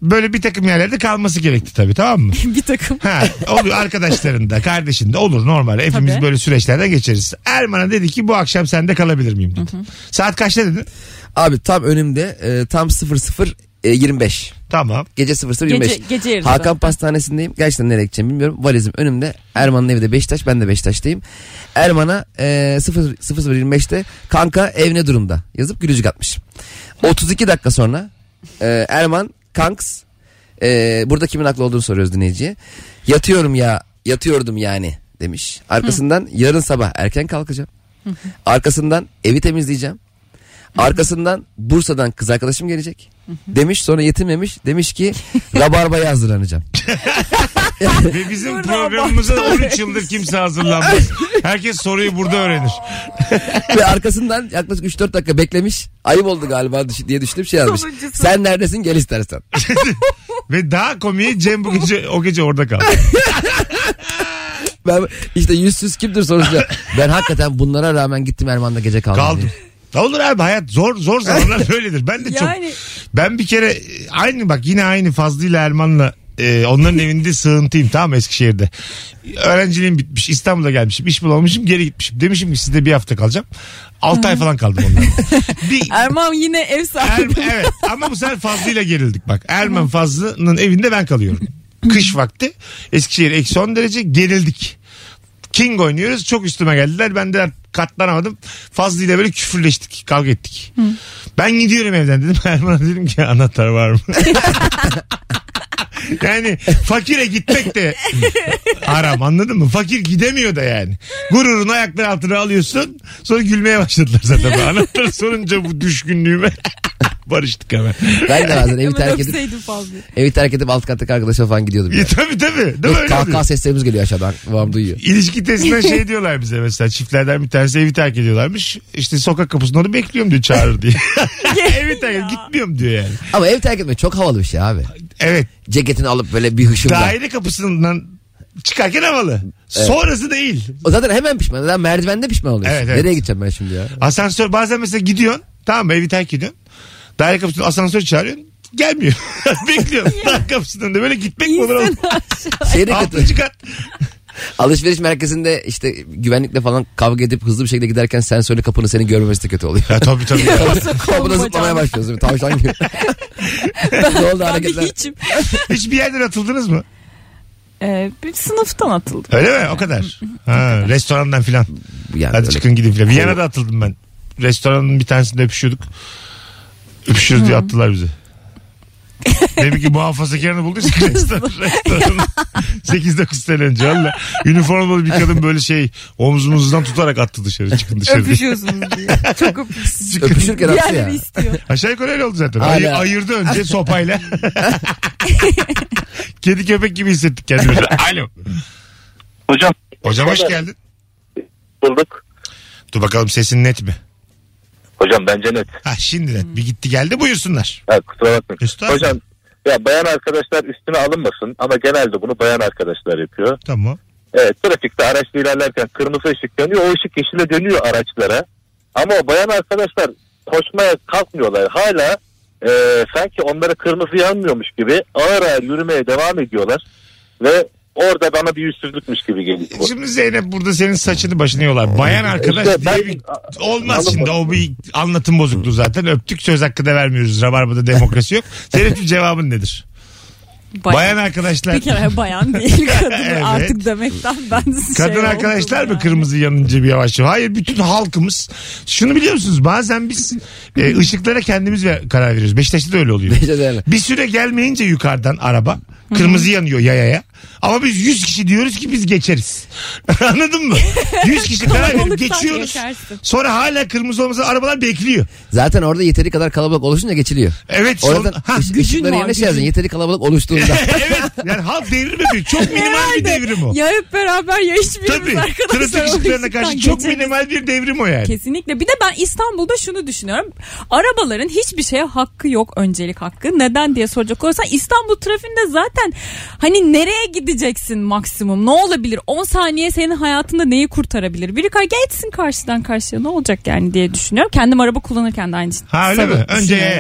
Speaker 3: böyle bir takım yerlerde kalması gerekti tabii tamam mı?
Speaker 5: *laughs* bir takım.
Speaker 3: Ha, oluyor arkadaşlarında, kardeşinde olur normal. Hepimiz
Speaker 5: Tabii.
Speaker 3: böyle süreçlerden geçeriz. Erman'a dedi ki bu akşam sende kalabilir miyim dedi. Saat kaçta dedin?
Speaker 4: Abi tam önümde e, tam 00 e, 25.
Speaker 3: Tamam.
Speaker 4: Gece 00
Speaker 5: Gece-
Speaker 4: 25.
Speaker 5: gece yarısı.
Speaker 4: Hakan Pastanesi'ndeyim. Gerçekten nereye gideceğim bilmiyorum. Valizim önümde. Erman'ın evi de Beşiktaş. Ben de Beşiktaş'tayım. Erman'a e, 00 00.25'te kanka ev ne durumda yazıp gülücük atmış. 32 dakika sonra e, Erman kanks e, burada kimin haklı olduğunu soruyoruz dinleyiciye. Yatıyorum ya yatıyordum yani demiş. Arkasından yarın sabah erken kalkacağım. Arkasından evi temizleyeceğim. Arkasından Bursa'dan kız arkadaşım gelecek. Demiş sonra yetinmemiş. Demiş ki rabarbaya
Speaker 3: *laughs*
Speaker 4: hazırlanacağım.
Speaker 3: Ve bizim programımıza 13 yıldır
Speaker 5: *laughs*
Speaker 3: kimse hazırlanmaz. Herkes soruyu burada öğrenir.
Speaker 4: Ve arkasından yaklaşık 3-4 dakika beklemiş. Ayıp oldu galiba düş- diye düşünüp şey yazmış.
Speaker 5: Sonuncusu.
Speaker 4: Sen neredesin gel istersen. *laughs*
Speaker 3: Ve daha komiği Cem bu gece o gece orada kaldı.
Speaker 4: Ben işte yüzsüz kimdir sonuçta. Ben hakikaten bunlara rağmen gittim Erman'da gece kaldım.
Speaker 3: Kaldım.
Speaker 4: diye.
Speaker 3: Ne olur abi hayat zor
Speaker 4: *laughs*
Speaker 3: zor zamanlar böyledir. Ben de çok
Speaker 5: Yani-
Speaker 3: ben bir kere e, aynı bak yine aynı Fazlı ile Erman'la e,
Speaker 4: *laughs*
Speaker 3: onların evinde sığıntıyım tamam mı Eskişehir'de. Öğrenciliğim bitmiş İstanbul'a gelmişim iş bulamamışım geri gitmişim. Demişim ki sizde bir hafta kalacağım. 6 ay falan kaldım
Speaker 4: *laughs*
Speaker 3: onlarla. bir,
Speaker 5: Erman yine ev
Speaker 3: Er-
Speaker 5: sahibi.
Speaker 3: evet ama bu sefer Fazlı'yla gerildik bak. Erman Fazlı'nın evinde ben kalıyorum. Kış vakti Eskişehir eksi 10 derece gerildik. King oynuyoruz çok üstüme geldiler ben de katlanamadım. Fazlı'yla böyle küfürleştik kavga ettik. Ben gidiyorum evden dedim *laughs* Erman'a dedim ki anahtar var mı? *laughs* Yani fakire gitmek de haram anladın mı? Fakir gidemiyor da yani. Gururunu ayakları altına alıyorsun. Sonra gülmeye başladılar zaten. *laughs* Anahtarı sorunca bu düşkünlüğüme *laughs* barıştık hemen.
Speaker 4: Ben de bazen evi
Speaker 5: Hemen
Speaker 4: terk edip,
Speaker 5: öpseydim fazla.
Speaker 4: evi terk edip alt kattaki arkadaşa falan gidiyordum.
Speaker 3: E,
Speaker 4: Yani.
Speaker 3: *laughs* tabii tabii. Değil mi? Öyle oluyor.
Speaker 4: Kahkaha seslerimiz geliyor aşağıdan. Babam duyuyor.
Speaker 3: İlişki testinden şey diyorlar bize mesela çiftlerden bir tanesi evi terk ediyorlarmış. İşte sokak kapısında onu bekliyorum diyor çağırır diye. evi terk ediyor gitmiyorum diyor yani.
Speaker 4: Ama ev terk etmek çok havalı bir şey abi.
Speaker 3: Evet
Speaker 4: Ceketini alıp böyle bir hışımla.
Speaker 3: daire kapısından çıkarken havalı. Sonrası değil.
Speaker 4: O zaten hemen pişman. Zaten merdivende pişman oluyorsun.
Speaker 3: Evet, evet.
Speaker 4: Nereye gideceğim ben şimdi ya?
Speaker 3: Asansör bazen mesela gidiyorsun tamam mı evi terk ediyorsun. Daire kapısından asansör çağırıyorsun gelmiyor. *laughs* Bekliyorsun daire kapısından da böyle gitmek mi olur? oğlum?
Speaker 4: Şehre götür.
Speaker 3: Altıncı kat.
Speaker 4: Alışveriş merkezinde işte güvenlikle falan kavga edip hızlı bir şekilde giderken sensörlü kapının seni görmemesi de kötü
Speaker 5: *laughs*
Speaker 4: oluyor.
Speaker 3: Ya tabii tabii.
Speaker 4: Kapıda zıplamaya başlıyorsun. Tavşan gibi. ne
Speaker 5: Ben
Speaker 4: oldu
Speaker 5: bir
Speaker 4: hareketler?
Speaker 5: hiçim. *laughs*
Speaker 3: Hiçbir yerden atıldınız mı?
Speaker 5: Ee, bir sınıftan atıldım.
Speaker 3: Öyle mi? O kadar. Ha, restorandan filan.
Speaker 4: Yani
Speaker 3: Hadi
Speaker 4: öyle.
Speaker 3: çıkın gidin filan. Viyana'da atıldım ben. Restoranın bir tanesinde öpüşüyorduk. Öpüşürüz diye attılar bizi. Demek ki muhafazakarını bulduysak restoran, restoranın 8-9 sene önce. Valla üniformalı bir kadın böyle şey omzumuzdan tutarak attı dışarı çıkın dışarı. diye.
Speaker 5: Öpüşüyorsunuz
Speaker 3: *laughs*
Speaker 5: diye. Çok öpüşüyorsunuz.
Speaker 3: Çıkın.
Speaker 4: Öpüşürken aksi ya.
Speaker 5: Diğerleri
Speaker 3: *laughs*
Speaker 5: istiyor.
Speaker 3: Aşağı yukarı öyle oldu zaten.
Speaker 4: Hala.
Speaker 3: Ayı- ayırdı önce sopayla. *laughs* Kedi köpek gibi hissettik kendimizi. Alo.
Speaker 6: Hocam
Speaker 3: Hocam hoş geldin.
Speaker 13: bulduk.
Speaker 3: Dur bakalım sesin net mi?
Speaker 13: Hocam bence net.
Speaker 3: Ha şimdi net. Bir gitti geldi buyursunlar.
Speaker 13: Ha, kusura bakmayın.
Speaker 3: Estağfurullah.
Speaker 13: Hocam ya bayan arkadaşlar üstüne alınmasın ama genelde bunu bayan arkadaşlar yapıyor.
Speaker 3: Tamam.
Speaker 13: Evet trafikte araçla ilerlerken kırmızı ışık yanıyor o ışık yeşile dönüyor araçlara. Ama o bayan arkadaşlar koşmaya kalkmıyorlar. Hala e, sanki onlara kırmızı yanmıyormuş gibi ağır ağır yürümeye devam ediyorlar. Ve orada bana bir yüzsüzlükmüş gibi geliyor. bu.
Speaker 3: Şimdi Zeynep burada senin saçını başını yolar. Bayan arkadaş
Speaker 13: İşte ben-
Speaker 3: diye bir... Olmaz şimdi o bir anlatım bozukluğu zaten. Öptük söz hakkı da vermiyoruz. Rabarba'da demokrasi yok. Zeynep'ciğim cevabın nedir?
Speaker 5: Bayan.
Speaker 3: Bayan arkadaşlar.
Speaker 5: Bir kere bayan
Speaker 3: *laughs*
Speaker 5: değil kadın
Speaker 3: Evet.
Speaker 5: artık demekten ben şey
Speaker 3: Kadın
Speaker 5: oldum
Speaker 3: arkadaşlar mı
Speaker 5: yani.
Speaker 3: kırmızı yanınca bir yavaş yavaş? Hayır bütün halkımız. Şunu biliyor musunuz? Bazen biz e, ışıklara kendimiz ver- karar veriyoruz. Beşiktaş'ta da öyle oluyor.
Speaker 4: Bence de öyle.
Speaker 3: Bir süre gelmeyince yukarıdan araba kırmızı yanıyor yayaya. Ama biz 100 kişi diyoruz ki biz geçeriz. *laughs* Anladın mı?
Speaker 5: *laughs*
Speaker 3: 100 kişi karar verip
Speaker 5: Kalabalıktan
Speaker 3: geçiyoruz.
Speaker 5: geçersin.
Speaker 3: Sonra hala kırmızı olmasa arabalar bekliyor.
Speaker 4: Zaten orada yeteri kadar kalabalık oluşunca geçiliyor.
Speaker 3: Evet. son-
Speaker 4: Orada *laughs*
Speaker 3: Ha,
Speaker 4: ış-
Speaker 5: gücün
Speaker 4: ışıkları
Speaker 5: var,
Speaker 4: yerine şey
Speaker 5: gücün.
Speaker 4: yazın. Yeteri kalabalık
Speaker 3: *laughs*
Speaker 4: oluştuğunda.
Speaker 3: evet. Yani halk devrimi büyük. Çok minimal bir devrim o.
Speaker 5: Ya hep beraber ya hiçbirimiz
Speaker 3: Tabii.
Speaker 5: arkadaşlar.
Speaker 3: Trafik
Speaker 5: o
Speaker 3: ışıklarına
Speaker 5: yüzden *laughs*
Speaker 3: karşı çok
Speaker 5: geçeriz.
Speaker 3: minimal bir devrim o yani.
Speaker 5: Kesinlikle. Bir de ben İstanbul'da şunu düşünüyorum. Arabaların hiçbir şeye hakkı yok öncelik hakkı. Neden diye soracak olursan İstanbul trafiğinde zaten hani nereye gideceksin maksimum? Ne olabilir? 10 saniye senin hayatında neyi kurtarabilir? Biri kay geçsin karşıdan karşıya ne olacak yani diye düşünüyorum. Kendim araba kullanırken de aynı şey.
Speaker 3: Ha öyle mi? Önce yaya.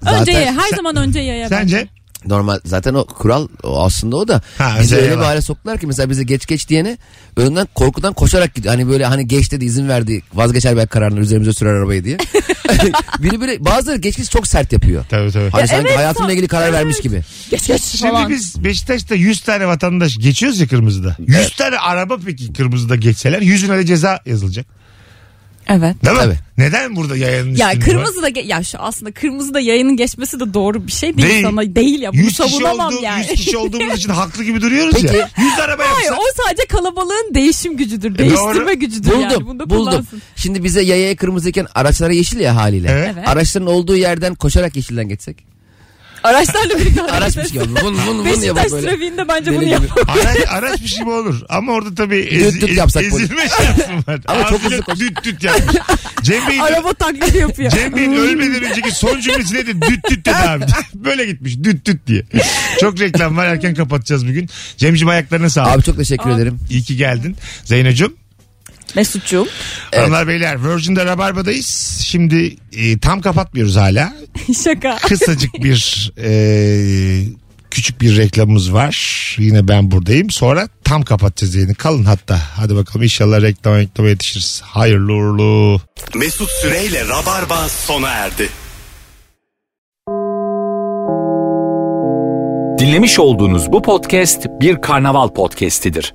Speaker 5: Önce
Speaker 4: Zaten
Speaker 5: yaya. Her zaman önce yaya.
Speaker 3: Sence?
Speaker 4: Normal zaten o kural o aslında o da
Speaker 3: Ha, şey
Speaker 4: bizi
Speaker 3: özel
Speaker 4: öyle bir
Speaker 3: yalan.
Speaker 4: hale soktular ki mesela bize geç geç diyene önünden korkudan koşarak gidiyor. Hani böyle hani geç dedi izin verdi vazgeçer belki kararını üzerimize sürer
Speaker 5: *laughs*
Speaker 4: arabayı diye. *laughs* Biri böyle bazıları geç geç çok sert yapıyor.
Speaker 3: Tabii tabii.
Speaker 4: Hani sanki
Speaker 5: evet,
Speaker 4: hayatımla
Speaker 5: sa-
Speaker 4: ilgili karar
Speaker 5: evet.
Speaker 4: vermiş gibi.
Speaker 5: Geç geç
Speaker 3: Şimdi
Speaker 5: falan.
Speaker 3: biz Beşiktaş'ta 100 tane vatandaş geçiyoruz ya kırmızıda. 100 tane araba peki kırmızıda geçseler yüzüne de ceza yazılacak.
Speaker 5: Evet.
Speaker 3: Değil mi?
Speaker 4: Tabii.
Speaker 3: Neden burada yayanın
Speaker 5: Ya
Speaker 3: üstünde şey var?
Speaker 5: kırmızı da ge- ya şu aslında kırmızı da yayının geçmesi de doğru bir şey değil,
Speaker 3: Değil.
Speaker 5: sana değil ya bunu
Speaker 3: 100 kişi,
Speaker 5: savunamam
Speaker 3: olduğu,
Speaker 5: yani.
Speaker 3: 100
Speaker 5: *laughs*
Speaker 3: kişi olduğumuz için haklı gibi duruyoruz
Speaker 4: Peki.
Speaker 3: ya. 100 araba
Speaker 5: Hayır
Speaker 3: yapsa.
Speaker 5: o sadece kalabalığın değişim gücüdür. Değiştirme
Speaker 3: doğru.
Speaker 5: gücüdür yani. Bunu
Speaker 4: E, Buldum
Speaker 5: da
Speaker 4: buldum. E,
Speaker 5: kullansın.
Speaker 4: Şimdi bize yayaya kırmızıyken araçlara yeşil ya haliyle.
Speaker 3: Evet.
Speaker 5: Evet.
Speaker 4: Araçların olduğu yerden koşarak yeşilden geçsek.
Speaker 5: Araçlarla birlikte
Speaker 4: Araçmış gibi. Vun vun vun diye
Speaker 5: Beşiktaş
Speaker 4: bak böyle.
Speaker 5: trafiğinde bence bunu
Speaker 4: Deli gibi.
Speaker 5: yapalım.
Speaker 3: Araç, araç bir şey mi olur? Ama orada tabii
Speaker 4: Düt düt yapsak polis.
Speaker 3: ezilme şansım var.
Speaker 4: Ama çok
Speaker 3: Ağzıyla
Speaker 4: hızlı koş-
Speaker 3: Düt düt yapmış. Cem
Speaker 5: *laughs*
Speaker 3: Bey'in,
Speaker 5: Araba taklidi yapıyor.
Speaker 3: Cem Bey'in ölmeden önceki son cümlesi neydi? Düt düt dedi abi. *laughs* Böyle gitmiş düt düt diye. Çok reklam var erken kapatacağız bugün. Cem'ciğim ayaklarına sağlık.
Speaker 4: Abi çok teşekkür ederim.
Speaker 3: İyi ki geldin. Zeynocuğum.
Speaker 5: Mesut'cuğum.
Speaker 4: Evet.
Speaker 3: Hanımlar beyler Virgin'de Rabarba'dayız. Şimdi e, tam kapatmıyoruz hala.
Speaker 5: Şaka.
Speaker 3: Kısacık *laughs* bir e, küçük bir reklamımız var. Yine ben buradayım. Sonra tam kapatacağız yayını. Kalın hatta. Hadi bakalım inşallah reklama reklama yetişiriz. Hayırlı uğurlu.
Speaker 2: Mesut Süreyle Rabarba sona erdi.
Speaker 1: Dinlemiş olduğunuz bu podcast bir karnaval podcastidir.